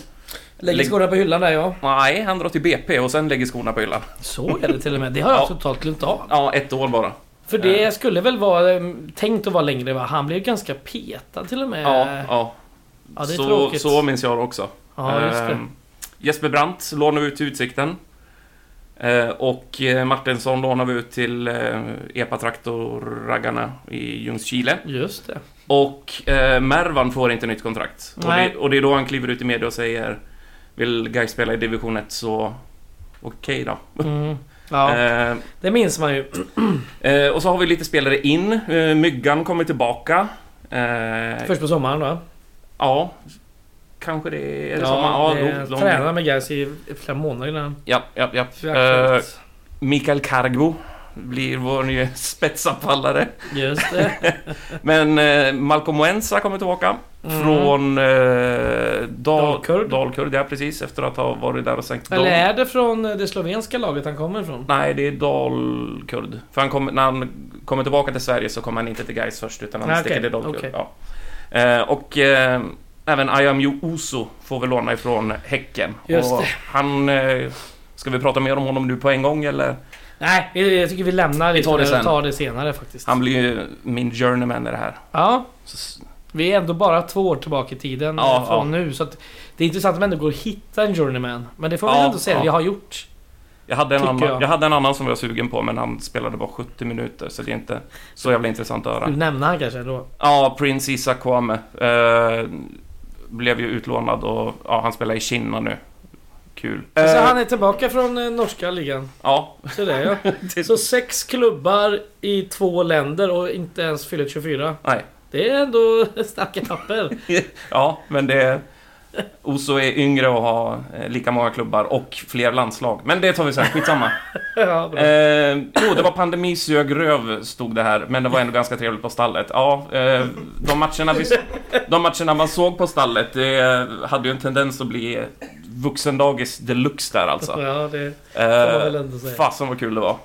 A: lägger
F: Lägg-
A: skorna på hyllan där ja.
F: Nej, han drar till BP och sen lägger skorna på hyllan.
A: Så är det till och med. Det har jag
F: Ja.
A: totalt glömt av.
F: Ja, ett år bara.
A: För det skulle väl vara eh, tänkt att vara längre va? Han blev ganska petad till och med.
F: Ja, ja.
A: Ja, det är
F: så,
A: tråkigt.
F: så minns jag det också.
A: Ja, just det.
F: Ehm, Jesper Brandt lånar vi ut till Utsikten. Ehm, och eh, Martinsson lånar vi ut till eh, Epa-traktor-raggarna i Ljungskile.
A: Just det.
F: Och eh, Mervan får inte nytt kontrakt. Och
A: Nej.
F: det, och det är då han kliver ut i media och säger Vill Gais spela i division 1 så okej då.
A: Mm. Ja,
F: Eh,
A: det minns man ju.
F: eh, och så har vi lite spelare in. Eh, Myggan kommer tillbaka. Eh,
A: Först på sommaren då.
F: Ja, kanske det är det
A: ja,
F: samma.
A: det-
F: jo, de-
A: Tränade med guys i i flera månader innan.
F: Ja, ja, ja. Eh,
A: Aktuellt.
F: Mikael Cargo blir vår nya spetsapallare.
A: Just det.
F: Men eh, Malcolm Wensa kommer tillbaka
A: Mm.
F: från eh, Dal-
A: Dalkurd.
F: Dalkurd, ja precis. Efter att ha varit där och sänkt
A: Eller
F: Dal-
A: är det från det slovenska laget han kommer ifrån?
F: Nej, det är Dalkurd. För han kom, när han kommer tillbaka till Sverige så kommer han inte till Gais först utan han
A: Nej,
F: sticker
A: okej,
F: till Dalkurd.
A: okej.
F: Ja. Eh, och eh, även Ayam Oso får vi låna ifrån Häcken.
A: Just
F: och
A: det.
F: han... eh, Ska vi prata mer om honom nu på en gång eller?
A: Nej, vi- jag tycker vi lämnar
F: Vi tar det
A: lite där
F: sen.
A: och tar det senare faktiskt.
F: Han blir ju min journeyman i det här.
A: Ja,
F: Så s-
A: vi är ändå bara två år tillbaka i tiden eh,
F: Ja,
A: från
F: ja.
A: nu. Så att det är intressant att man ändå går att hitta en journeyman. Men det får vi
F: Ja,
A: ändå säga att
F: ja.
A: vi har gjort.
F: Jag hade, en
A: Tycker
F: annan, jag.
A: jag.
F: hade en annan som jag var sugen på men han spelade bara 70 minuter så det är inte så jävla intressant att höra.
A: Du nämner han kanske då.
F: Ja, Prince Issa Kwame. Eh, blev ju utlånad och ja, han spelar i Kina nu. Kul.
A: Så
F: Eh,
A: han är tillbaka från eh, norska ligan.
F: Ja,
A: Så det är ja. Så sex klubbar i två länder och inte ens fyllt 24.
F: nej.
A: Det är ändå starka papper.
F: Ja, men det... Oso är yngre och har eh, lika många klubbar och fler landslag. Men det tar vi sen, skitsamma.
A: Ja, bra.
F: Eh, jo, det var pandemi sög röv, stod det här, men det var ändå ganska trevligt på stallet. Ja, eh, de, matcherna vi, de matcherna man såg på stallet, det hade ju en tendens att bli vuxendagis deluxe där alltså.
A: Ja, det får man väl
F: Eh,
A: ändå säga.
F: fasen vad kul det var.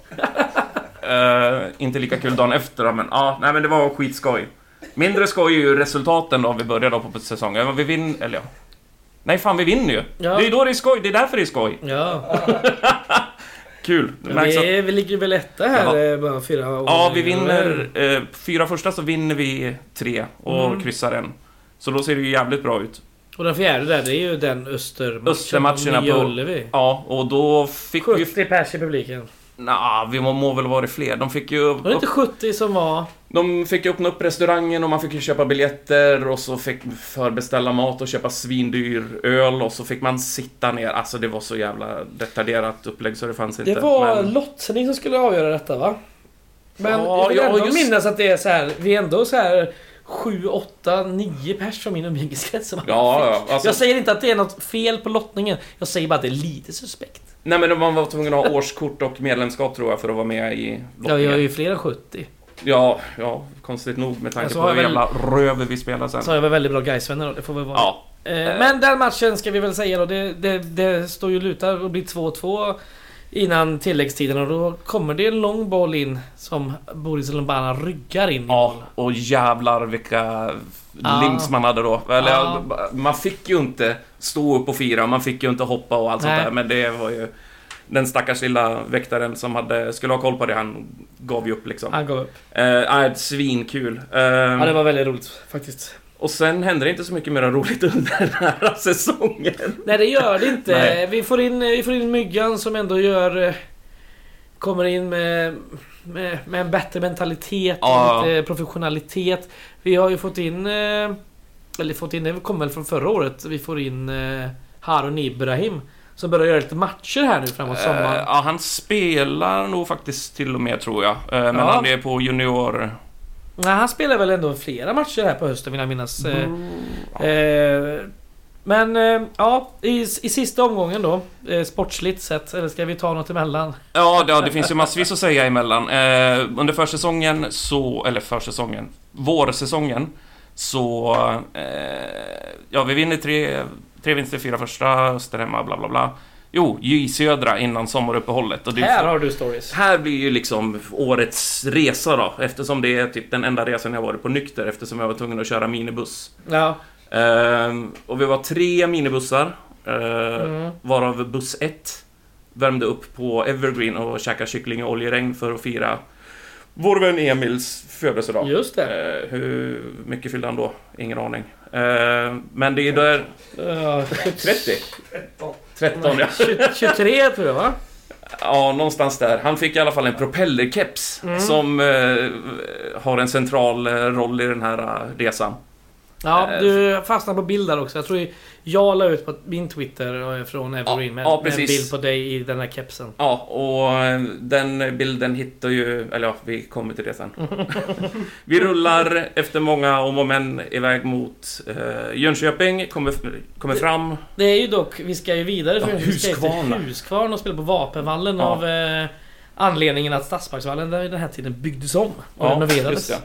F: Eh, inte lika kul dagen efter då, men ja, nej men det var skitskoj. Mindre skoj är ju resultaten då om vi börjar då på säsongen. Men Vi vinner, eller ja. Nej fan, vi vinner ju.
A: Ja.
F: Det är ju då det är skoj, det är därför det är skoj.
A: Ja,
F: Kul. Det
A: men
F: märks att-
A: vi, vi ligger väl etta här ja. bara fyra år.
F: alltså- Ja, vi vinner eh, fyra första så vinner vi tre och
A: Mm.
F: kryssar en. Så då ser det ju jävligt bra ut.
A: Och den fjärde där, det är ju den Östermatchen.
F: Östermatcherna
A: Nya
F: på-
A: Ullevi.
F: Ja, och då fick vi ju...
A: 70 pers i publiken.
F: Nah, vi må, må väl vara fler. De fick ju...
A: Var det
F: Upp,
A: inte 70 som var...
F: de fick ju öppna upp restaurangen och man fick ju köpa biljetter och så fick förbeställa mat och köpa svindyr öl och så fick man sitta ner. Alltså det var så jävla detaljerat upplägg så det fanns inte.
A: Det var
F: men-
A: lottning som skulle avgöra detta va? Men
F: Ja,
A: jag vill
F: ja,
A: ändå
F: just-
A: minnas att det är så här. vi är ändå så här 7, 8, 9 pers från min umgängeskrets som
F: Ja, ja. Alltså,
A: Jag säger inte att det är något fel på lottningen. Jag säger bara att det är lite suspekt.
F: Nej men man var tvungen att ha årskort och medlemskap tror jag för att vara med i
A: Ja, jag är ju fler än 70.
F: Ja, ja, konstigt nog med tanke
A: Men så
F: på
A: har
F: hur
A: jag väl-
F: jävla röver vi spelar sen.
A: Så har jag väl väldigt bra Gais-vänner då, det får väl vara.
F: Ja.
A: Eh, Men den matchen ska vi väl säga då, det, det, det står ju lutar och blir 2-2 innan tilläggstiden och då kommer det en lång boll in som Boris Lombana ryggar in i
F: ja,
A: mål.
F: och jävlar vilka
A: Ja.
F: limbs man hade då. Eller,
A: Ja.
F: Man fick ju inte stå upp och fira, man fick ju inte hoppa och allt sånt
A: Nej.
F: där. Men det var ju den stackars lilla väktaren som hade, skulle ha koll på det, han gav ju upp liksom.
A: Han gav upp.
F: Eh, nej, svinkul. Eh,
A: Ah. Ja, det var väldigt roligt faktiskt.
F: Och sen hände det inte så mycket mer roligt under den här säsongen.
A: Nej det gör det inte.
F: Nej.
A: vi, får in, vi får in Myggan som ändå gör... eh, Kommer in med, med, med en bättre mentalitet,
F: Ja.
A: och lite professionalitet. Vi har ju fått in... eh, Eller fått in, det kom väl från förra året. Vi får in eh, Harun Ibrahim. Som börjar göra lite matcher här nu framåt sommaren.
F: Eh, ja, han spelar nog faktiskt till och med tror jag. Eh, men
A: Ja.
F: han är på junior...
A: Nej, han spelar väl ändå flera matcher här på hösten vill jag minnas. Eh,
F: Mm,
A: eh, Men eh, ja, i, i sista omgången då. eh, Sportsligt sett, eller ska vi ta något emellan?
F: Ja, det, ja, det finns ju massvis att säga emellan. Eh, under försäsongen så, eller försäsongen, vårsäsongen så... Eh, ja, vi vinner tre, tre vinster, fyra första, Öster hemma, bla bla bla. Jo, J Södra innan sommaruppehållet. Och det,
A: Här har du stories.
F: här blir ju liksom årets resa då, eftersom det är typ den enda resan jag varit på nykter eftersom jag var tvungen att köra minibuss.
A: Ja.
F: Ehm, och vi var tre minibussar, eh, varav buss ett värmde upp på Evergreen och käkade kyckling och oljeregn för att fira vår vän Emils födelsedag.
A: Just det.
F: Eh, hur mycket fyllde han då? Ingen aning. Eh, men det är där...
A: Ja,
F: 30? 13. 13 ja.
A: 23 tror jag va?
F: Ja, någonstans där. Han fick i alla fall en propellerkeps
A: Mm.
F: som eh, har en central eh, roll i den här eh, resan. Eh.
A: Ja, du fastnade på bild där också. Jag tror ju- jag la ut på min Twitter eh, från Evergreen med,
F: ja,
A: med en
F: precis.
A: bild på dig i den här kepsen.
F: Ja, och eh, den bilden hittar ju... Eller ja, vi kommer till det sen. vi rullar efter många om och men iväg mot eh, Jönköping, kommer, kommer fram.
A: Det är ju dock, vi ska ju vidare för
F: Ja,
A: vi ska ju till
F: Huskvarna.
A: Huskvarna och spela på Vapenvallen
F: Ja.
A: av eh, anledningen att Stadsparksvallen där i den här tiden byggdes om och renoverades.
F: just det.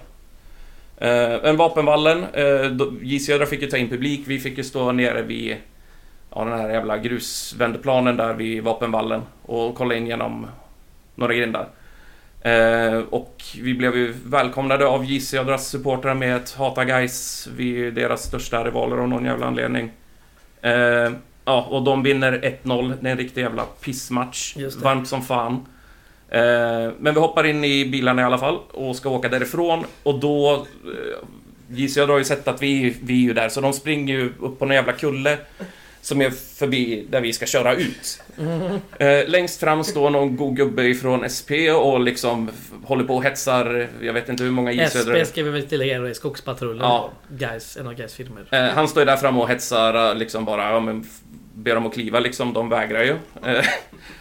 F: Eh, men Vapenvallen, eh, då- J Södra fick ju ta in publik. Vi fick ju stå nere vid ja, den här jävla grusvändplanen där vid Vapenvallen och kolla in genom några grindar. Eh, och vi blev ju välkomnade av J Södras supportrar med ett Hata Guys. Vi är ju deras största rivaler av någon jävla anledning. Eh, ja, och de vinner 1-0. Det är en riktig jävla pissmatch.
A: Just det.
F: Varmt som fan. Eh, men vi hoppar in i bilarna i alla fall och ska åka därifrån. Och då... Eh, J Södra har ju sett att vi, vi är ju där, så de springer ju upp på någon jävla kulle som är förbi där vi ska köra ut.
A: Mm.
F: Eh, längst fram står någon god gubbe ifrån SP och liksom f- håller på och hetsar, jag vet inte hur många J Södra...
A: SP ska vi väl tillägga då, är Skogspatrullen.
F: Ja.
A: Guys, en av Guys filmer.
F: Eh, han står ju där framme och hetsar eh, liksom bara, ja men f- ber dem att kliva liksom, de vägrar ju. Eh,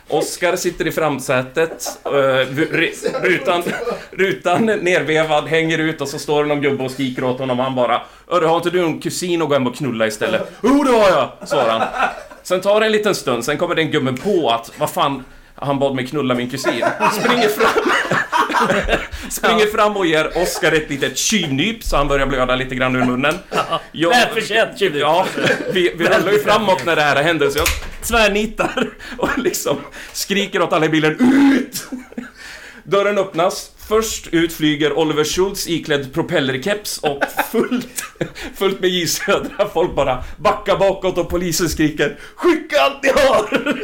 F: Oskar sitter i framsätet, eh, vu- ri- rutan, rutan nervevad hänger ut och så står det någon gubbe och skriker åt honom och han bara Hörru, har inte du någon kusin att gå hem och knulla istället? Jo, det har jag! svarar han. Sen tar det en liten stund, sen kommer den gubben på att, vad fan, han bad mig knulla min kusin. Springer fram Springer fram och ger Oscar ett litet tjuvnyp så han börjar blöda lite grann ur munnen. Jag-
A: Välförtjänt tjuvnyp.
F: Ja, vi, vi rullar ju framåt när det här händer så jag tvärnitar och liksom skriker åt alla i bilen UT! Dörren öppnas. Först ut flyger Oliver Schultz iklädd propellerkeps och fullt, fullt med J Södra. Folk bara backar bakåt och polisen skriker Skicka allt ni har!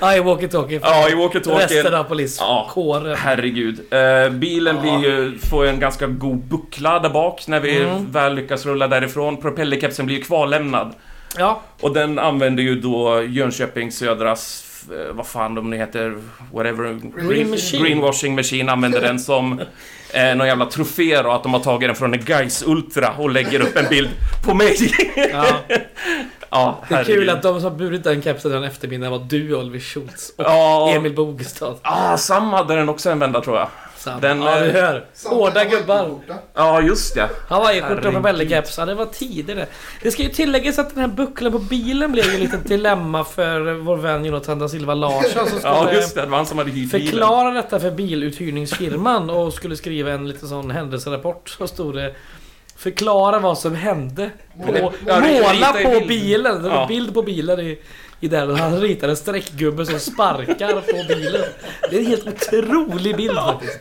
A: Ja, i walkie-talkie.
F: Ja, i walkie-talkien.
A: Resten av poliskåren.
F: Herregud. Eh, bilen blir ju, får ju en ganska god buckla där bak när vi
A: Mm.
F: väl lyckas rulla därifrån. Propellerkepsen blir ju kvarlämnad.
A: Ja.
F: Och den använder ju då Jönköping Södras, eh, vad fan de nu heter, whatever, green,
A: machine.
F: greenwashing machine använder den som eh, någon jävla trofé då, att de har tagit den från en Gais Ultra och lägger upp en bild på mig.
A: ja.
F: ja,
A: Det är
F: herregud.
A: kul att de som burit den kepsen den eftermiddagen var du, Oliver Schultz och
F: Ja.
A: Emil Bogestad.
F: Ah, Sam hade den också en vända tror jag.
A: Sam.
F: Den,
A: ja, du
F: eh,
A: hör. Hårda gubbar.
F: Ja, just det.
A: Hawaiiskjorta och
F: Herregud.
A: propellerkeps. Ja, det var tider det. Det ska ju tilläggas att den här bucklan på bilen blev ju lite ett dilemma för vår vän Jonathan da Silva Larsson som skulle
F: Ja, just det. Det var han som hade hyrt bilen.
A: förklara detta för biluthyrningsfirman och skulle skriva en liten sån händelserapport. Så stod det Förklara vad som hände. På,
F: Ja, rita i
A: måla på
F: bilden.
A: bilen. Det var
F: Ja.
A: bild på bilen i, i där. Och han ritade en streckgubbe som sparkar på bilen. Det är en helt otrolig bild faktiskt.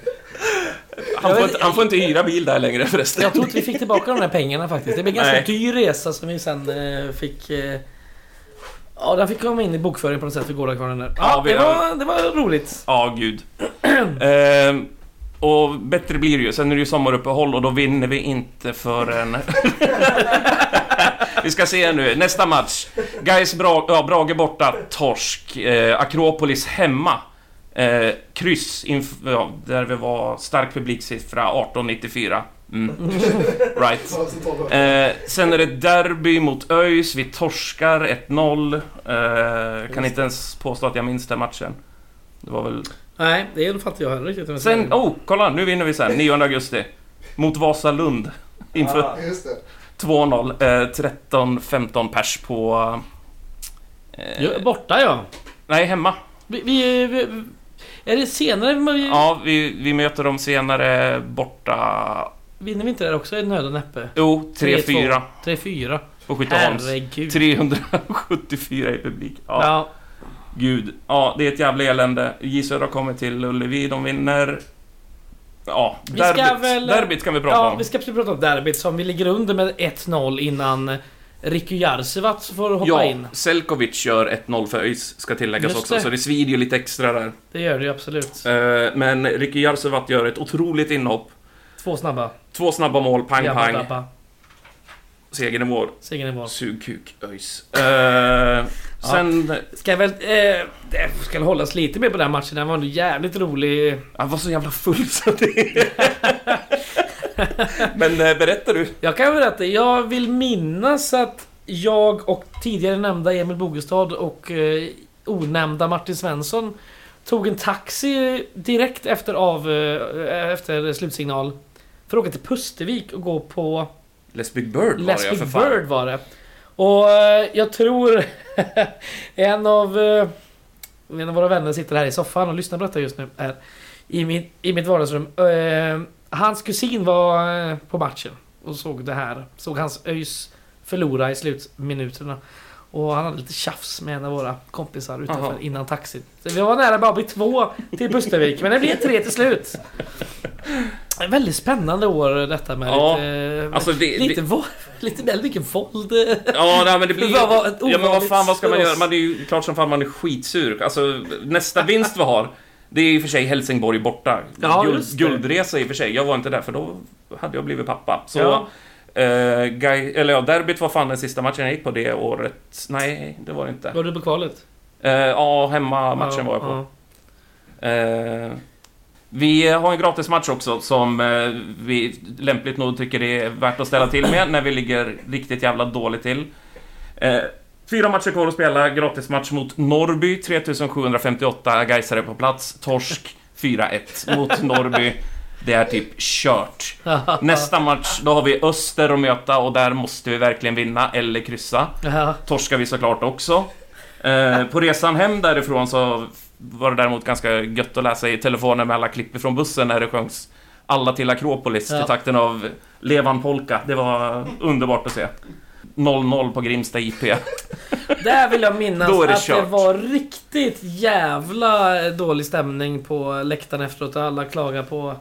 F: Han får, inte, han får inte hyra bil där längre förresten.
A: Jag tror inte vi fick tillbaka de där pengarna faktiskt. Det blev en ganska
F: Nej.
A: dyr resa som vi sen eh, fick... Eh, ja, den fick komma in i bokföringen på något sätt för gårdakvarnen där. Ja,
F: Ja, vi
A: det,
F: har-
A: var, det var roligt.
F: Ja, gud. Ehm, och bättre blir det ju. Sen är det ju sommaruppehåll och då vinner vi inte förrän... vi ska se nu. Nästa match. Gais Bra- ja, Brage borta, torsk. Eh, Akropolis hemma. Eh, kryss, inf- ja, där vi var stark publiksiffra 1894. Mm. right. Eh, sen är det derby mot ÖIS. Vi torskar 1-0. Eh, kan inte ens påstå att jag minns den matchen. Det var väl
A: Nej, det fattar jag heller riktigt. Men
F: Sen, oh, kolla, nu vinner vi sen, 9 augusti. Mot Vasalund. Inför
A: Ah.
G: Just det.
F: 2-0. Eh, 13-15 pers på... Eh,
A: Ja, borta ja.
F: Nej, hemma.
A: Vi, vi, vi, är det senare? Men vi,
F: Ja, vi, vi möter dem senare borta...
A: Vinner vi inte där också? Är det nöd och näppe?
F: Jo, 3-4
A: 3-4.
F: på Skytteholms.
A: Herregud.
F: 374 i publik. Ja,
A: Ja.
F: gud. Ja, det är ett jävla elände. J Södra kommer till Ullevi, de vinner. Ja,
A: Vi ska
F: derbyt.
A: väl-
F: derbyt kan vi prata
A: Ja,
F: om.
A: vi ska absolut prata om derbyt som vi ligger under med 1-0 innan Riku Jarsevac får hoppa
F: Ja,
A: in.
F: Selkovic kör 1-0 för ÖIS, ska tilläggas
A: Just
F: också,
A: det.
F: så det svider ju lite extra där.
A: Det gör det ju absolut.
F: Eh, Men Ricky Jarsevat gör ett otroligt inhopp.
A: Två snabba.
F: Två snabba mål, pang
A: Jabba
F: pang.
A: dabba.
F: Segern är vår.
A: Segernivån.
F: Sug kuk, ÖIS. Eh, Sen...
A: Ska väl... Eh, det ska väl hållas lite mer på den här matchen. Den var ändå jävligt rolig.
F: Han var så jävla full så det... Men eh, berättar du?
A: Jag kan berätta, jag vill minnas att jag och tidigare nämnda Emil Bogestad och eh, onämnda Martin Svensson tog en taxi direkt efter, av, eh, efter slutsignal för att åka till Pustervik och gå på
F: Les Big Bird var det ja,
A: Lesbic
F: för fan.
A: Bird var det. Och eh, jag tror en av eh, en av våra vänner sitter här i soffan och lyssnar på detta just nu. Här, i, mitt, I mitt vardagsrum. Eh, Hans kusin var eh, på matchen och såg det här. Såg hans ÖIS förlora i slutminuterna. Och han hade lite tjafs med en av våra kompisar utanför
F: Jaha.
A: innan taxin. Så vi var nära bara att bli två till Pustervik, men det blev tre till slut. En väldigt spännande år detta med
F: Ja,
A: lite... eh,
F: alltså det-
A: lite,
F: det-
A: vå- lite väl mycket våld. eh,
F: Ja, nej, men det blir
A: Det var ett
F: Ja, men vad fan, vad ska man
A: ovanligt
F: göra? Man är ju klart som fan man är skitsur. Alltså, nästa vinst vi har, det är i och för sig Helsingborg borta.
A: Ja,
F: Guld,
A: just det.
F: guldresa i och för sig. Jag var inte där, för då hade jag blivit pappa. Så,
A: Ja.
F: eh, Guy, eller ja, derbyt var fan den sista matchen jag gick på det året. Nej, det var det inte.
A: Var du på kvalet?
F: Eh, ja, hemmamatchen var jag på.
A: Ja,
F: Eh, vi har en gratismatch också som eh, vi lämpligt nog tycker det är värt att ställa till med när vi ligger riktigt jävla dåligt till. Eh, fyra matcher kvar att spela, gratismatch mot Norrby, 3758 Gaisare på plats, torsk 4-1 mot Norrby. Det är typ kört. Nästa match, då har vi Öster att möta och där måste vi verkligen vinna eller kryssa
A: ja.
F: torskar vi såklart också. Eh, på resan hem därifrån så var det däremot ganska gött att läsa i telefonen med alla klipp från bussen när det sjöngs Alla till Akropolis
A: Ja.
F: till takten av Levan Polka. Det var underbart att se. 0-0 på Grimsta IP.
A: Där vill jag minnas
F: Då är det
A: att det
F: kört.
A: var riktigt jävla dålig stämning på läktaren efteråt. Alla klagar på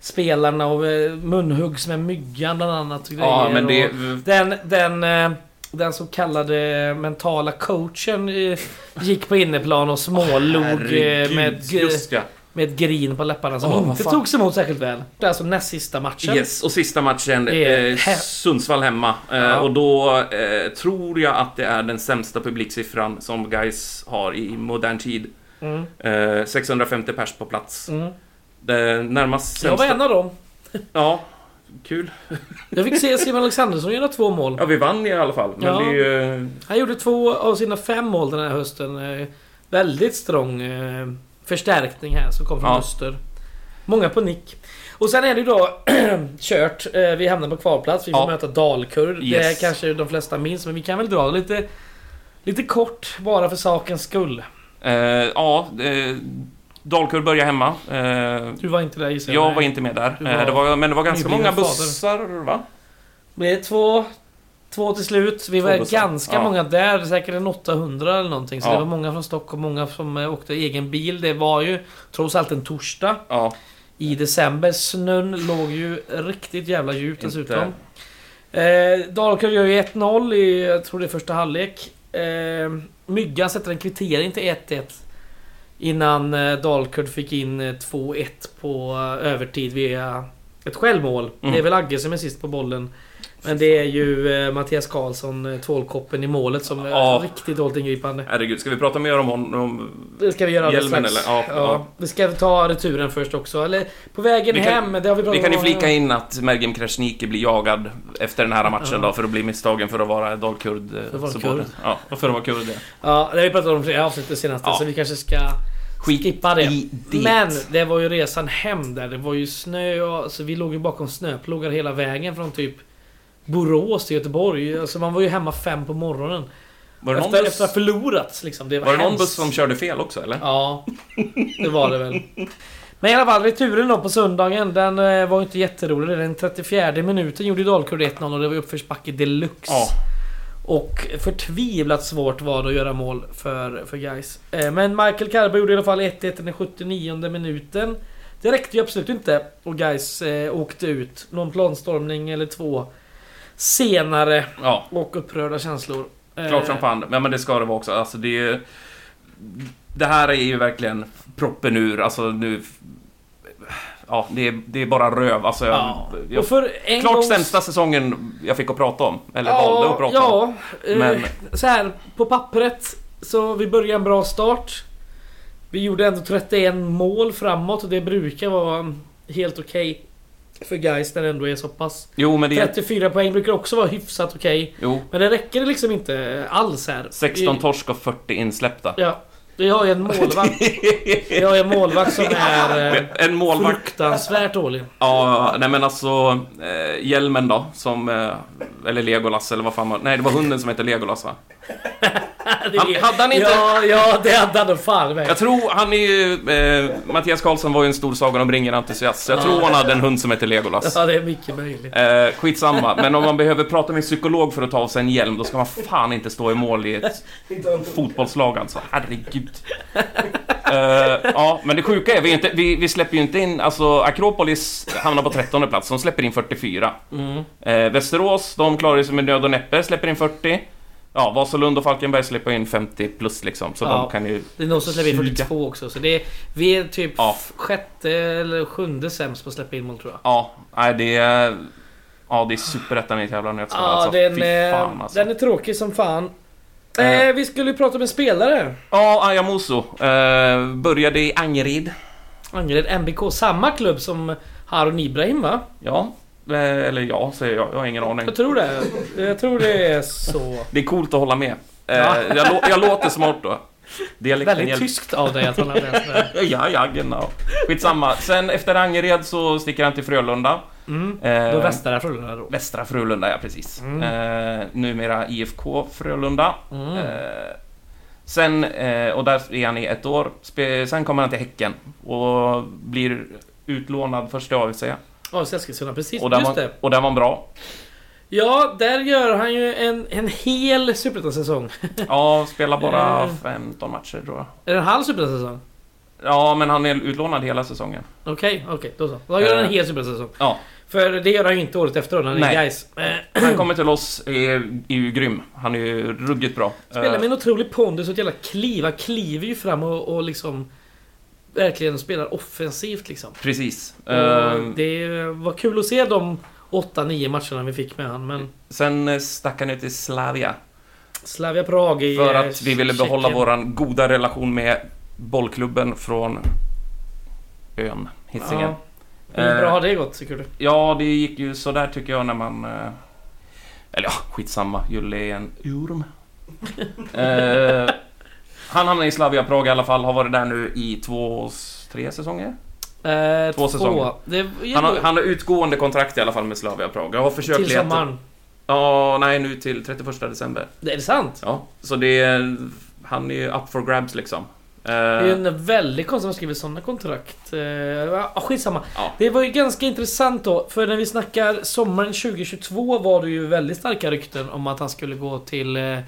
A: spelarna och eh, munhuggs med myggan bland annat. och
F: ja,
A: grejer.
F: men det...
A: Och Den, den, eh, den så kallade mentala coachen eh, gick på inneplan och smålog eh,
F: Herregud,
A: med, g-
F: just ja.
A: med ett grin på läpparna som
F: Åh, vad
A: inte
F: fan.
A: togs emot särskilt väl. Det är alltså näst sista matchen.
F: Yes, och sista matchen,
A: Det är
F: eh,
A: he-
F: Sundsvall hemma. Eh,
A: Ja.
F: Och då eh, tror jag att det är den sämsta publiksiffran som guys har i modern tid.
A: Mm.
F: Eh, 650 pers på plats.
A: Mm.
F: Det närmast
A: Jag var
F: sämsta...
A: en av dem.
F: Ja, kul.
A: Jag fick se Simon Alexandersson göra två mål.
F: Ja, vi vann i alla fall. Men
A: Ja.
F: det är ju... eh,
A: Han gjorde två av sina fem mål den här hösten. Eh, Väldigt strong eh, förstärkning här som kom från
F: Ja.
A: Öster. Många på nick. Och sen är det ju då kört. Eh, Vi hamnar på kvalplats. Vi får
F: Ja.
A: möta Dalkurd. Det är
F: Yes.
A: kanske de flesta minns, men vi kan väl dra lite, lite kort bara för sakens skull.
F: Eh, ja, eh, Dalkurd börjar hemma. Eh,
A: Du var inte där gissar
F: jag var
A: nej.
F: inte med
A: Du
F: där.
A: var
F: Eh, det var, men det var ganska
A: nybliven
F: många
A: fader.
F: bussar, va?
A: Men Det är två, två till slut. Vi
F: Två
A: var
F: bussar.
A: ganska
F: Ja.
A: många där. Säkert en 800 eller någonting. Så
F: Ja.
A: det var många från Stockholm, många som eh, åkte egen bil. Det var ju trots allt en torsdag.
F: Ja.
A: I december, snön låg ju riktigt jävla djupt
F: Inte.
A: dessutom. Eh, Dalkurd gör ju 1-0 i, jag tror det är första halvlek. Eh, Myggan sätter en kvittering till 1-1. Innan eh, Dalkurd fick in eh, 2-1 på eh, övertid via ett självmål.
F: Mm.
A: Det är väl Agge som är sist på bollen. Men det är ju eh, Mattias Karlsson, eh, tvålkoppen i målet, som är
F: Ja.
A: riktigt dåligt ingripande.
F: Herregud, ska vi prata mer om honom?
A: Det ska vi göra alldeles
F: Hjälmen
A: strax.
F: eller? Ja, ja.
A: Vi ska ta returen först också. Eller på vägen
F: Vi kan-
A: hem, det har vi pratat
F: Vi kan ju
A: om.
F: flika in att Mergem Krasniqi blir jagad efter den här matchen då för att bli misstagen för att vara dalkurd. eh,
A: att vara
F: supporter.
A: kurd.
F: Ja, och för att vara kurd. ja.
A: Ja, det har vi pratat om i flera avsnitt det senaste
F: Ja.
A: så vi kanske ska
F: Skit
A: skippa det.
F: i det.
A: Men det var ju resan hem där. Det var ju snö och så vi låg ju bakom snöplogar hela vägen från typ Borås till Göteborg. Alltså man var ju hemma fem på morgonen.
F: Var det någon,
A: efter, efter att
F: buss,
A: ha förlorat liksom. Det var,
F: var det någon
A: hemskt.
F: buss som körde fel också eller?
A: Ja, det var det väl. Men i alla fall, returen då på söndagen, den eh, var ju inte jätterolig. Den 34 minuten gjorde ju Dalkurd 1-0 och det var ju uppförsbacke deluxe.
F: Ja.
A: Och förtvivlat svårt var det att göra mål för, för guys. Eh, Men Michael Carbo gjorde i alla fall 1-1 i den 79 minuten. Det räckte ju absolut inte och guys eh, åkte ut. Någon planstormning eller två senare
F: ja.
A: och upprörda känslor. Eh,
F: Klart som fan. Ja, men det ska det vara också. Alltså, det, är, ju- det här är ju verkligen proppen ur. Alltså nu... Ja, det är, det är bara röv. Alltså, jag,
A: Ja.
F: jag,
A: Och för en
F: klart
A: gångs-
F: sämsta säsongen jag fick att prata om. Eller valde att prata om.
A: ja, eh,
F: Men-
A: så här på pappret så vi började en bra start. Vi gjorde ändå 31 mål framåt och det brukar vara helt okej för guys när det ändå är så pass.
F: Jo, men det är...
A: 34 poäng brukar också vara hyfsat okej.
F: Jo.
A: Men det räcker liksom inte alls här.
F: 16
A: Vi-
F: torsk och 40 insläppta.
A: Ja. Vi har ju en målvakt. Vi har ju en målvakt som är eh,
F: En målvakt...
A: fruktansvärt dålig.
F: Ja, nej men alltså... Eh, hjälmen då, som... Eh, eller Legolas, eller vad fan man... Nej, det var hunden som hette Legolas va?
A: det-
F: Han- hade han inte-
A: Ja, ja det hade han fan med.
F: Jag tror han är ju... Eh, Mattias Karlsson var ju en stor Sagan om ringen-entusiast, så jag tror han hade en hund som hette Legolas.
A: Ja, det är mycket möjligt.
F: Eh, skitsamma, men om man behöver prata med en psykolog för att ta av sig en hjälm, då ska man fan inte stå i mål i ett fotbollslag alltså. Herregud. Eh, ja, men det sjuka är, vi, är inte, vi, vi släpper ju inte in... Alltså, Akropolis hamnar på 13 plats, de släpper in 44.
A: Mm.
F: Eh, Västerås, de klarar sig med nöd och näppe, släpper in 40. Ja, Vasalund och Falkenberg släpper in 50 plus liksom, så
A: Ja.
F: de kan ju...
A: Det är någon som släpper in
F: Suga.
A: 42 typ också. Så det är, vi är typ
F: Ja.
A: f- sjätte eller sjunde sämst på att släppa in mål tror jag.
F: Ja, nej det är... Ja, det är superettan i tävlan jag
A: Ja,
F: tror alltså.
A: den,
F: Fy
A: eh,
F: fan alltså.
A: den är tråkig som fan.
F: Eh.
A: Eh, vi skulle ju prata med en spelare.
F: Ja, Ayamuso. Eh, började i Angered.
A: Angered MBK, samma klubb som Harun Ibrahim va?
F: Ja. Eh, eller ja, säger jag. Jag har ingen aning.
A: Jag tror det. Jag tror det är så.
F: Det är coolt att hålla med. Eh,
A: Ja.
F: jag, lå- jag låter smart då. Dialekten
A: Väldigt
F: hjälper.
A: tyskt av dig att hålla med. sådär.
F: Ja, ja, genau. Skitsamma. Sen efter Angered så sticker han till Frölunda.
A: Mm.
F: Eh,
A: Då Mm. västra Frölunda då.
F: Västra Frölunda, ja precis. Eh, numera IFK Frölunda.
A: Mm.
F: Eh, sen, eh, och där är han i ett år. Spe- sen kommer han till Häcken och blir utlånad först till AFC.
A: AFC Eskilstuna, precis.
F: Och där,
A: Just
F: var,
A: det.
F: och där var han bra.
A: Ja, där gör han ju en, en hel superettan-säsong.
F: Ja, spelar bara
A: Eh.
F: 15 matcher tror jag.
A: Är det en halv superettan-säsong?
F: Ja, men han är utlånad hela säsongen.
A: Okej, okej. då så. Då gör han en hel superettan-säsong.
F: Eh, Ja,
A: För det gör han ju inte året efter då, när han är
F: Nej.
A: Gais. Eh,
F: han kommer till oss, eh, är, är ju grym. Han är ju ruggigt bra.
A: Spelar med
F: Eh,
A: en otrolig pondus och ett jävla kliv. Han kliver ju fram och, och liksom... Verkligen spelar offensivt liksom.
F: Precis.
A: Och
F: Eh,
A: Det var kul att se de 8-9 matcherna vi fick med han, men...
F: Sen eh, stack han ut till Slavia.
A: Slavia Prag i...
F: För
A: eh,
F: att vi ville behålla
A: Tjeckien.
F: våran goda relation med bollklubben från ön Hisingen.
A: Ja. Hur bra
F: Eh,
A: har det gått tycker du?
F: Ja, det gick ju sådär tycker jag när man... eh, Eller ja, skitsamma. Julle är en orm. eh, han hamnade i Slavia Prag i alla fall, har varit där nu i två, tre säsonger.
A: Eh,
F: två säsonger.
A: Det
F: Han har, han har utgående kontrakt i alla fall med Slavia Prag. Jag har försökt
A: till
F: leta-
A: sommaren.
F: Ja, nej nu till 31 december.
A: Det är det sant?
F: Ja, så det är... Han är ju up for grabs liksom. Eh,
A: Det är ju en väldigt konstig som skriver sådana kontrakt. Eh, ja, skitsamma.
F: Ja.
A: Det var ju ganska intressant då, för när vi snackar sommaren 2022 var det ju väldigt starka rykten om att han skulle gå till, eh,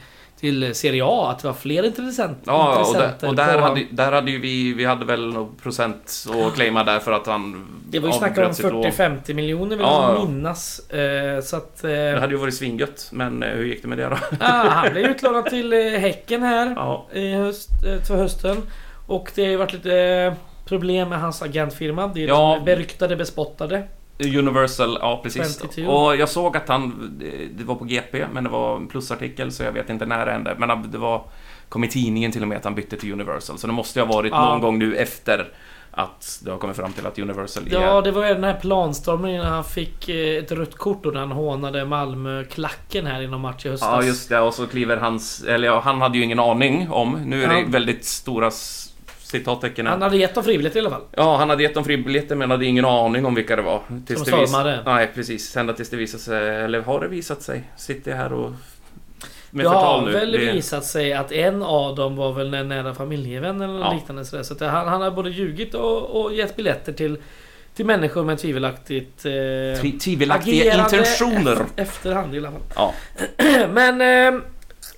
A: till Serie A, att det var fler intressent,
F: Ja, och
A: intressenter.
F: där, och där,
A: på-
F: hade, där hade ju vi, vi hade väl någon procent att claima där för att han
A: det var ju snack om
F: avbröt sitt lov.
A: 40-50 miljoner vill
F: Ja,
A: jag
F: ja.
A: minnas. Eh, så att... Eh,
F: Det hade ju varit svingött, men eh, hur gick det med det då?
A: ah, han blev utlånad till eh, Häcken här.
F: Ja,
A: i höst, eh, för hösten. Och det har ju varit lite eh, problem med hans agentfirma. Det är
F: Ja.
A: den beryktade bespottade.
F: Universal, ja precis.
A: 22.
F: Och jag såg att han, det- det var på GP, men det var en plusartikel så jag vet inte när det hände. Men han- det var, kom i tidningen till och med att han bytte till Universal, så det måste ju ha varit
A: Ja.
F: någon gång nu efter att det har kommit fram till att Universal är...
A: Ja, det var ju den här planstormningen när han fick eh, ett rött kort då när han hånade Malmö-klacken här i någon match i höstas.
F: Ja just det, och så kliver hans... Eller ja, han hade ju ingen aning om. Nu är det
A: Ja.
F: väldigt stora s- citattecken här.
A: Han hade gett dem frivilligt i alla fall.
F: Ja, han hade gett dem fribiljetter men hade ingen aning om vilka det var. Tills
A: Som
F: det vis-
A: stormade.
F: Nej, precis. Ända tills det visade sig, eller har det visat sig? Sitter jag här och... Med
A: det
F: förtal
A: har
F: nu.
A: väl
F: Det-
A: visat sig att en av dem var väl en nära familjevän eller
F: Ja.
A: liknande sådär. Så att han, han har både ljugit och, och gett biljetter till, till människor med tvivelaktigt... Eh,
F: Tvi- Tvivelaktiga
A: agerande
F: intentioner.
A: eft- efterhand i alla fall.
F: Ja.
A: Men... Eh,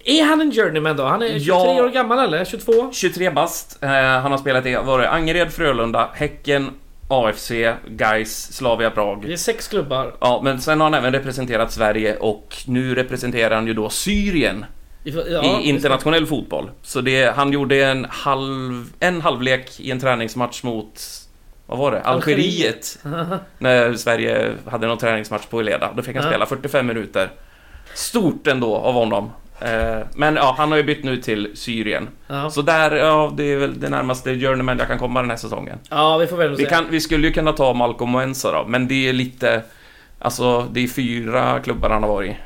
A: är han en journeyman då? Han är 23
F: Ja.
A: år gammal eller? 22?
F: 23 bast. Eh, han har spelat i var det Angered, Frölunda, Häcken, AFC, Gais, Slavia Prag.
A: Det är sex klubbar.
F: Ja, men sen har han även representerat Sverige och nu representerar han ju då Syrien
A: I- Ja,
F: i internationell fotboll. Så det, han gjorde en halv, en halvlek i en träningsmatch mot, vad var det? Algeriet. när Sverige hade någon träningsmatch på Eleda. Då fick han
A: Ja.
F: spela 45 minuter. Stort ändå av honom. Eh, Men ja, han har ju bytt nu till Syrien.
A: Ja.
F: Så där, ja, det är väl det närmaste journeyman jag kan komma den här säsongen.
A: ja, vi får väl
F: Vi,
A: se.
F: kan, vi skulle ju kunna ta Malcolm Moensa då, men det är lite... Alltså, det är fyra klubbar han har varit i.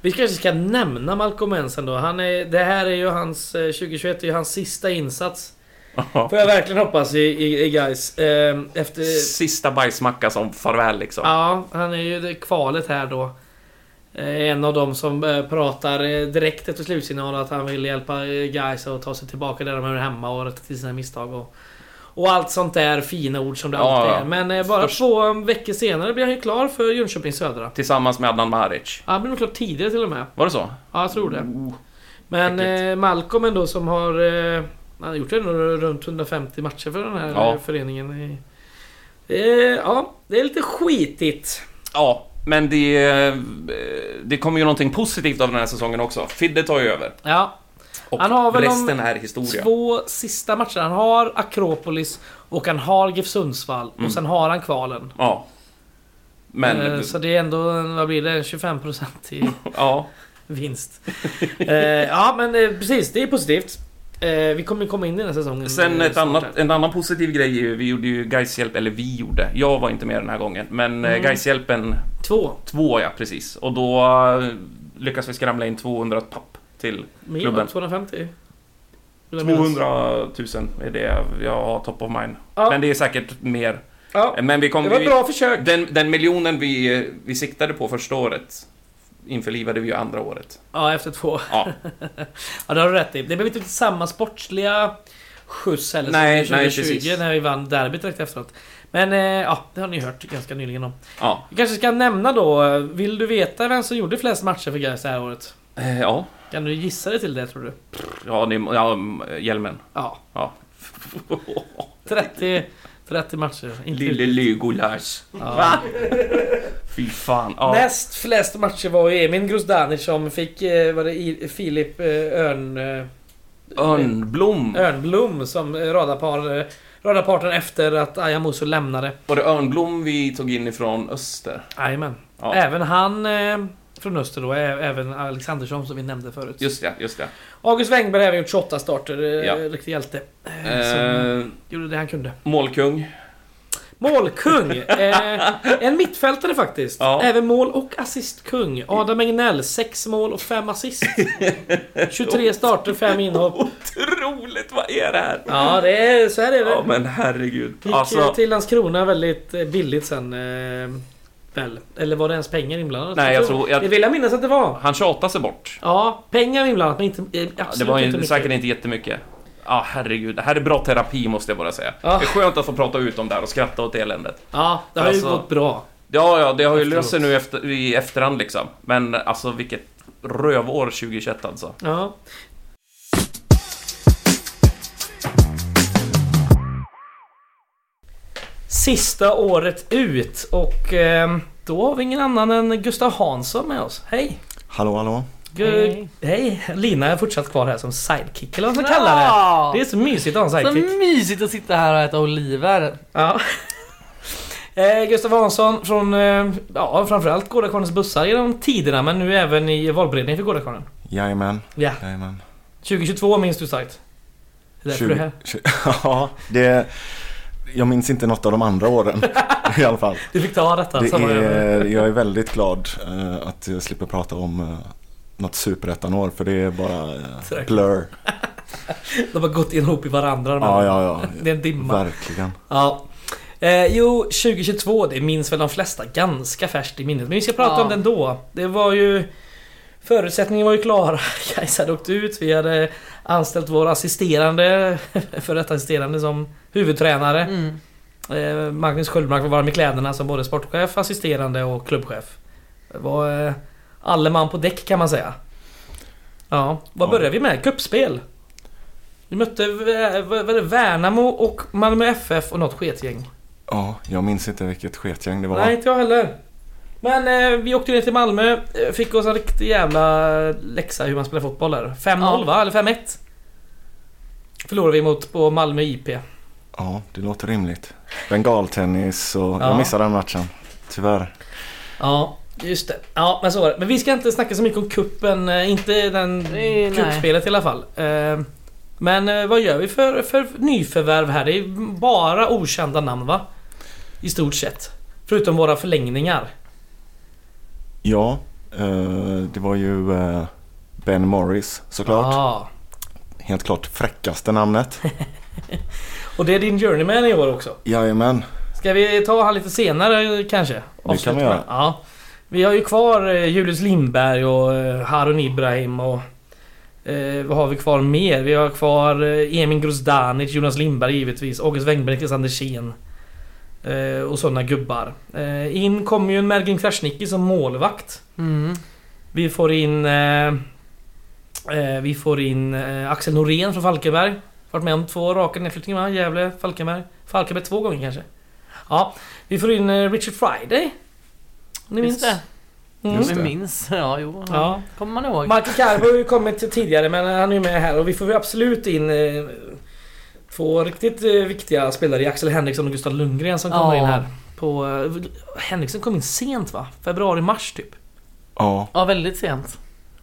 A: Vi kanske ska nämna Malcolm Ensen då. Han är, det här är ju hans... eh, 2021 är ju hans sista insats. Får jag verkligen hoppas i, i, i guys. Ehm, Efter...
F: Sista bajsmacka som farväl liksom.
A: Ja, han är ju det kvalet här då. eh, en av dem som eh, pratar eh, direkt efter slutsignalen att han vill hjälpa eh, guys att ta sig tillbaka där de är hemma och rätta till sina misstag. Och, och allt sånt där fina ord som det
F: Ja,
A: alltid
F: ja.
A: är. Men eh, bara
F: Störst-
A: två veckor senare blir han ju klar för Jönköping Södra.
F: Tillsammans med Adnan Maric.
A: Han blev nog klar tidigare till och med.
F: Var det så?
A: Ja, jag tror det. Men
F: äckligt.
A: eh, Malcolm ändå som har... Eh, han har gjort ändå runt 150 matcher för den här
F: Ja.
A: eh, föreningen. i- Eh, ja, det är lite skitigt.
F: Ja, men det, eh, det kommer ju någonting positivt av den här säsongen också. Fidde tar ju över.
A: Ja,
F: Och
A: Han har väl de
F: resten är historia.
A: två sista matcher. Han har Akropolis och han har GIF Sundsvall. Och sen har han kvalen.
F: Ja. Mm. Men...
A: eh, så det är ändå, en- vad blir det, 25% i
F: Ja.
A: vinst. eh, ja, men eh, precis. Det är positivt. Eh, vi kommer komma in i den här säsongen.
F: Sen
A: eh,
F: ett
A: snart
F: annat,
A: här.
F: en annan positiv grej är ju, vi gjorde ju Gaishjälp, eller vi gjorde, jag var inte med den här gången, men mm. Gaishjälpen
A: Två.
F: 2 ja, precis. Och då eh, lyckas vi skramla in 200 papp till
A: Mer,
F: klubben.
A: 250. Vill jag minnas.
F: 200 000 är det jag har top of mind.
A: Ja.
F: Men det är säkert mer.
A: Ja,
F: Men vi kom,
A: det var
F: vi,
A: ett bra försök.
F: den, den miljonen vi, vi siktade på första året införlivade vi ju andra året.
A: Ja, efter två.
F: Ja.
A: Ja, det har du rätt i. Det blev inte samma sportsliga skjuts heller
F: Nej,
A: som
F: nej,
A: 2020
F: precis.
A: när vi vann derbyt direkt efteråt. Men eh, ja, det har ni hört ganska nyligen om.
F: Ja.
A: Vi kanske ska nämna då, eh, vill du veta vem som gjorde flest matcher för Gais det här året?
F: Eh, Ja,
A: Kan du gissa dig till det tror du?
F: ja, det, ja hjälmen.
A: Ja,
F: Ja.
A: 30, 30 matcher. Inte
F: Lille Lygolas. Va? Fy fan. Ja.
A: Näst flest matcher var ju Emin Grozdanic som fick, eh, var det I- Filip eh, Örn... Eh,
F: Örnblom.
A: Örnblom som eh, radarpar, eh, radarpartner efter att Ayamuso lämnade.
F: Var det Örnblom vi tog in ifrån Öster?
A: Jajamän.
F: Ja.
A: Även han eh, från Öster då, ä- även Alexandersson som vi nämnde förut.
F: Just det, just det.
A: August Wengberg har även gjort 28 starter, eh,
F: Ja.
A: riktig hjälte.
F: Eh,
A: Gjorde det han kunde.
F: målkung.
A: Målkung! eh, en mittfältare faktiskt.
F: Ja.
A: Även mål och assistkung. Adam Egnell, 6 mål och 5 assist. 23 starter, 5 inhopp.
F: Otroligt, vad är det här?
A: Ja, det är, så här är det.
F: Ja men herregud.
A: Gick eh,
F: Alltså,
A: till Landskrona väldigt eh, billigt sen. Eh, väl. Eller var det ens pengar inblandat?
F: Nej, jag tror- jag-
A: Det vill jag minnas att det var.
F: han tjatade sig bort.
A: Ja, pengar inblandat men inte, eh, absolut
F: Det var
A: inte
F: ju
A: mycket.
F: säkert inte jättemycket. Ja, herregud. Det här är bra terapi måste jag bara säga.
A: Ja.
F: Det är skönt att få prata ut om det här och skratta åt eländet.
A: Ja, det har ju
F: Alltså-
A: gått bra.
F: Ja, ja, det har ju
A: Efteråt.
F: löst sig nu efter, i efterhand liksom. Men alltså vilket rövår 2021 alltså.
A: Ja. Sista året ut och eh, då har vi ingen annan än Gustav Hansson med oss. Hej!
G: Hallå, hallå.
A: Gu- Hej! Lina är fortsatt kvar här som sidekick eller vad man kallar det. Det är så mysigt att ha en
E: Så
A: sidekick.
E: mysigt att sitta här och äta oliver.
A: Ja. Eh, Gustav Hansson från eh, ja, framförallt Gårdakvarnens bussar genom tiderna men nu även i valberedningen för Gårdakvarnen.
G: Jajamän.
A: Ja.
G: Jajamän.
A: 2022 minns du starkt. Det är därför du är här.
G: 20 ja, det... Jag minns inte något av de andra åren i alla fall.
A: Du fick ta detta.
G: Det
A: samma över.
G: är, jag är väldigt glad eh, att jag slipper prata om eh, något superettanår för det är bara eh,
A: Säkert.
G: blur.
A: De har gått ihop i varandra. de här.
G: Ja, ja, ja.
A: Det är en dimma.
G: Verkligen.
A: Ja. Eh, jo, 2022, det minns väl de flesta ganska färskt i minnet. Men vi ska prata
E: Ja.
A: om den då. Det var ju... Förutsättningen var ju klara. Kajsa hade åkt ut. Vi hade anställt vår assisterande, för detta assisterande som huvudtränare. Eh, Magnus Sköldmark var varm i kläderna som både sportchef, assisterande och klubbchef. Det var eh, alle man på däck kan man säga. Ja, vad
G: Ja.
A: började vi med? Cupspel. Vi mötte Vä- vad var det, Värnamo och Malmö FF och något sketgäng.
G: Ja, jag minns inte vilket sketgäng det var.
A: Nej, inte jag heller. Men eh, vi åkte ner till Malmö, eh, fick oss en riktig jävla läxa hur man spelar fotboll där. 5-0
E: Ja.
A: va? Eller 5-1? Förlorade vi mot på Malmö IP.
G: Ja, det låter rimligt. Bengaltennis och
A: Ja.
G: jag missade den matchen. Tyvärr.
A: Ja, just det. Ja, men så var det. Men vi ska inte snacka så mycket om kuppen eh, inte den
E: Nej, nej.
A: kuppspelet i alla fall. Eh, Men eh, vad gör vi för, för nyförvärv här? Det är bara okända namn va? I stort sett. Förutom våra förlängningar.
G: Ja, eh, det var ju eh, Ben Morris såklart.
A: Ja.
G: Helt klart fräckaste namnet.
A: Och det är din journeyman i år också.
G: Jajamän.
A: Ska vi ta han lite senare kanske?
G: vi
A: Avsluta med-
G: göra.
A: Ja. Vi har ju kvar eh, Julius Lindberg och eh, Harun Ibrahim och... Eh, vad har vi kvar mer? Vi har kvar eh, Emin Grozdanic, Jonas Lindberg givetvis, August Wängberg, Niklas Andersén. Eh, och sådana gubbar. Eh, in kommer ju en Mergin Krasniqi som målvakt.
E: Mm.
A: Vi får in... Eh, eh, vi får in eh, Axel Norén från Falkenberg. Varit med om två raka nedflyttningar va? Gävle, Falkenberg. Falkenberg två gånger kanske. Ja, vi får in eh, Richard Friday. Om Ni minns
E: Just
A: det?
E: det.
A: Mm.
G: Just det.
E: Jag minns. Ja, jo.
A: Ja.
E: Kommer man ihåg.
A: Michael Carbo har ju kommit tidigare men han är ju med här och vi får ju absolut in eh, två riktigt eh, viktiga spelare i Axel Henriksson och Gustav Lundgren som kommer
E: Ja.
A: in här. På, eh, Henriksson kom in sent va? Februari-mars typ.
G: Ja,
E: Ja, väldigt sent.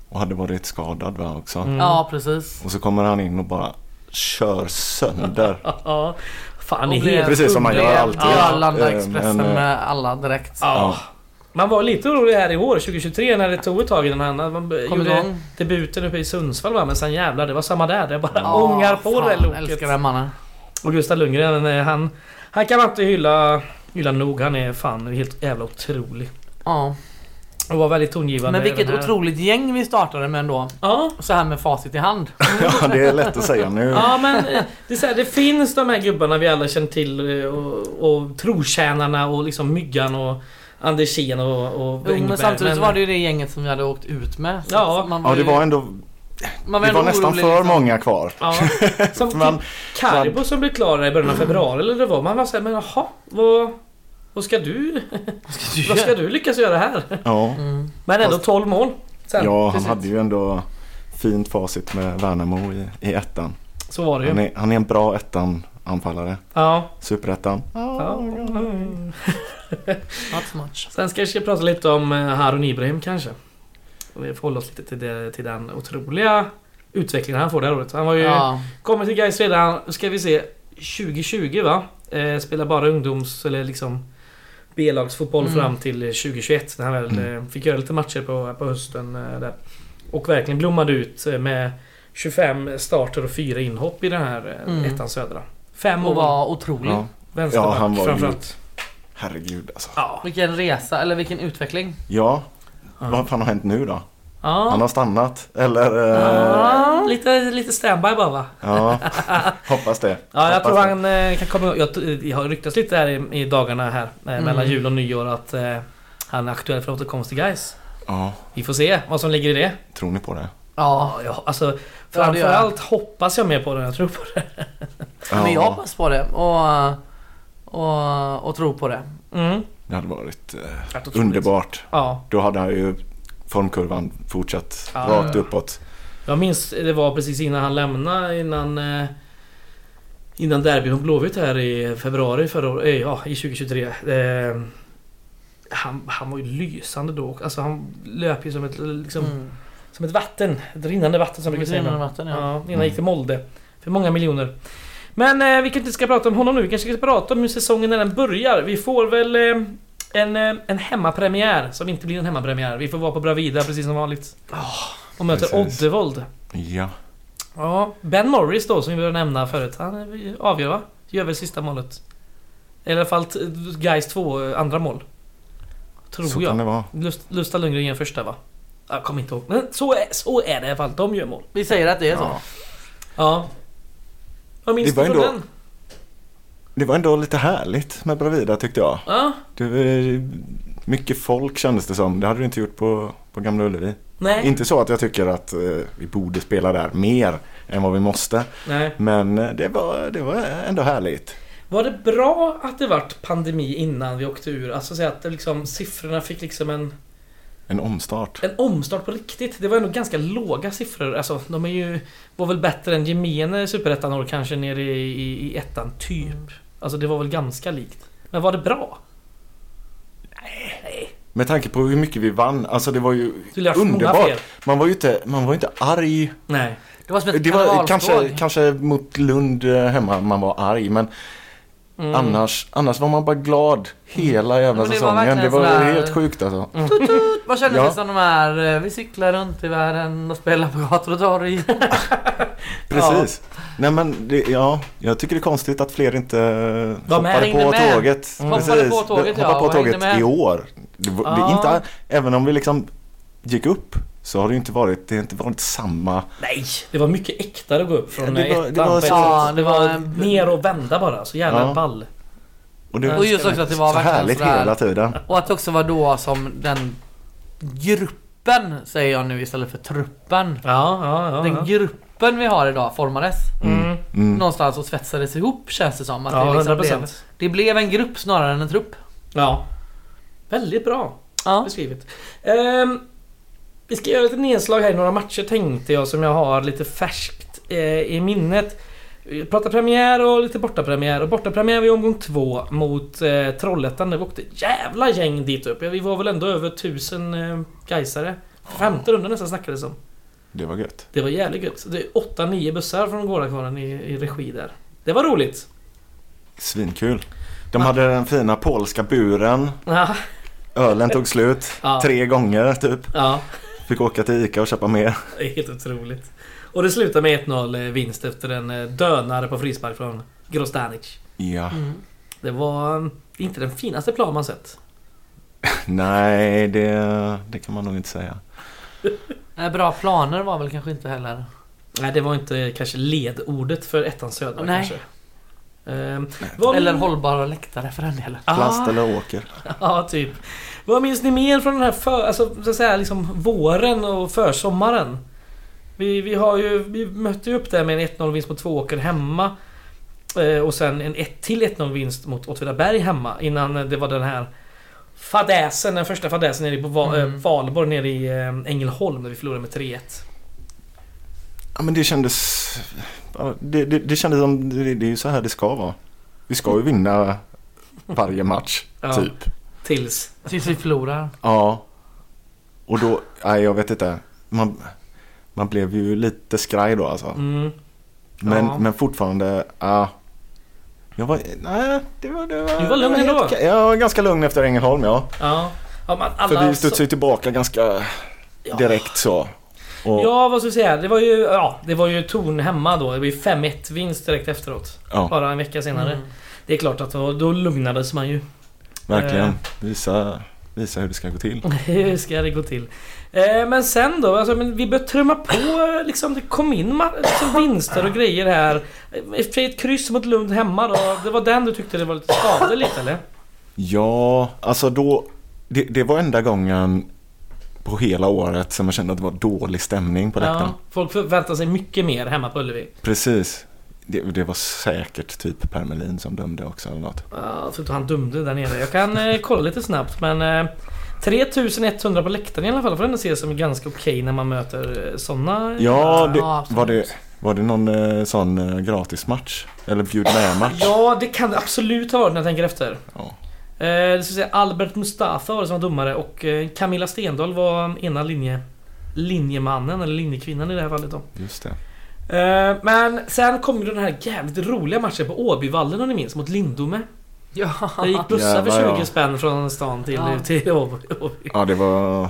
G: och hade varit skadad va också.
A: Mm.
E: Ja, precis.
G: Och så kommer han in och bara kör sönder.
A: Ja, Ja. Fan, ni är
E: Och det-
A: helt
G: Precis som man gör
E: det-
G: alltid.
E: Ja, landa
G: Eh,
E: Expressen
G: men, eh,
E: med alla direkt.
A: Ja. Man var lite orolig här i år, 2023, när det tog ett tag innan han man b-
E: Kom
A: gjorde
E: igång.
A: debuten uppe i Sundsvall va? Men sen jävlar, det var samma där. Det bara
E: Ja,
A: ångar på det
E: fan,
A: där
E: Älskar
A: loket.
E: den mannen.
A: Och Gustav Lundgren, eh, han, han kan man inte hylla, hylla nog. Han är fan helt jävla otrolig.
E: Ja.
A: Och var väldigt tongivande.
E: Men
A: i
E: vilket
A: den här-
E: otroligt gäng vi startade med ändå.
A: Ja,
E: Så här med facit i hand.
G: ja, det är lätt att säga nu.
A: ja men eh, det, är så här, det finns de här gubbarna vi alla känner till eh, och, och trotjänarna och liksom Myggan och Andersén och, och
E: Jo, men
A: Wängberg,
E: samtidigt så var det ju det gänget som vi hade åkt ut med. Så
A: Ja.
E: att man
G: Ja, det
E: ju-
G: var ändå...
E: man
G: Det
E: ändå
G: var nästan
E: orolig,
G: för
E: liksom.
G: många kvar.
A: Ja, som typ
G: Man-
A: Karibo som blev klar i början av februari eller det var. Man var såhär, men jaha, vad, vad ska du? Vad ska du lyckas göra här?
G: Ja,
A: Men ändå 12 mål. Mm. Sen,
G: ja han
A: precis.
G: hade ju ändå fint facit med Värnamo i, i ettan.
A: Så var det
G: Han
A: ju.
G: är, han är en bra ettan-anfallare.
A: Ja.
G: Superettan.
A: ja.
E: Not so much.
A: Sen ska jag prata lite om eh, Harun Ibrahim kanske. Och vi får hålla oss lite till, det, till den otroliga utvecklingen han får det här året. Han var ju,
E: Ja.
A: kommer till Gais redan, ska vi se, 2020 va? Eh, spelar bara ungdoms eller liksom B-lagsfotboll
E: Mm.
A: fram till eh, 2021 när han väl eh, fick göra lite matcher på, på hösten eh, där. Och verkligen blommade ut eh, med 25 starter och 4 inhopp i den här eh,
E: Mm.
A: ettan södra. Fem
E: Och
A: mål,
E: var otrolig.
G: Ja.
A: vänsterback
G: Ja, han var ju-
A: framförallt.
G: Herregud alltså.
A: Ja.
E: Vilken resa, eller vilken utveckling.
G: Ja,
A: Ja.
G: vad fan har hänt nu då?
A: Ja.
G: Han har stannat. Eller... Eh,
A: Ja, lite, lite standby bara va?
G: ja, hoppas det.
A: Ja, jag
G: hoppas
A: tror
G: det.
A: han eh, kan komma Jag, jag har ryktats lite här i, i dagarna här eh, mellan jul och nyår att eh, han är aktuell för återkomst till guys.
G: Ja,
A: Vi får se vad som ligger i det.
G: tror ni på det?
E: Ja.
A: Ja, jag, alltså,
E: det gör jag.
A: framförallt hoppas jag mer på det än jag tror på det.
E: Men jag hoppas på det och, och, och tror på det.
A: Mm.
G: Det hade varit eh,
A: Helt otroligt.
G: underbart.
A: Ja,
G: Då hade han ju formkurvan fortsatt
A: Ah, Ja.
G: rakt uppåt.
A: jag minns det var precis innan han lämnade innan eh, Innan derbyn mot Blåvitt här i februari förra året, eh, ja i 2023. Eh, han, han var ju lysande då. Alltså han löp ju som ett, liksom,
E: Mm.
A: som ett vatten. Ett rinnande vatten som vi brukar säga.
E: Rinnande
A: ibland.
E: vatten, ja.
A: Ja, innan han gick till Molde. För många miljoner. Men eh, vi kanske inte ska prata om honom nu. Vi kanske ska prata om hur säsongen när den börjar. Vi får väl eh, en, eh, en hemmapremiär som inte blir en hemmapremiär. Vi får vara på Bravida precis som vanligt. Och möter
G: Ah, precis.
A: Oddevold.
G: Ja.
A: Ja, Ben Morris då som vi började nämna förut. Han eh, avgör va? Gör väl sista målet. Eller i alla fall Gais två eh, andra mål. Tror
G: Så
A: jag.
G: kan det vara.
A: Lust, Lusta Lundgren gör första va? Jag kommer inte ihåg. Men så är, så är det i alla fall. De gör mål.
E: Vi säger att det är så.
G: Ja.
A: Ja. Vad minns
G: Det var
A: du från
G: ändå-
A: den?
G: Det var ändå lite härligt med Bravida tyckte jag.
A: Ja.
G: Det var mycket folk kändes det som. Det hade du inte gjort på, på Gamla Ullevi.
A: Nej.
G: Inte så att jag tycker att eh, vi borde spela där mer än vad vi måste.
A: Nej.
G: Men eh, det var, det var ändå härligt.
A: Var det bra att det vart pandemi innan vi åkte ur? Alltså så att det liksom, siffrorna fick liksom en,
G: En omstart.
A: en omstart på riktigt. Det var ändå ganska låga siffror. Alltså de är ju... Var väl bättre än gemene superettan år kanske nere i, i, i ettan, typ. Alltså det var väl ganska likt. Men var det bra?
G: Med tanke på hur mycket vi vann. Alltså det var ju
A: Du lär många fel.
G: underbart. Man var ju inte, man var ju inte arg.
A: Nej.
E: Det var som ett
G: Det var
E: kanaltåg.
G: kanske, kanske mot Lund eh, hemma man var arg. Men
A: Mm.
G: Annars, annars var man bara glad hela jävla
E: Mm. Men det var
G: säsongen.
E: verkligen
G: det var
E: sådär- Mm.
G: helt sjukt alltså.
E: Vad kändes
G: Ja.
E: det som de här, eh, vi cyklar runt i världen och spelar på gator och torg?
G: Precis. Nej men det, ja, jag tycker det är konstigt att fler inte hoppade
E: hängde
G: på
E: med.
G: tåget.
E: Mm. Hoppade på tåget,
G: hoppade
E: ja,
G: på
E: och hängde
G: tåget
E: med.
G: i år. Det, var- det är
E: Ja.
G: inte, även om vi liksom gick upp så har det ju inte varit, det har inte varit samma.
A: Nej, det var mycket äktare att gå upp från
G: Ja, det var-
A: eh,
G: det
A: ettan
G: var
A: på
G: så-
E: Ja,
A: ett
E: det var en
A: sätt. Ner och vända bara, så jävla
G: Ja.
A: ball.
G: Och, det,
E: Och just också att det var
G: så
E: verkligen
G: härligt
E: sådär-
G: hela tiden.
E: Och att det också var då som den gruppen, säger jag nu istället för truppen.
A: Ja, ja, ja.
E: Den
A: ja.
E: gruppen vi har idag formades
A: Mm.
G: Mm.
E: någonstans och svetsades ihop känns det som. Att
A: Ja,
E: det, liksom
A: 100
E: blev,
A: procent.
E: det blev en grupp snarare än en trupp.
A: Ja. Väldigt bra
E: Ja.
A: beskrivet. Ehm, vi ska göra lite nedslag här i några matcher tänkte jag som jag har lite färskt eh, i minnet. Vi pratar premiär och lite bortapremiär. Och bortapremiär var i omgång två mot eh, Trollhättan. Det åkte jävla gäng dit upp. Ja, Vi var väl ändå över tusen eh, Gaisare. Femte rundan nästan snackades det om.
G: Det var gött.
A: Det var jävligt gött. Det är 8-9 bussar från Gårdakvarnen i, i regi där. Det var roligt.
G: Svinkul. De hade den fina polska buren.
A: Ja,
G: Ölen tog slut
A: Ja.
G: tre gånger typ.
A: ja.
G: Fick åka till Ica och köpa mer.
A: Det är helt otroligt. Och det slutar med 1-0 eh, vinst efter en eh, dönare på frispark från Grostanic.
G: Ja.
A: Det var eh, inte den finaste plan man sett.
G: Nej, det, det kan man nog inte säga.
E: Eh, Bra planer var väl kanske inte heller.
A: Nej, det var inte kanske ledordet för ettan södra
E: Nej.
A: kanske. Ehm, vad-
E: Eller hållbara läktare för den delen.
G: Plast
A: Ah.
G: eller åker.
A: Ja, typ. Vad minns ni mer från den här för, alltså, så att säga, liksom våren och försommaren? Vi, vi, har ju, vi mötte ju upp det med en 1-0 vinst mot Tvååker hemma. Eh, och sen en 1 till 1-0 vinst mot Åtvidaberg hemma innan eh, det var den här fadäsen, den första fadäsen nere i Va-
E: Mm.
A: eh, Valborg nere i eh, Ängelholm där vi förlorade med 3-1.
G: Ja, men det kändes... ja, Det, det, det kändes som... Det, det är ju så här det ska vara. Vi ska ju vinna varje match,
A: Ja.
G: typ.
A: Tills...
E: Tills vi förlorar.
G: Ja. Och då... Nej, jag vet inte. Man, man blev ju lite skraj då alltså.
A: Mm,
G: Men,
A: Ja.
G: men fortfarande... Ja. Jag var... Nej, det var... Det var
A: Du var lugn
G: det
A: ändå.
G: helt- Jag var ganska lugn efter Ängelholm, ja.
A: ja. ja man, alla
G: För vi
A: så-
G: studsade ju tillbaka ganska
A: Ja.
G: direkt så. Och,
A: Ja, vad ska jag säga? Det var ju, ja, det var ju Torn hemma då. Det var ju 5-1 vinst direkt efteråt.
G: Ja.
A: Bara en vecka senare.
E: Mm.
A: Det är klart att då, då lugnades man ju. Eh. Mm.
G: Verkligen. Visa, visa hur det ska gå till.
A: Hur ska det gå till? Eh, men sen då, alltså, men vi började trumma på eh, liksom. Det kom in ma- liksom, vinster och grejer här. Eh, i och för sig Ett kryss mot Lund hemma då. Det var den du tyckte det var lite skadligt eller?
G: Ja, alltså då... Det, det var enda gången på hela året som jag kände att det var dålig stämning på läktaren.
A: Ja, folk förväntar sig mycket mer hemma på Ullevi.
G: Precis. Det, det var säkert typ Per Melin som dömde också eller något.
A: Ja, förutom han dömde där nere. Jag kan eh, kolla lite snabbt men... Eh, 3100 på läktaren i alla fall får ändå ses som ganska okej när man möter eh, såna...
G: Ja, det,
E: ja, absolut.
G: var, det, var det någon eh, sån eh, gratismatch? Eller bjud med-match?
A: Ja, det kan det absolut ha varit när jag tänker efter.
G: Ja.
A: Eh, det ska säga Albert Mustafa var det som var domare och eh, Camilla Stendahl var ena linje, linjemannen, eller linjekvinnan i det här fallet då.
G: Just det.
A: Eh, men sen kom ju den här jävligt roliga matchen på Åbyvallen om ni minns, mot Lindome.
E: Ja.
A: Där gick bussar för 20
G: Jävlar, ja.
A: spänn från stan till,
E: Ja.
A: till Åby. Åby.
G: Ja, det var,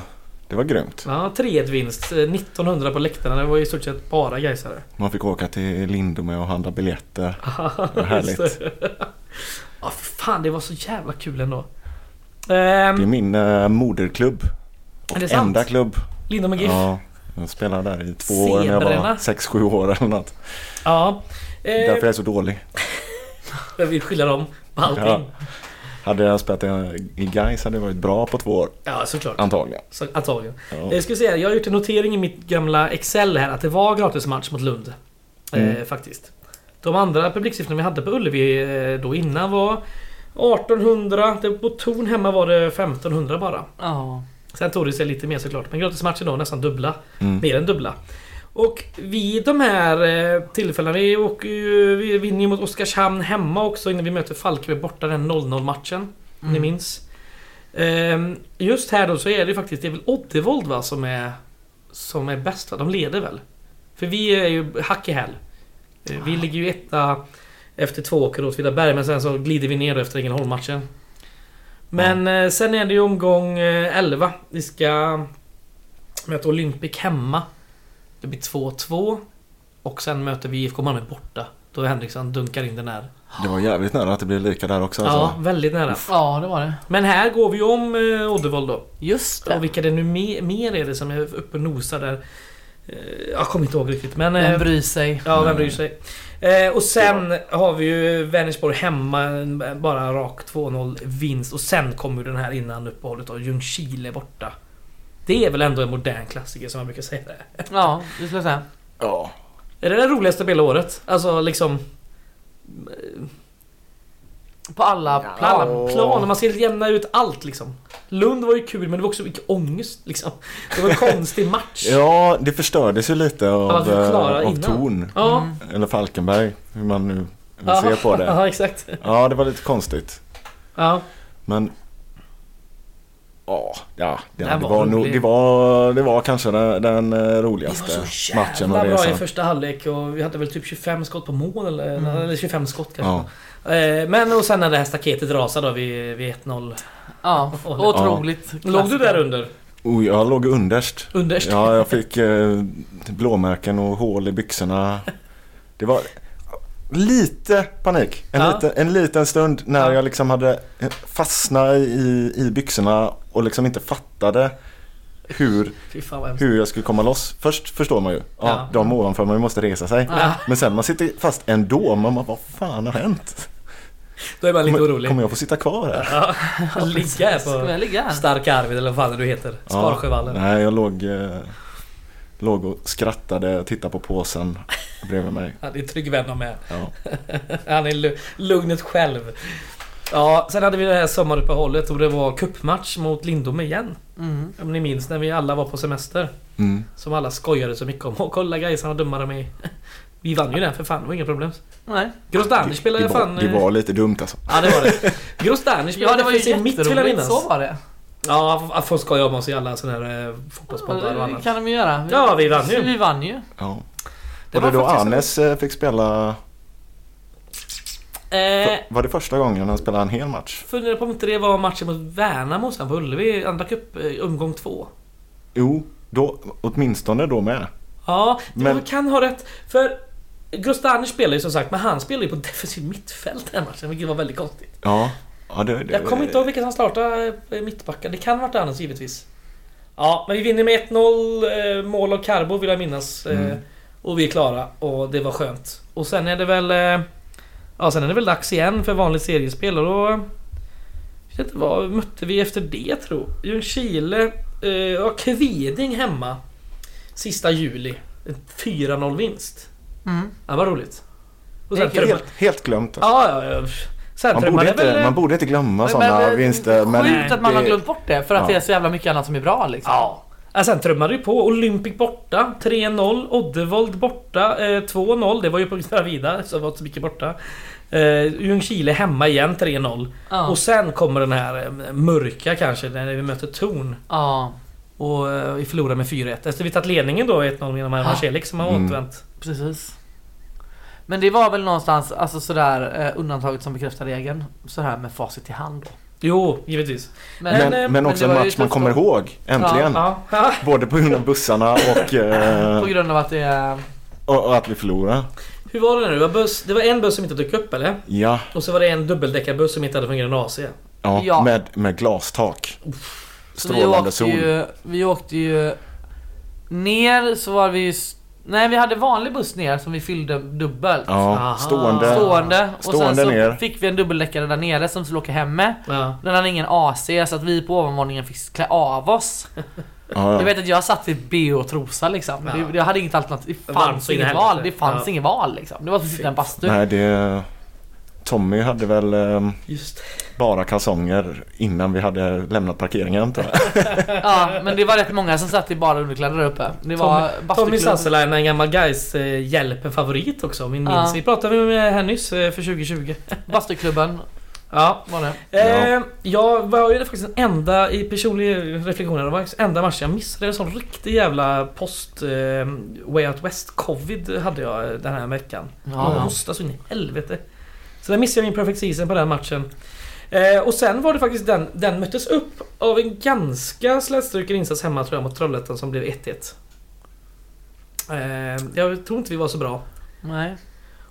G: det var grymt.
A: Ja, 3-1 vinst. Eh, 1900 på läktarna. Det var ju i stort sett bara Gaisare.
G: Man fick åka till Lindome och handla biljetter. Vad härligt.
A: ja, för fan det var så jävla kul ändå. Ehm,
G: Det är min eh, moderklubb.
A: är det sant?
G: Enda klubb.
A: Lindome GIF. Ja.
G: Ja, jag spelade där i två år när jag var
A: Zebrorna.
G: sex sju år eller något. Därför är
A: Eh,
G: jag så dålig.
A: jag vill skylla dem på allting.
G: Ja.
A: Ja,
G: Hade jag spelat i i Gais hade jag varit bra på två år,
A: såklart.
G: antagligen.
A: Så, antagligen. Eh,
G: Ja.
A: Jag skulle säga, jag har gjort en notering i mitt gamla Excel här att det var gratismatch mot Lund.
G: Mm.
A: Eh, faktiskt. De andra publiksiffrorna vi hade på Ullevi eh, då innan var 1800, det, på Torn hemma var det 1500 bara.
E: Ja.
A: Sen tog det sig lite mer såklart, men gratismatchen då nästan dubbla.
G: Mm.
A: Mer än dubbla. Och vid de här eh, tillfällena, vi, åker ju, vi vinner ju mot Oskarshamn hemma också innan vi möter Falkenberg borta den 0-0 matchen. Om ni minns. Ehm, just här då så är det ju faktiskt, det är väl Oddevold va som är, som är bäst va? De leder väl? För vi är ju hack i häl. Eh, Vi ligger ju etta. eh, Efter två åker och Åtvidaberg men sen så glider vi ner efter Ängelholm-matchen. Men eh, sen är det ju omgång eh, 11. Vi ska möta Olympic hemma. Det blir 2-2. Och sen möter vi IFK Malmö borta. Då Henriksson dunkar in den här.
G: Det var jävligt nära att det blev lika där också.
A: Ja,
G: Alltså.
A: väldigt nära.
E: Ja, det var det.
A: Men här går vi ju om eh, Oddevold då.
E: Just
A: Och
E: det.
A: vilka det nu mer, mer är det som är uppe och nosar där. Eh, Jag kommer inte ihåg riktigt men... eh,
E: Vem bryr sig?
A: Ja, vem bryr sig? Eh, och sen har vi ju Vänersborg hemma, en- bara rak 2-0 vinst. Och sen kommer ju den här innan uppehållet av Ljungskile borta. Det är väl ändå en modern klassiker som man brukar säga det.
E: Ja, det skulle jag säga.
G: Ja.
A: Är det det roligaste på hela året? Alltså liksom...
E: På alla
A: På alla
E: plan.
A: plan, och man ska jämna ut allt liksom. Lund var ju kul men det var också mycket ångest liksom. Det var en konstig match.
G: ja, det förstördes ju lite
A: man
G: av,
A: fick klara
G: eh, av
A: innan.
G: Torn.
A: Ja.
G: Eller Falkenberg, hur man nu vill se på det.
A: Ja, exakt.
G: Ja, det var lite konstigt.
A: Ja.
G: Men... Ja, ja det,
A: Den
G: det,
A: var
G: var nog,
A: rolig.
G: det, var, det var kanske den, den eh,
A: Det var
G: roligaste
A: så
G: matchen
A: jävla
G: och
A: bra i
G: resan.
A: första halvlek och vi hade väl typ 25 skott på mål eller, eller 25 skott kanske.
G: Ja.
A: Eh, Men och sen när det här staketet rasade då vid, vid 1-0.
E: Ja, otroligt.
A: Låg du där under?
G: Oh, jag låg underst.
A: Underst?
G: Ja, jag fick eh, blåmärken och hål i byxorna. Det var lite panik. En,
A: Ja.
G: liten, en liten stund när
A: Ja.
G: jag liksom hade fastnat i, i byxorna och liksom inte fattade hur,
A: Fy fan vad hemskt.
G: hur jag skulle komma loss. Först förstår man ju. Ja,
A: Ja.
G: De ovanför mig måste resa sig.
A: Ja.
G: Men sen man sitter fast ändå. Man bara, vad fan har hänt?
A: Då är man lite
G: Kommer,
A: orolig.
G: kommer jag få sitta kvar här?
A: Ligga här
E: Ska
A: på
E: jag ligga här?
A: Stark Arvid eller vad fan du heter. Sparsjövallen.
G: Ja, nej, jag låg, eh, låg och skrattade och tittade på påsen bredvid mig.
A: Ja, det är Trygg Wennerm med.
G: Ja.
A: Han är lu- lugnet själv. Ja, sen hade vi det här sommaruppehållet och det var kuppmatch mot Lindom igen.
E: Mm.
A: Om ni minns när vi alla var på semester.
G: Mm.
A: Som alla skojade så mycket om. Och kolla Gaisarna och dumma de är. Vi vann ju den för fan, det var inga problem.
E: Nej.
A: Grosdani spelade
G: det,
A: fan...
G: var, det
A: eh,
G: var lite dumt alltså.
A: Ja det var det. Grosdani spelade
E: Ja, det var ju
A: defensiv mitt vill jag
E: jätteroligt.
A: minnas.
E: Så var det.
A: Ja, f- folk skojar om oss i alla sådana här eh, fotbollspoddar och
E: Ja, Det
A: annat.
E: kan de ju göra.
A: Ja, vi vann ju.
E: Vi vann ju.
G: Ja.
A: Det
G: var det
A: var
G: då
A: faktiskt-
G: Anes eh, fick spela...
A: Eh,
G: Var det första gången han spelade en hel match?
A: funderar på om inte det var matchen mot Värnamo sen på Ullevi, andra cup, eh, omgång två.
G: Jo, då, åtminstone då med.
A: Ja,
G: Men-
A: du kan ha rätt. För Grosdani spelar ju som sagt, men han spelar ju på defensiv mittfält den här matchen, vilket var väldigt konstigt.
G: Ja, ja det, det,
A: Jag kommer inte ihåg vilka som startade eh, mittbacken. Det kan ha varit Anders givetvis. Ja, men vi vinner med 1-0. eh, Mål av Carbo vill jag minnas. eh,
G: Mm.
A: Och vi är klara och det var skönt. Och sen är det väl... eh, Ja, sen är det väl dags igen för vanligt seriespel och då... Jag vet inte vad mötte vi efter det tror jag. Ljungskile... eh, Ja, Kveding hemma. Sista juli. En 4-0 vinst.
E: Mm.
A: Ja, vad roligt. Och sen
E: Det gick
A: trummade...
G: Helt, helt glömt. alltså.
A: Ja, ja, ja. Sen
G: Man
A: trummade
G: borde, inte,
A: väl...
G: man borde inte glömma
E: Men- men-
G: sådana
E: men-
G: vinster. Men
E: Sjukt att man har
G: det-
E: glömt bort det för att
G: Ja.
E: det är så jävla mycket annat som är bra liksom.
A: Ja. Ja, sen trummade det på. Olympic borta, 3-0. Oddevold borta, eh, 2-0. Det var ju på Gravida, så det var inte så mycket borta. Eh, Ljungskile hemma igen, 3-0.
E: Ja.
A: Och sen kommer den här eh, mörka kanske, när vi möter Torn.
E: Ja,
A: Och eh, vi förlorar med 4-1. Efter vi tagit ledningen då, 1-0 genom Herman
E: Ja.
A: Celik som liksom, har
G: Mm.
A: återvänt.
E: precis. Men det var väl någonstans alltså sådär eh, undantaget som bekräftar regeln. Sådär med facit i hand då.
A: Jo, givetvis.
G: men,
A: eh,
G: men,
E: men
G: också
E: det
G: en
E: var ju
G: match man
E: tufft
G: kommer
E: då.
G: ihåg. Äntligen.
A: Ja, ja.
G: Både på grund av bussarna och, eh,
E: På grund av att det är...
G: och, och att vi förlorade.
A: Hur var det nu? Det var, buss, det var en buss som inte dök upp eller?
G: Ja,
A: Och så var det en dubbeldäckarbuss som inte hade fungerande AC.
G: ja,
E: Ja.
G: Med, med glastak.
E: Så vi
G: Strålande
E: åkte,
G: sol.
E: ju, vi åkte ju ner så var vi ju... s- Nej vi hade vanlig buss ner som vi fyllde dubbelt.
A: Aha.
G: Ja, stående.
E: Stående. Och
G: Stående
E: sen så
G: ner.
E: fick vi en dubbeldäckare där nere som vi skulle åka hem med.
A: Ja.
E: Den hade ingen AC så att vi på ovanvåningen fick klä av oss.
G: Ja,
E: Jag
G: ja.
E: vet att jag satt i bh och trosa liksom.
A: Ja.
E: Det, jag hade inget alternativ. Det
A: Varmt
E: fanns
A: så in i
E: inget
A: helvete.
E: val. Det fanns
A: Ja.
E: inget val liksom. Det var att sitta i en bastu.
G: Nej, det... Tommy hade väl eh,
A: Just det.
G: bara kalsonger innan vi hade lämnat parkeringen antar jag.
E: Ja, men det var rätt många som satt i bara underkläder där uppe. Det var
A: Tommy
E: bastuklubb.
A: Sasselainen, en gammal guys eh, hjälpen favorit också om ni minns.
E: Ja.
A: Vi pratade med här nyss eh, för 2020.
E: Bastuklubben
A: Ja.
E: var det.
A: Ja. Eh, jag var ju faktiskt den enda i personlig reflektion, det var faktiskt enda matchen jag missade. En sån riktig jävla post eh, Way Out West covid hade jag eh, den här veckan.
E: Ja.
A: Jag hostade så in i helvete. Så där missade jag min perfect season på den matchen. Eh, och sen var det faktiskt den, den möttes upp av en ganska slätstruken insats hemma tror jag mot Trollhättan som blev 1-1. Eh, jag tror inte vi var så bra.
E: Nej.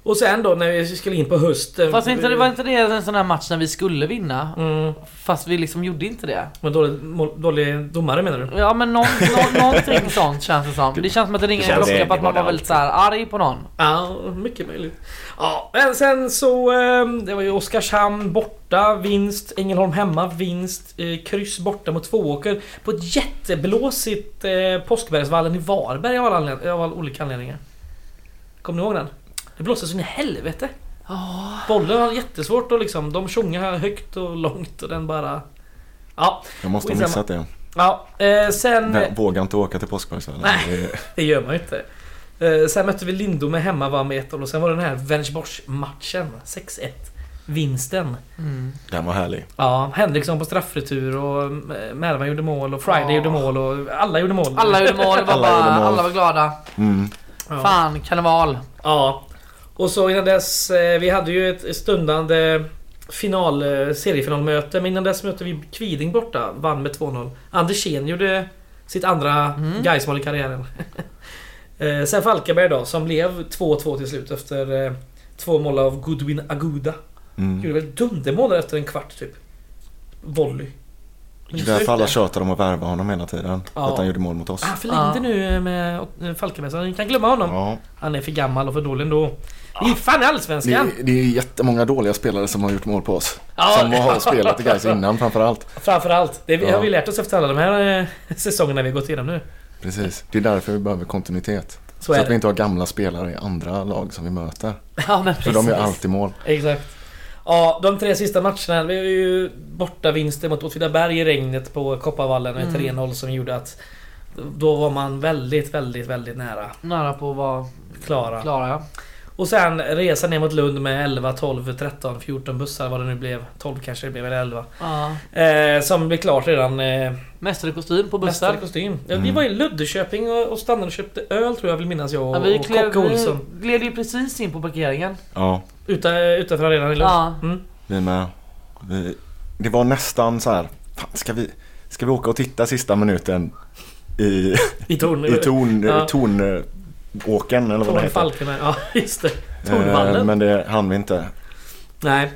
A: Och sen då när vi skulle in på hösten.
E: Fast inte, det var inte det en sån här match när vi skulle vinna?
A: Mm,
E: Fast vi liksom gjorde inte det.
A: men dålig, mål- dålig domare menar du?
E: Ja men någon, nå- någonting sånt känns det som. Det känns som att det ringer en
G: känns-
E: klocka på att man
G: det var
E: var
G: det
E: väldigt såhär arg på någon.
A: Ja, mycket möjligt. Ja, men sen så... eh, Det var ju Oskarshamn borta, vinst. Ängelholm hemma, vinst. eh, Kryss borta mot Tvååker. På ett jätteblåsigt eh, Påskbergsvallen i Varberg av, alla anled- av alla olika anledningar. Kommer ni ihåg den? Det blåste så in i helvete. Bollen var jättesvårt och liksom, de tjongade högt och långt och den bara... Ja,
G: Jag måste ha
A: Skitsamma.
G: missat
A: ja.
G: det.
A: Eh, sen...
G: Jag vågar inte åka till Påskbergsvallen.
A: Nej.
G: Det är-
A: Det gör man ju inte. Eh, sen mötte vi Lindome hemma var med 1 och sen var det den här Vänersborgs-matchen. 6-1. Vinsten.
G: Den var härlig.
A: Ja, Henriksson på straffretur och eh, Mervan gjorde mål och Friday
E: Ja.
A: gjorde mål och alla gjorde mål.
E: Alla gjorde mål, det var
G: Alla
E: bara,
G: gjorde mål.
E: alla var glada.
G: Mm.
A: Ja.
E: Fan, karneval.
A: Ja. Och så innan dess, eh, vi hade ju ett stundande final, eh, seriefinalmöte, men innan dess mötte vi Kviding borta. Vann med 2-0. Andersén gjorde sitt andra mm. Gais-mål i karriären. Eh, Sen Falkenberg då, som blev 2-2 till slut efter eh, två mål av Goodwin Aguda.
G: Mm.
A: Gjorde väl dundermål där efter en kvart typ. Volley. Men
G: Det
A: det
G: är därför
A: slutade.
G: alla tjötar om att värva honom hela tiden.
A: Ja.
G: För att han gjorde mål mot oss.
A: Ah, Han förlängde
E: Ja.
A: nu med eh, Falkenberg, så ni kan glömma honom.
G: Ja.
A: Han är för gammal och för dålig ändå. Det är ju fan i
G: Det,
A: Allsvenskan!
G: är- det är jättemånga dåliga spelare som har gjort mål på oss.
A: Ja.
G: Som har spelat i Gais innan framförallt.
A: Framförallt. Det
G: Ja.
A: har vi lärt oss efter alla de här eh, säsongerna vi gått igenom nu.
G: Precis. Det är därför vi behöver kontinuitet.
A: Så
G: Så,
A: är
G: att vi
A: det.
G: inte har gamla spelare i andra lag som vi möter.
E: Ja, men
G: För de gör alltid mål.
A: Exakt. Ja, de tre sista matcherna. Vi har ju bortavinster mot Åtvidaberg i regnet på Kopparvallen
E: Mm.
A: med 3-0 som gjorde att då var man väldigt, väldigt, väldigt nära
E: Nära på att vara
A: klara.
E: klara ja.
A: Och sen resan ner mot Lund med 11, 12, 13, 14 bussar vad det nu blev. 12 kanske det blev, eller 11.
E: ja.
A: Eh, som blev klart redan eh,
E: Mästare i kostym på
A: nästa
E: bussen.
A: kostym. Ja,
G: Mm.
A: vi var i Luddeköping och, och stannade och köpte öl tror jag vill minnas jag och,
E: Ja, vi
A: och
E: klev,
A: Kocke Olsson.
E: vi gled ju precis in på parkeringen.
G: Ja,
A: Utan, utanför arenan i Lund.
E: Ja.
A: Mm.
G: vi med. Vi, det var nästan så här. Fan, ska vi, ska vi åka och titta sista minuten i,
A: I torn.
G: i torn,
A: Ja.
G: torn, åken eller vad det heter?
A: Tornfalken. Ja, just det.
G: Eh,
A: Tornvallen.
G: Men det hann vi inte.
A: Nej.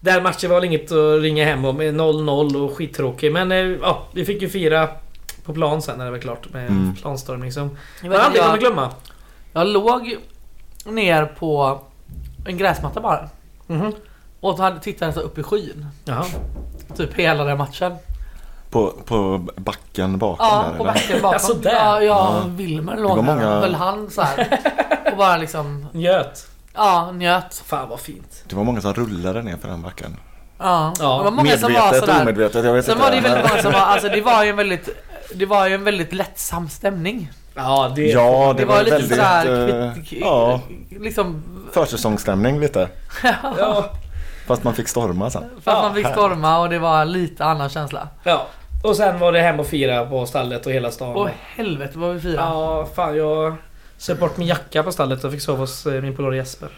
A: Den matchen var väl inget att ringa hem om. 0-0 och skittråkig. Men eh, ja, vi fick ju fira på plan sen när det var klart med liksom.
G: Mm.
A: planstormning som
E: Jag,
A: man
E: vet,
A: aldrig kommer
E: jag,
A: glömma.
E: jag låg ner på en gräsmatta bara.
A: Mhm.
E: Och hade tittade så upp i skyn.
A: Jaha.
E: Typ hela den matchen.
G: På, på backen bakom
E: Ja,
G: där
E: på
G: eller?
E: backen bakom.
A: Ja, sådär.
E: Ja, ja,
G: Ja.
E: Wilmer
G: Det
E: låg
G: var
E: där
G: många-
E: och höll hand så här. Och bara liksom,
A: Njöt.
E: ja, njöt.
A: Fan vad fint.
G: Det var många som rullade ner för den backen.
E: Ja.
A: Ja,
E: Det var många som var
G: Medvetet,
E: sådär.
G: omedvetet, jag vet
E: Sen
G: inte.
E: var det ju väldigt
G: Men-
E: många som var, alltså det var ju en väldigt det var ju en väldigt lättsam stämning.
A: Ja, det...
G: Ja,
E: Det,
G: det,
E: var, lite
G: väldigt...
E: såhär...
G: eh,
E: kvitt-
G: ja,
E: Liksom...
G: försäsongsstämning lite.
A: ja.
G: Fast man fick storma sen.
E: För att
A: Ja,
E: man fick storma och det var lite annan känsla.
A: ja. Och sen var det hem och fira på stallet och hela stan.
E: Åh helvete vad vi firade.
A: Ja, fan jag söp bort min jacka på stallet och fick sova hos eh, min polare Jesper.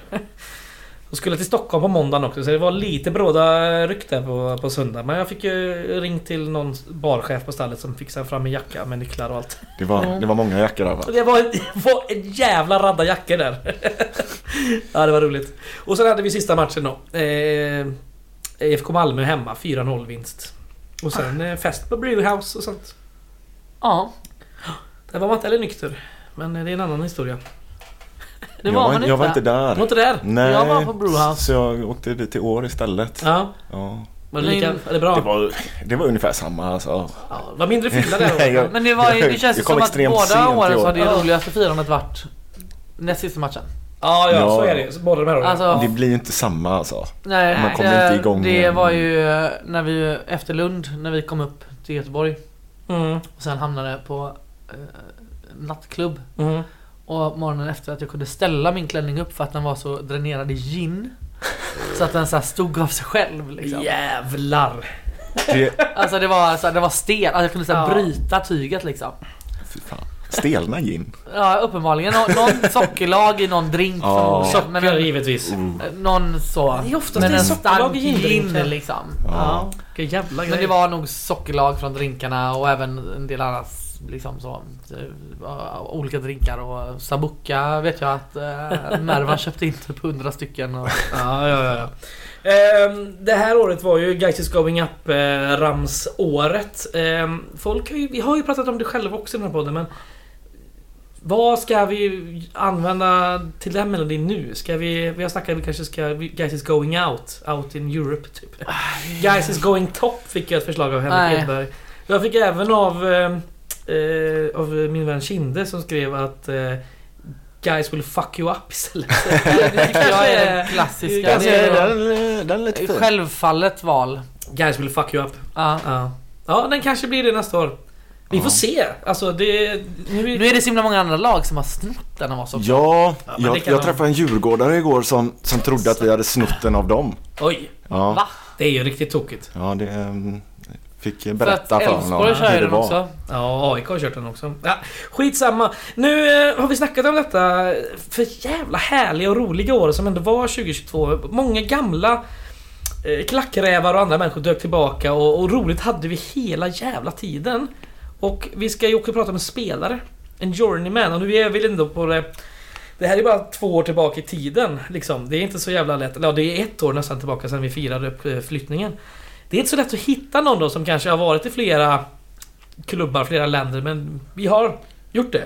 A: Och skulle till Stockholm på måndagen också så det var lite bråda rykten på, på söndag. Men jag fick ju ring till någon barchef på stallet som fixade fram en jacka med nycklar och allt.
G: Det var, det var många jackor där va?
A: Och det var, det var en jävla radda jackor där. ja, det var roligt. Och sen hade vi sista matchen då. Eh, IFK Malmö hemma, 4-0 vinst. Och sen eh, fest på Brewhouse och sånt.
E: Ja,
A: Där var man inte heller nykter. Men eh, det är en annan historia.
E: det
G: jag,
E: var man inte.
G: jag var inte där.
A: Du var inte där?
G: Nej,
E: Jag var på Brewhouse.
G: så jag åkte dit till år istället.
A: Ja,
G: Ja.
A: var det lika?
E: Men-
A: Är det bra?
G: Det, var, det var ungefär samma alltså.
A: Ja, det var mindre fylla där
G: Nej, jag-
E: Men det var ju, det känns
G: Jag kom
E: som att
G: extremt
E: båda
G: sent i
E: åren så
G: år.
E: hade ju
A: Ja.
E: roligaste firandet varit näst sista matchen.
A: Ja, ja,
G: Ja.
A: så är det ju. Båda de här åren.
E: Alltså,
G: Det blir ju inte samma alltså.
E: nej,
G: man kommer inte
E: det-
G: igång
E: det
G: igen.
E: var ju eh, när vi, efter Lund, när vi kom upp till Göteborg
A: Mm,
E: och sen hamnade på eh, nattklubb.
A: mm.
E: Och morgonen efter att jag kunde ställa min klänning upp för att den var så dränerad i gin. Så att den så här stod av sig själv liksom.
A: Jävlar!
G: Det,
E: Alltså det var, så här, det var sten, alltså jag kunde så här
A: Ja.
E: bryta tyget liksom.
G: fy fan. Stelna gin.
E: Ja, uppenbarligen. Nå- någon sockerlag i någon drink.
G: Ja. Mm.
E: som- men
A: Socker
E: en,
A: givetvis.
E: någon så.
A: Det är oftast
E: men
A: det är
E: en
A: sockerlag
E: stark
A: i gindrinkar.
E: gin liksom.
A: Ja, vilken jävla
E: Men
A: grej.
E: det var nog sockerlag från drinkarna och även en del annat liksom så. eh, Olika drinkar och Sabuca vet jag att eh, Mervan köpte in typ 100 stycken. Och,
A: Ja, ja, ja. ja. Ehm, det här året var ju Guys is going up eh, ramsåret. Ehm, folk har ju, vi har ju pratat om det själva också i den här podden men vad ska vi använda till den melodin nu? Ska vi, vi har snackat om vi kanske ska, vi- Guys is going out, out in Europe typ. Guys is going top fick jag ett förslag av
E: Nej.
A: Henrik Edberg. Jag fick även av, eh, eh, av min vän Kinde som skrev att eh, Guys will fuck you up istället.
E: det tycker jag är
A: Det
E: den klassiska.
A: kanske
E: det
A: är
E: är
G: den, eh, den är lite fin.
E: Självfallet val.
A: Guys will fuck you up.
E: Ja.
A: Ja. ja, den kanske blir det nästa år. Vi får se. Alltså det... Nu är
E: Nu är det så himla många andra lag som har snott den av oss också.
G: Ja,
A: men
G: jag,
A: det kan
G: jag
A: man-
G: träffade en djurgårdare igår som, som trodde att vi hade snott den av dem.
A: Oj!
G: Ja,
E: Va?
A: Det är ju riktigt tokigt.
G: ja det ehm, fick jag
E: För
G: berätta
E: att
G: för honom
E: Elfsborg kör ju
G: det
E: den också.
A: Ja, AIK har kört den också. Ja, skitsamma. Nu eh, har vi snackat om detta för jävla härliga och roliga år som ändå var 2022. Många gamla eh, klackrävar och andra människor dök tillbaka och, och roligt hade vi hela jävla tiden. Och vi ska ju också prata om en spelare. En journeyman. Och nu är vi väl ändå på det... Det här är bara två år tillbaka i tiden. Liksom. Det är inte så jävla lätt. Eller ja, det är ett år nästan tillbaka sedan vi firade eh, flyttningen. Det är inte så lätt att hitta någon då som kanske har varit i flera klubbar, flera länder, men vi har gjort det.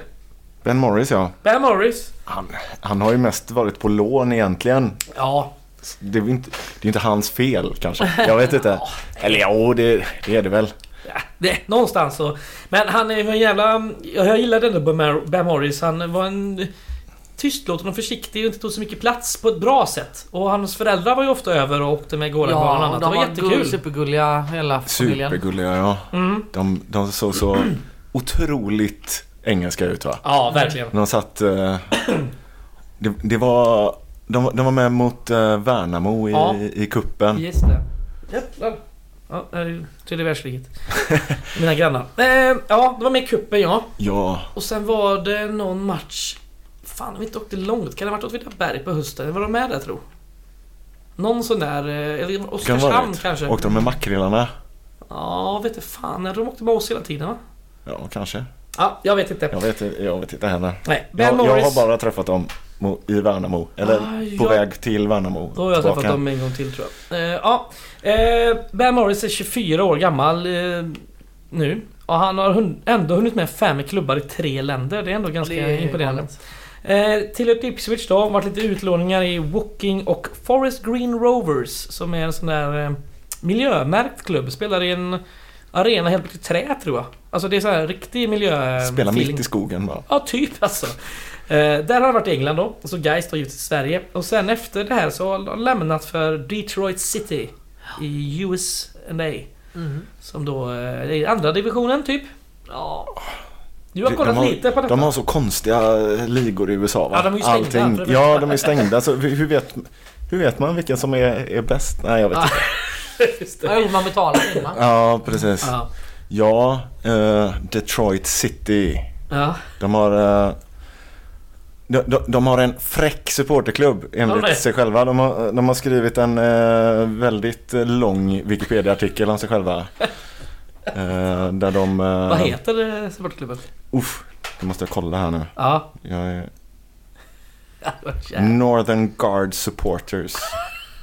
G: Ben Morris ja.
A: Ben Morris.
G: Han, han har ju mest varit på lån egentligen.
A: Ja,
G: Det är ju inte, det är inte hans fel kanske. Jag vet inte. Eller jo, det, det är det väl.
A: det, någonstans så. Men han är ju en jävla... Jag gillade ändå Ben- Ben Morris. Han var en tystlåten och försiktig och inte tog så mycket plats på ett bra sätt. Och hans föräldrar var ju ofta över och åkte med gårdarkvarn och annat. Det
E: de
A: var
E: var gull,
A: jättekul.
E: supergulliga hela familjen.
G: Supergulliga ja.
A: Mm.
G: De, de såg så otroligt engelska ut va?
A: Ja, verkligen.
G: De satt... Eh, det, det var... De, var- de var med mot eh, Värnamo i,
A: Ja.
G: i kuppen.
A: Just det. Jävlar. Ja, det är ju tredje världskriget. Mina grannar. Eh, ja, det var med i cupen ja.
G: Ja,
A: Och sen var det någon match... Fan, de inte åkte långt. Kan det ha varit Åtvidaberg på hösten? Var de med där, tro? Någon sån där... eh, Eller
G: kan vara
A: Oskarshamn
G: det.
A: kanske?
G: Åkte de med makrillarna?
A: Ja, vet inte fan. De åkte med oss hela tiden, va?
G: Ja, kanske.
A: Ja, jag vet inte.
G: Jag vet, jag vet inte heller.
A: Nej, Ben
G: Jag, jag
A: Morris.
G: har bara träffat dem mo- i Värnamo. Eller
A: Ah,
G: på
A: jag-
G: väg till Värnamo.
A: Då har jag
G: tillbaka.
A: träffat dem en gång till tror jag. Eh, ja. eh, ben Morris är 24 år gammal eh, nu. Och han har hun- ändå hunnit med fem klubbar i tre länder. Det är ändå ganska
E: Det är
A: imponerande.
E: galet.
A: Eh, till upp till Ipswich då. Varit lite utlåningar i Woking och Forest Green Rovers. Som är en sån där eh, miljömärkt klubb. Spelar i en arena helt i trä tror jag. Alltså det är så här riktig miljö...
G: Spela
A: eh, feeling.
G: mitt i skogen bara.
A: Ja, typ alltså. Eh, där har han varit i England då, och så Geist har givetvis Sverige. Och sen efter det här så har han lämnat för Detroit City i USA.
E: Mhm.
A: Som då eh, är i andra divisionen typ. Ja. Du har
G: De-
A: kollat
G: de har,
A: lite på detta.
G: De har så konstiga eh, ligor i USA va?
A: Ja, de är ju stängda, för det
G: Ja, de är stängda. Så hur hur vet, hur vet man vilken som är, är bäst? Nej, jag vet
E: Ah.
G: inte.
A: Just det.
E: Ja, jo, man betalar innan.
G: Ja, precis.
A: Ja.
G: Ja, eh, Detroit City.
A: Ja.
G: De har... eh, de, de, de har en fräck supporterklubb enligt
A: det?
G: sig själva. De har, de har skrivit en eh, väldigt lång Wikipedia-artikel om sig själva. Eh, där de... eh,
A: Vad heter eh, supportklubben?
G: Uff, det måste jag kolla här nu.
A: Ja.
G: Jag är
A: Jävlar.
G: Northern Guard Supporters.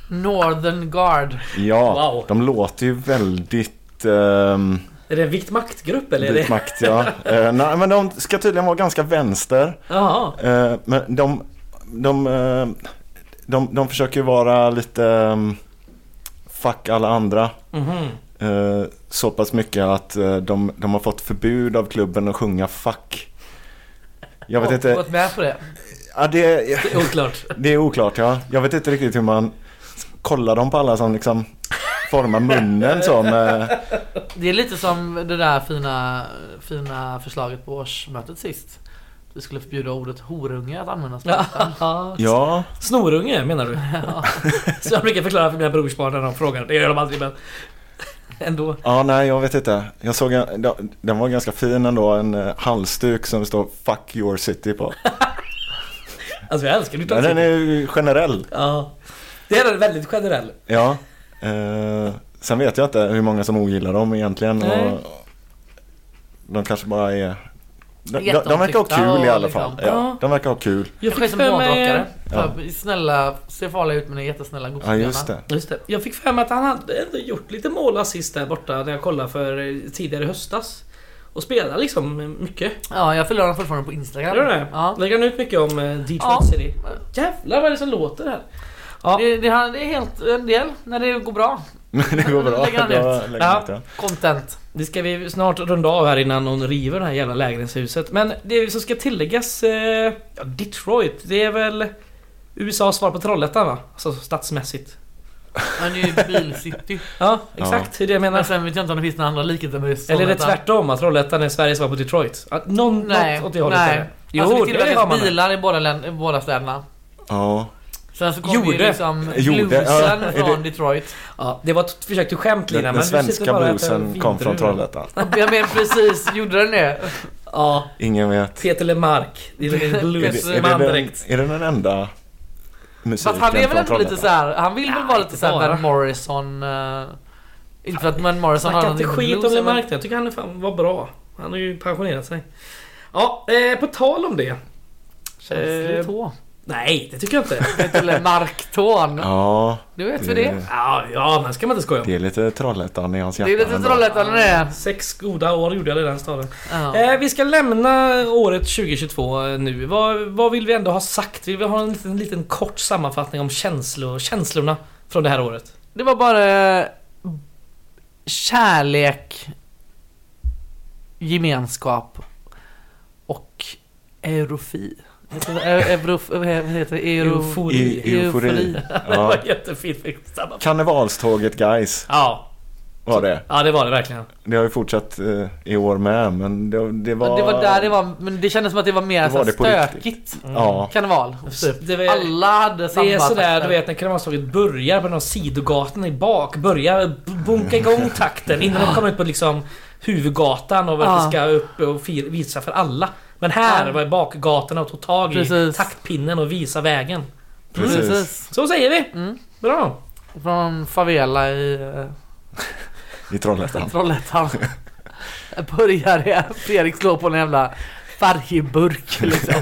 E: Northern Guard.
G: Ja,
A: Wow.
G: de låter ju väldigt... ehm,
A: Är det en vikt maktgrupp eller? Är
G: Vit
A: det...
G: makt ja. Eh, nej, men de ska tydligen vara ganska vänster.
A: Jaha.
G: Eh, men de, de, eh, de, de försöker ju vara lite ehm, fuck alla andra.
A: Mhm.
G: Eh, så pass mycket att eh, de, de har fått förbud av klubben att sjunga fuck. Jag vet
E: Och
G: inte.
E: Gått med på det.
G: Ja, det,
A: Det är Oklart.
G: det är oklart ja. Jag vet inte riktigt hur man kollar dem på alla som liksom formar munnen så med,
E: Det är lite som det där fina, fina förslaget på årsmötet sist. Vi skulle förbjuda ordet horunge att användas.
A: Ja.
G: Ja,
A: Snorunge menar du? Så jag brukar förklara för mina brorsbarn när de frågar. Det gör de aldrig men...
E: ändå.
G: Ja, nej jag vet inte. Jag såg en, ja, den var ganska fin ändå. En eh, halsduk som det står Fuck your city på.
A: Alltså jag älskar Little
G: Men den
A: City.
G: är ju generell.
A: Ja. Det är väldigt generell.
G: Ja. Eh, sen vet jag inte hur många som ogillar dem egentligen.
A: Nej.
G: Och de kanske bara är... De, de, de verkar ha
E: Jätteomtyckta
G: kul i alla
E: liksom.
G: fall. Ja, de verkar ha kul.
A: Jag
E: Kanske
A: fick
E: som
A: för mig...
E: badrockare.
G: Ja.
E: Ja. Snälla, ser farliga ut men är jättesnälla
G: Ja,
E: gosedjurna.
G: just det.
A: Just det. Jag fick för mig att han hade ändå gjort lite mål och assist där borta när jag kollade för eh, tidigare i höstas. Och spelar liksom eh, mycket.
E: Ja, jag följer honom fortfarande på Instagram.
A: Gör du det?
E: Ja.
A: Lägger han ut mycket om eh, Detroit
E: Ja.
A: City? Jävlar vad är det som låter här? Ja.
E: Det, det, här- det är helt en del när det går bra.
G: Men det går bra.
E: Lägger han
G: Då
E: ut.
G: lägger
A: Ja.
G: han ut den.
E: Content.
A: Det ska vi snart runda av här innan någon river det här jävla lägenhetshuset. Men det som ska tilläggas... Eh, ja, Detroit, det är väl USAs svar på Trollhättan va? Alltså stadsmässigt.
E: Han är ju bilcity.
A: Ja, exakt. Det är det jag
E: Men
A: menar.
E: sen vet jag inte om det finns några andra likheter med just
A: Eller är det
E: Trollhättan.
A: tvärtom? Att Trollhättan är Sveriges svar på Detroit? Att någon,
E: Nej,
A: något åt det hållet
E: nej.
A: är det. Jo,
E: alltså, det
A: det, har
E: tillverkas
A: man.
E: bilar i båda, län- i båda städerna.
G: Ja.
E: Sen så kom
A: Gjorde.
E: ju liksom
G: Gjorde,
E: bluesen
G: ja. Är
E: från
G: det-
E: Detroit.
A: Ja, det var ett försök till skämt
G: Den,
A: Lina, men
G: den
A: du sitter bara
G: svenska
A: och äter
G: bluesen kom
A: vindruvor.
G: från Trollhättan.
E: Jag menar precis, gjorde den det?
A: Ja,
G: Ingen vet.
A: Peter LeMarc. Det är en
G: Är det, är,
A: bluesman
G: det den,
A: direkt.
G: är det den enda musiken
E: Fast han är väl
G: från
E: ändå lite
G: Trollhättan?
E: såhär, han vill väl
A: Ja,
E: vara
A: inte
E: lite såhär
A: bara.
E: Van Morrison... eh, inte för att Van Morrison
A: Snacka inte
E: någonting med
A: skit om
E: blues,
A: LeMarc
E: men-
A: jag tycker han är fan var bra. Han har ju pensionerat sig. Ja, eh, på tal om det. Eh,
E: Känslig tå.
A: Nej, det tycker jag inte.
E: Eller marktån.
G: Ja,
E: Du vet hur det är.
G: det,
A: Ja, ja men ska man inte skoja om.
G: det är lite Trollhättan i hans hjärta.
E: Det är lite
G: ändå.
E: Trollhättan det är.
A: Sex goda år gjorde jag i den här staden.
E: Ja.
A: Eh, vi ska lämna året 2022 nu. Vad, vad vill vi ändå ha sagt? Vi vill ha en liten, en liten kort sammanfattning om känslor, känslorna från det här året.
E: Det var bara eh, kärlek, gemenskap och eurofi. Heter det- eu- Euro, vad heter det? Euro,
A: Eufori.
G: E- eufori.
E: Eufori.
A: Det
G: Ja.
A: var jättefint sammanfattning.
G: Karnevalståget guys
A: Ja,
G: var det.
A: ja, det var det verkligen.
G: Det har ju fortsatt eh, i år med men det, det var...
E: Men Det var där det var, men det kändes som att det var mer
G: Det
E: så
G: var
E: här
G: det på riktigt. Mm.
E: stökigt.
G: Ja,
E: Karneval, typ.
A: Det var-
E: Alla hade samma
A: Det är sådär
E: takter.
A: du vet när kramanslaget börjar på de sidogatan i bak. Börjar b- bunka igång takten innan de kommer ut på liksom huvudgatan och
E: Ja.
A: vi ska upp och fir- visa för alla. Men här
E: Ja.
A: var bakgatorna och tog tag i
E: Precis.
A: taktpinnen och visa vägen.
G: precis.
E: Precis.
A: Så säger vi!
E: Mm.
A: Bra!
E: Från favela i eh,
G: I Trollhättan.
E: Trollhättan. Jag börjar i- Fredrik slår på en jävla färgburk liksom.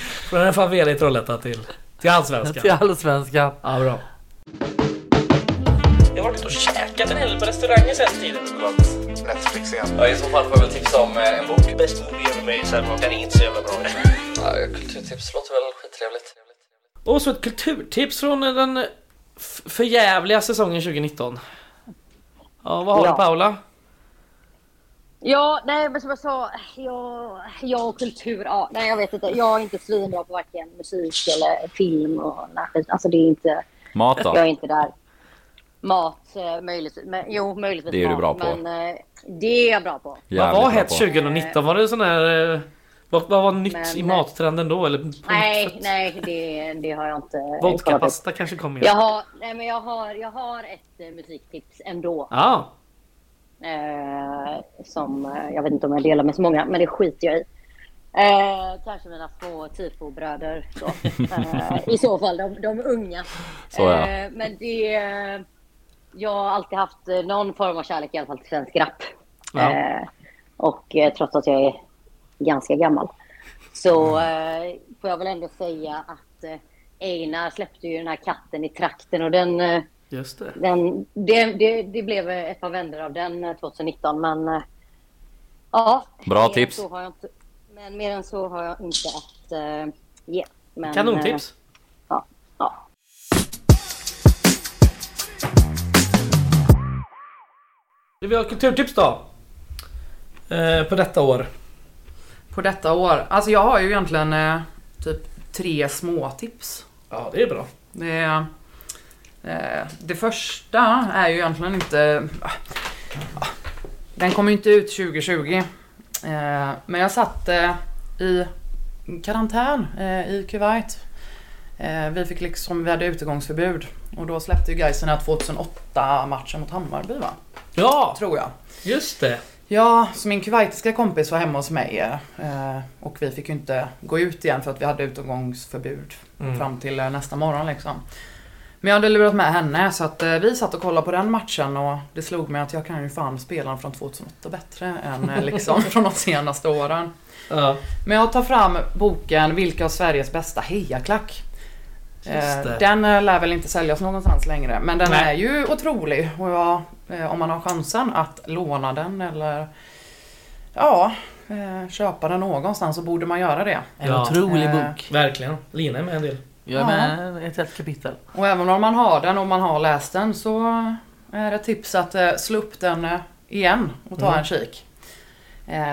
A: Från en favela i Trollhättan till, till
E: Till
A: allsvenskan.
E: allsvenskan.
A: Ja, bra. Jag har varit och käkat en hel del på restauranger sen tiden.
G: Netflix igen.
B: Ja, I så fall får jag väl tipsa om eh, en bok.
H: Best movie ever made, så här, den är inte så jävla bra.
B: Ja, kulturtips låter väl skittrevligt.
A: Och så ett kulturtips från den f- förjävliga säsongen 2019. Ja, vad har
C: Ja.
A: du Paula?
C: Ja, nej men som jag sa, jag, jag och kultur, ja, nej jag vet inte. Jag är inte svinbra på varken musik eller film och den här skiten. Alltså det är inte,
B: Mat
C: jag är
B: då?
C: inte där. Mat, eh, möjligtvis, men, jo möjligtvis
B: Det är du
C: mat,
B: bra på.
C: Men eh, det är jag bra på.
A: vad var
B: bra
A: hett
B: på.
A: 2019? Var det sån här... eh, Vad, vad var nytt
C: Men- eh,
A: i mattrenden då? Eller på
C: Nej,
A: nytt sätt?
C: nej det, det har jag inte eh, kollat upp.
A: Vodkapasta kanske kom igen?
C: Jag
A: Ja.
C: har, nej, men jag har, jag har ett eh, musiktips ändå. Eh, som eh, jag vet inte om jag delar med så många, men det skiter jag i. Eh, kanske mina små tifobröder. Så. Eh, I så fall, de, de unga.
B: Så ja.
C: Eh, men det... eh, Jag har alltid haft eh, någon form av kärlek i alla fall till svensk rap.
A: Ja.
C: Eh, och eh, trots att jag är ganska gammal så eh, får jag väl ändå säga att eh, Einar släppte ju den här katten i trakten och den eh,
A: just det.
C: den, det, det, det blev eh, ett par vändor av den eh, 2019, men... eh, Ja.
B: Bra
C: mer än
B: tips.
C: Så har jag inte, men mer än så har jag inte att eh, ge. Men,
A: Kanontips!
C: eh, Ja. ja.
A: Det vi har kulturtips då? Eh, på detta år.
D: På detta år. Alltså jag har ju egentligen eh, typ tre små tips.
A: Ja, det är bra.
D: Det, är, eh, det första är ju egentligen inte... ah, ah, Den kom ju inte ut 2020. Eh, men jag satt eh, i karantän eh, i Kuwait. Eh, vi fick liksom, vi hade utegångsförbud. Och då släppte ju Gais den här 2008 matchen mot Hammarby va?
A: Ja,
D: tror jag.
A: just det.
D: Ja, så min kuwaitiska kompis var hemma hos mig eh, och vi fick ju inte gå ut igen för att vi hade utomgångsförbud
A: Mm.
D: fram till eh, nästa morgon liksom. Men jag hade lurat med henne så att eh, vi satt och kollade på den matchen och det slog mig att jag kan ju fan spela från 2008 bättre än eh, liksom från de senaste åren.
C: Eh,
A: Ja,
D: Men jag tar fram boken Vilka av Sveriges bästa hejaklack. Eh,
A: Just det.
D: Den eh, lär väl inte säljas någonstans längre men den
A: Nej.
D: är ju otrolig och jag, eh, om man har chansen att låna den eller ja, eh, köpa den någonstans så borde man göra det.
E: En
A: Ja.
E: otrolig
D: Eh,
E: bok.
A: verkligen. Lina är med en del.
E: Jag är
D: ja.
E: med ett helt kapitel.
D: Och även om man har den och man har läst den så är det tips att eh, slå upp den eh, igen och ta en kik. Eh,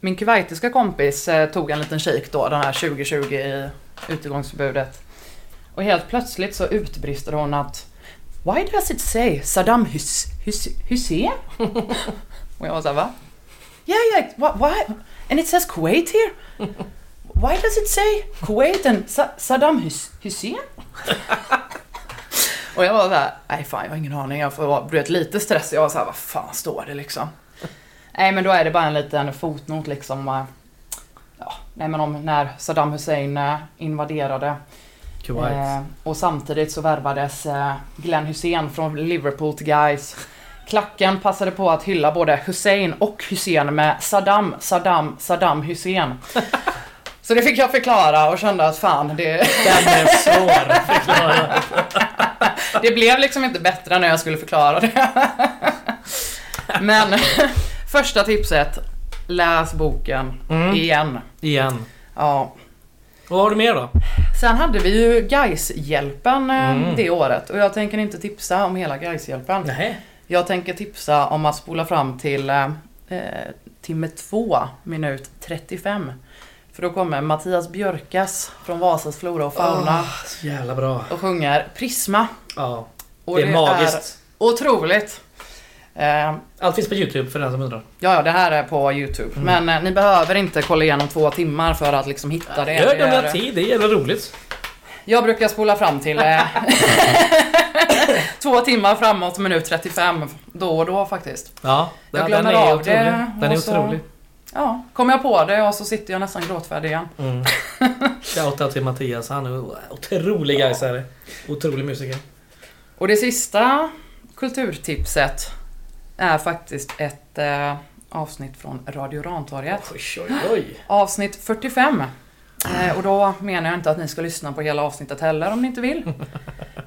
D: Min kuwaitiska kompis eh, tog en liten kik då, den här 2020 i utegångsförbudet. Och helt plötsligt så utbrister hon att Why does it say Saddam Hus Hus Hussein? och jag var såhär va? Yeah yeah, wha- why? And it says Kuwait here? Why does it say Kuwait and Sa Saddam Hus Hussein? Och jag var såhär, nej fan jag har ingen aning. Jag får, du vet lite stress. Jag var såhär, vad fan står det liksom? Nej men då är det bara en liten fotnot liksom. eh, Ja, nej men om när Saddam Hussein eh, invaderade.
A: Kuwait.
D: Eh, och samtidigt så värvades eh, Glenn Hussein från Liverpool till Guys. Klacken passade på att hylla både Hussein och Hussein med Saddam, Saddam, Saddam Hussein. Så det fick jag förklara och kände att fan det...
A: Den är svår att förklara.
D: Det blev liksom inte bättre när jag skulle förklara det. Men första tipset. Läs boken
C: Mm.
A: Mm.
D: igen.
A: Igen.
D: Ja.
A: Vad har du mer då?
D: Sen hade vi ju Gais-hjälpen eh, det året och jag tänker inte tipsa om hela Gais-hjälpen.
A: Mm. Nej.
D: Jag tänker tipsa om att spola fram till eh, eh, timme 2, minut 35. För då kommer Mattias Björkas från Vasas Flora och Fauna
A: Ah, Så jävla bra.
D: och sjunger Prisma.
A: Ja,
D: Och
A: det är magiskt.
D: otroligt. Eh,
A: Allt finns på Youtube för den som undrar.
D: Ja, ja, det här är på Youtube. Men eh, ni behöver inte kolla igenom två timmar för att liksom hitta det.
A: Gör
D: det
A: det om ni har
D: är,
A: tid, det är jävla roligt.
D: jag brukar spola fram till eh, två timmar framåt, minut 35. Då och då faktiskt.
A: Ja,
D: Jag
A: den, den
D: glömmer
A: är
D: av
A: otrolig.
D: det,
A: Den är
D: och så-
A: otrolig.
D: Ja, kommer jag på det och så sitter jag nästan gråtfärdig igen.
A: Mm. Shoutout till Mattias, han är otrolig gaisare. Otrolig musiker.
D: Och det sista kulturtipset är faktiskt ett eh, avsnitt från Radio Rantorget.
A: Oj, oj, oj.
D: Avsnitt 45. Eh, och då menar jag inte att ni ska lyssna på hela avsnittet heller om ni inte vill.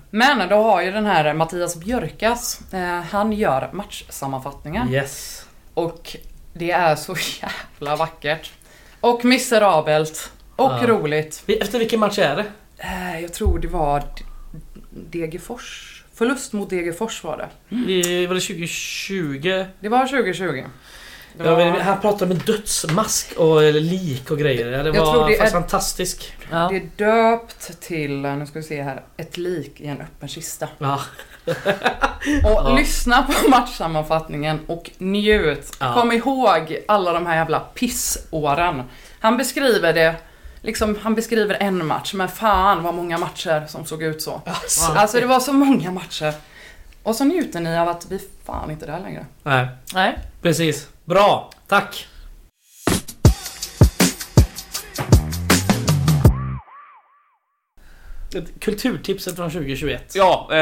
D: Men då har ju den här Mattias Björkas, eh, han gör matchsammanfattningar.
A: Yes.
D: Och det är så jävla vackert. Och miserabelt. Och
A: Ja.
D: roligt.
A: Vi- Efter vilken match är det?
D: Eh, jag tror det var Degerfors. Förlust mot Degerfors var det.
A: I, var det 2020?
D: Det var 2020. Det
A: Ja.
D: var-
A: men han pratade om en dödsmask och eller lik och grejer. Ja, det
D: Jag
A: var
D: tror det
A: fan
D: är-
A: fantastisk.
E: Ja.
D: Det är döpt till, eh, nu ska vi se här, ett lik i en öppen kista.
A: Ja.
D: Och lyssna på matchsammanfattningen och njut.
A: Ja.
D: Kom ihåg alla de här jävla pissåren. Han beskriver det, liksom han beskriver en match, men fan vad många matcher som såg ut så.
A: Alltså.
D: Alltså det var så många matcher. Och så njuter ni av att vi fan inte är där längre.
A: Nej,
E: Nej.
A: precis. Bra, tack. Ett Kulturtipset från 2021.
F: Ja, eh,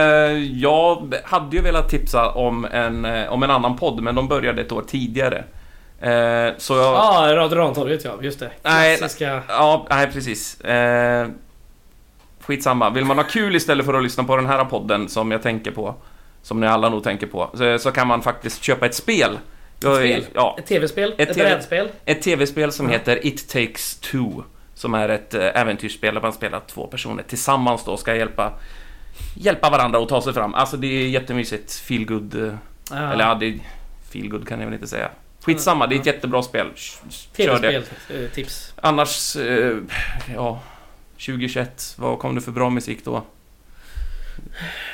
F: jag hade ju velat tipsa om en, eh, om en annan podd, men de började ett år tidigare. Eh, så jag...
A: Ja, Radio Rantorget ja, just det.
F: Nej.
A: Klassiska...
F: Ja, nej precis. Eh, skitsamma. Vill man ha kul istället för att lyssna på den här podden som jag tänker på, som ni alla nog tänker på, så, så kan man faktiskt köpa ett spel. Jag är-
A: Ett spel?
F: Ja,
A: Ett tv-spel? Ett,
F: Ett TV
A: brädspel?
F: ett tv-spel som heter It takes two, som är ett eh, äventyrsspel där man spelar två personer tillsammans då och ska hjälpa hjälpa varandra att ta sig fram. Alltså det är jättemysigt. Feel good. eh,
A: Ja.
F: Eller ja, det är feel good kan jag väl inte säga. Skitsamma, det är ett jättebra spel. Sh- Kör det.
A: Tv-spel, eh, tips.
F: Annars, eh, ja... 2021, vad kom det för bra musik då?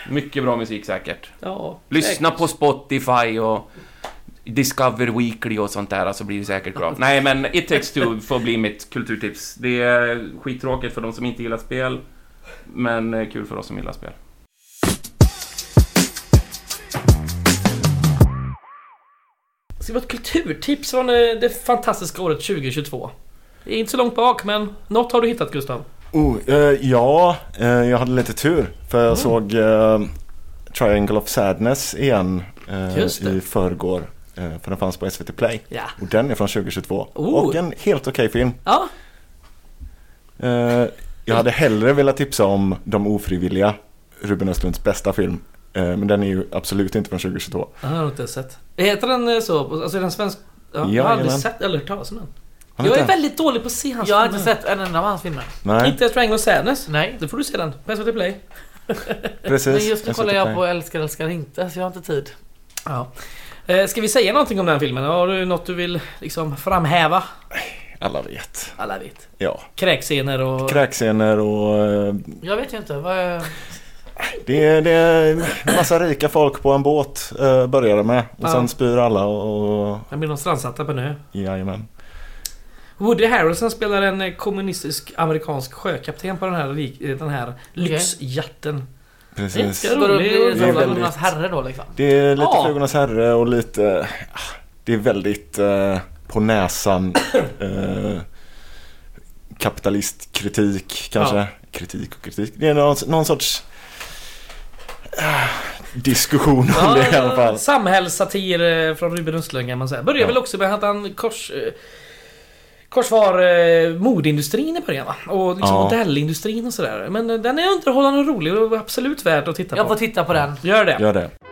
F: Mycket bra musik säkert.
A: Ja,
F: Lyssna på Spotify och Discover Weekly och sånt där så blir det säkert bra. Nej men It takes two får bli mitt kulturtips. Det är skittråkigt för de som inte gillar spel. Men eh, kul för oss som gillar spel.
A: Ska vi ha ett kulturtips från eh, det fantastiska året 2022? Det är inte så långt bak men något har du hittat Gustav.
G: Oh, eh, ja, eh, jag hade lite tur för jag såg eh, Triangle of Sadness igen eh,
A: Just det.
G: i förrgår. Eh, för den fanns på SVT Play.
A: Ja.
G: Och den är från 2022.
A: Oh.
G: Och en helt okej film.
A: Ja,
G: Eh, jag hade hellre velat tipsa om De ofrivilliga, Ruben Östlunds bästa film. Eh, men den är ju absolut inte från 2022.
A: den har jag inte sett. Heter den eh, så? Alltså är den svensk? Ja, jag har aldrig
G: Jajamän.
A: sett eller hört talas om den.
G: Har ni
A: Jag är
G: inte?
A: väldigt dålig på att se hans
E: Jag har inte
A: filmer.
E: sett en enda av hans filmer.
G: Nej,
A: Inte ens Triangle of Sadness?
E: Nej.
A: Då får du se den på SVT Play.
G: precis.
E: Men just nu
G: SVT
E: kollar jag
G: Play.
E: på Älskar älskar inte så jag har inte tid.
A: Ja. Eh, Ska vi säga någonting om den filmen? Har du något du vill liksom framhäva?
G: Alla vet.
A: Alla vet.
G: Ja.
A: Kräkscener och...
G: Kräkscener och eh,
E: Jag vet ju inte. Vad är...
G: Det är, det är en massa rika folk på en båt eh, börjar det med. Och
A: Ja.
G: sen spyr alla och... och
A: Den blir de strandsatta på nu.
G: jajamän.
A: Woody Harrelson spelar en eh, kommunistisk amerikansk sjökapten på den här, rik- eh, den här lyxjatten.
G: Precis.
A: Älskar.
E: Vadå, blir
A: Det
E: det
A: är
E: som
G: väldigt-
E: Jonas herre då liksom?
G: Det är lite
A: Ja.
G: Flugornas herre och lite... ah, Det är väldigt eh, på näsan eh, kapitalistkritik kanske.
A: Ja.
G: Kritik och kritik. Det är någon, någon sorts ah, diskussion om det i alla fall.
A: Samhällssatir eh, från Ruben Östlund kan man säga. Börjar
G: Ja.
A: väl också med att han kors... eh, Korsvar eh, modeindustrin i början va? Och liksom
G: Ja.
A: modellindustrin och sådär. Men eh, den är underhållande och rolig och absolut värd att titta
E: Jag får
A: på.
E: titta på den.
A: Gör det.
G: Gör det.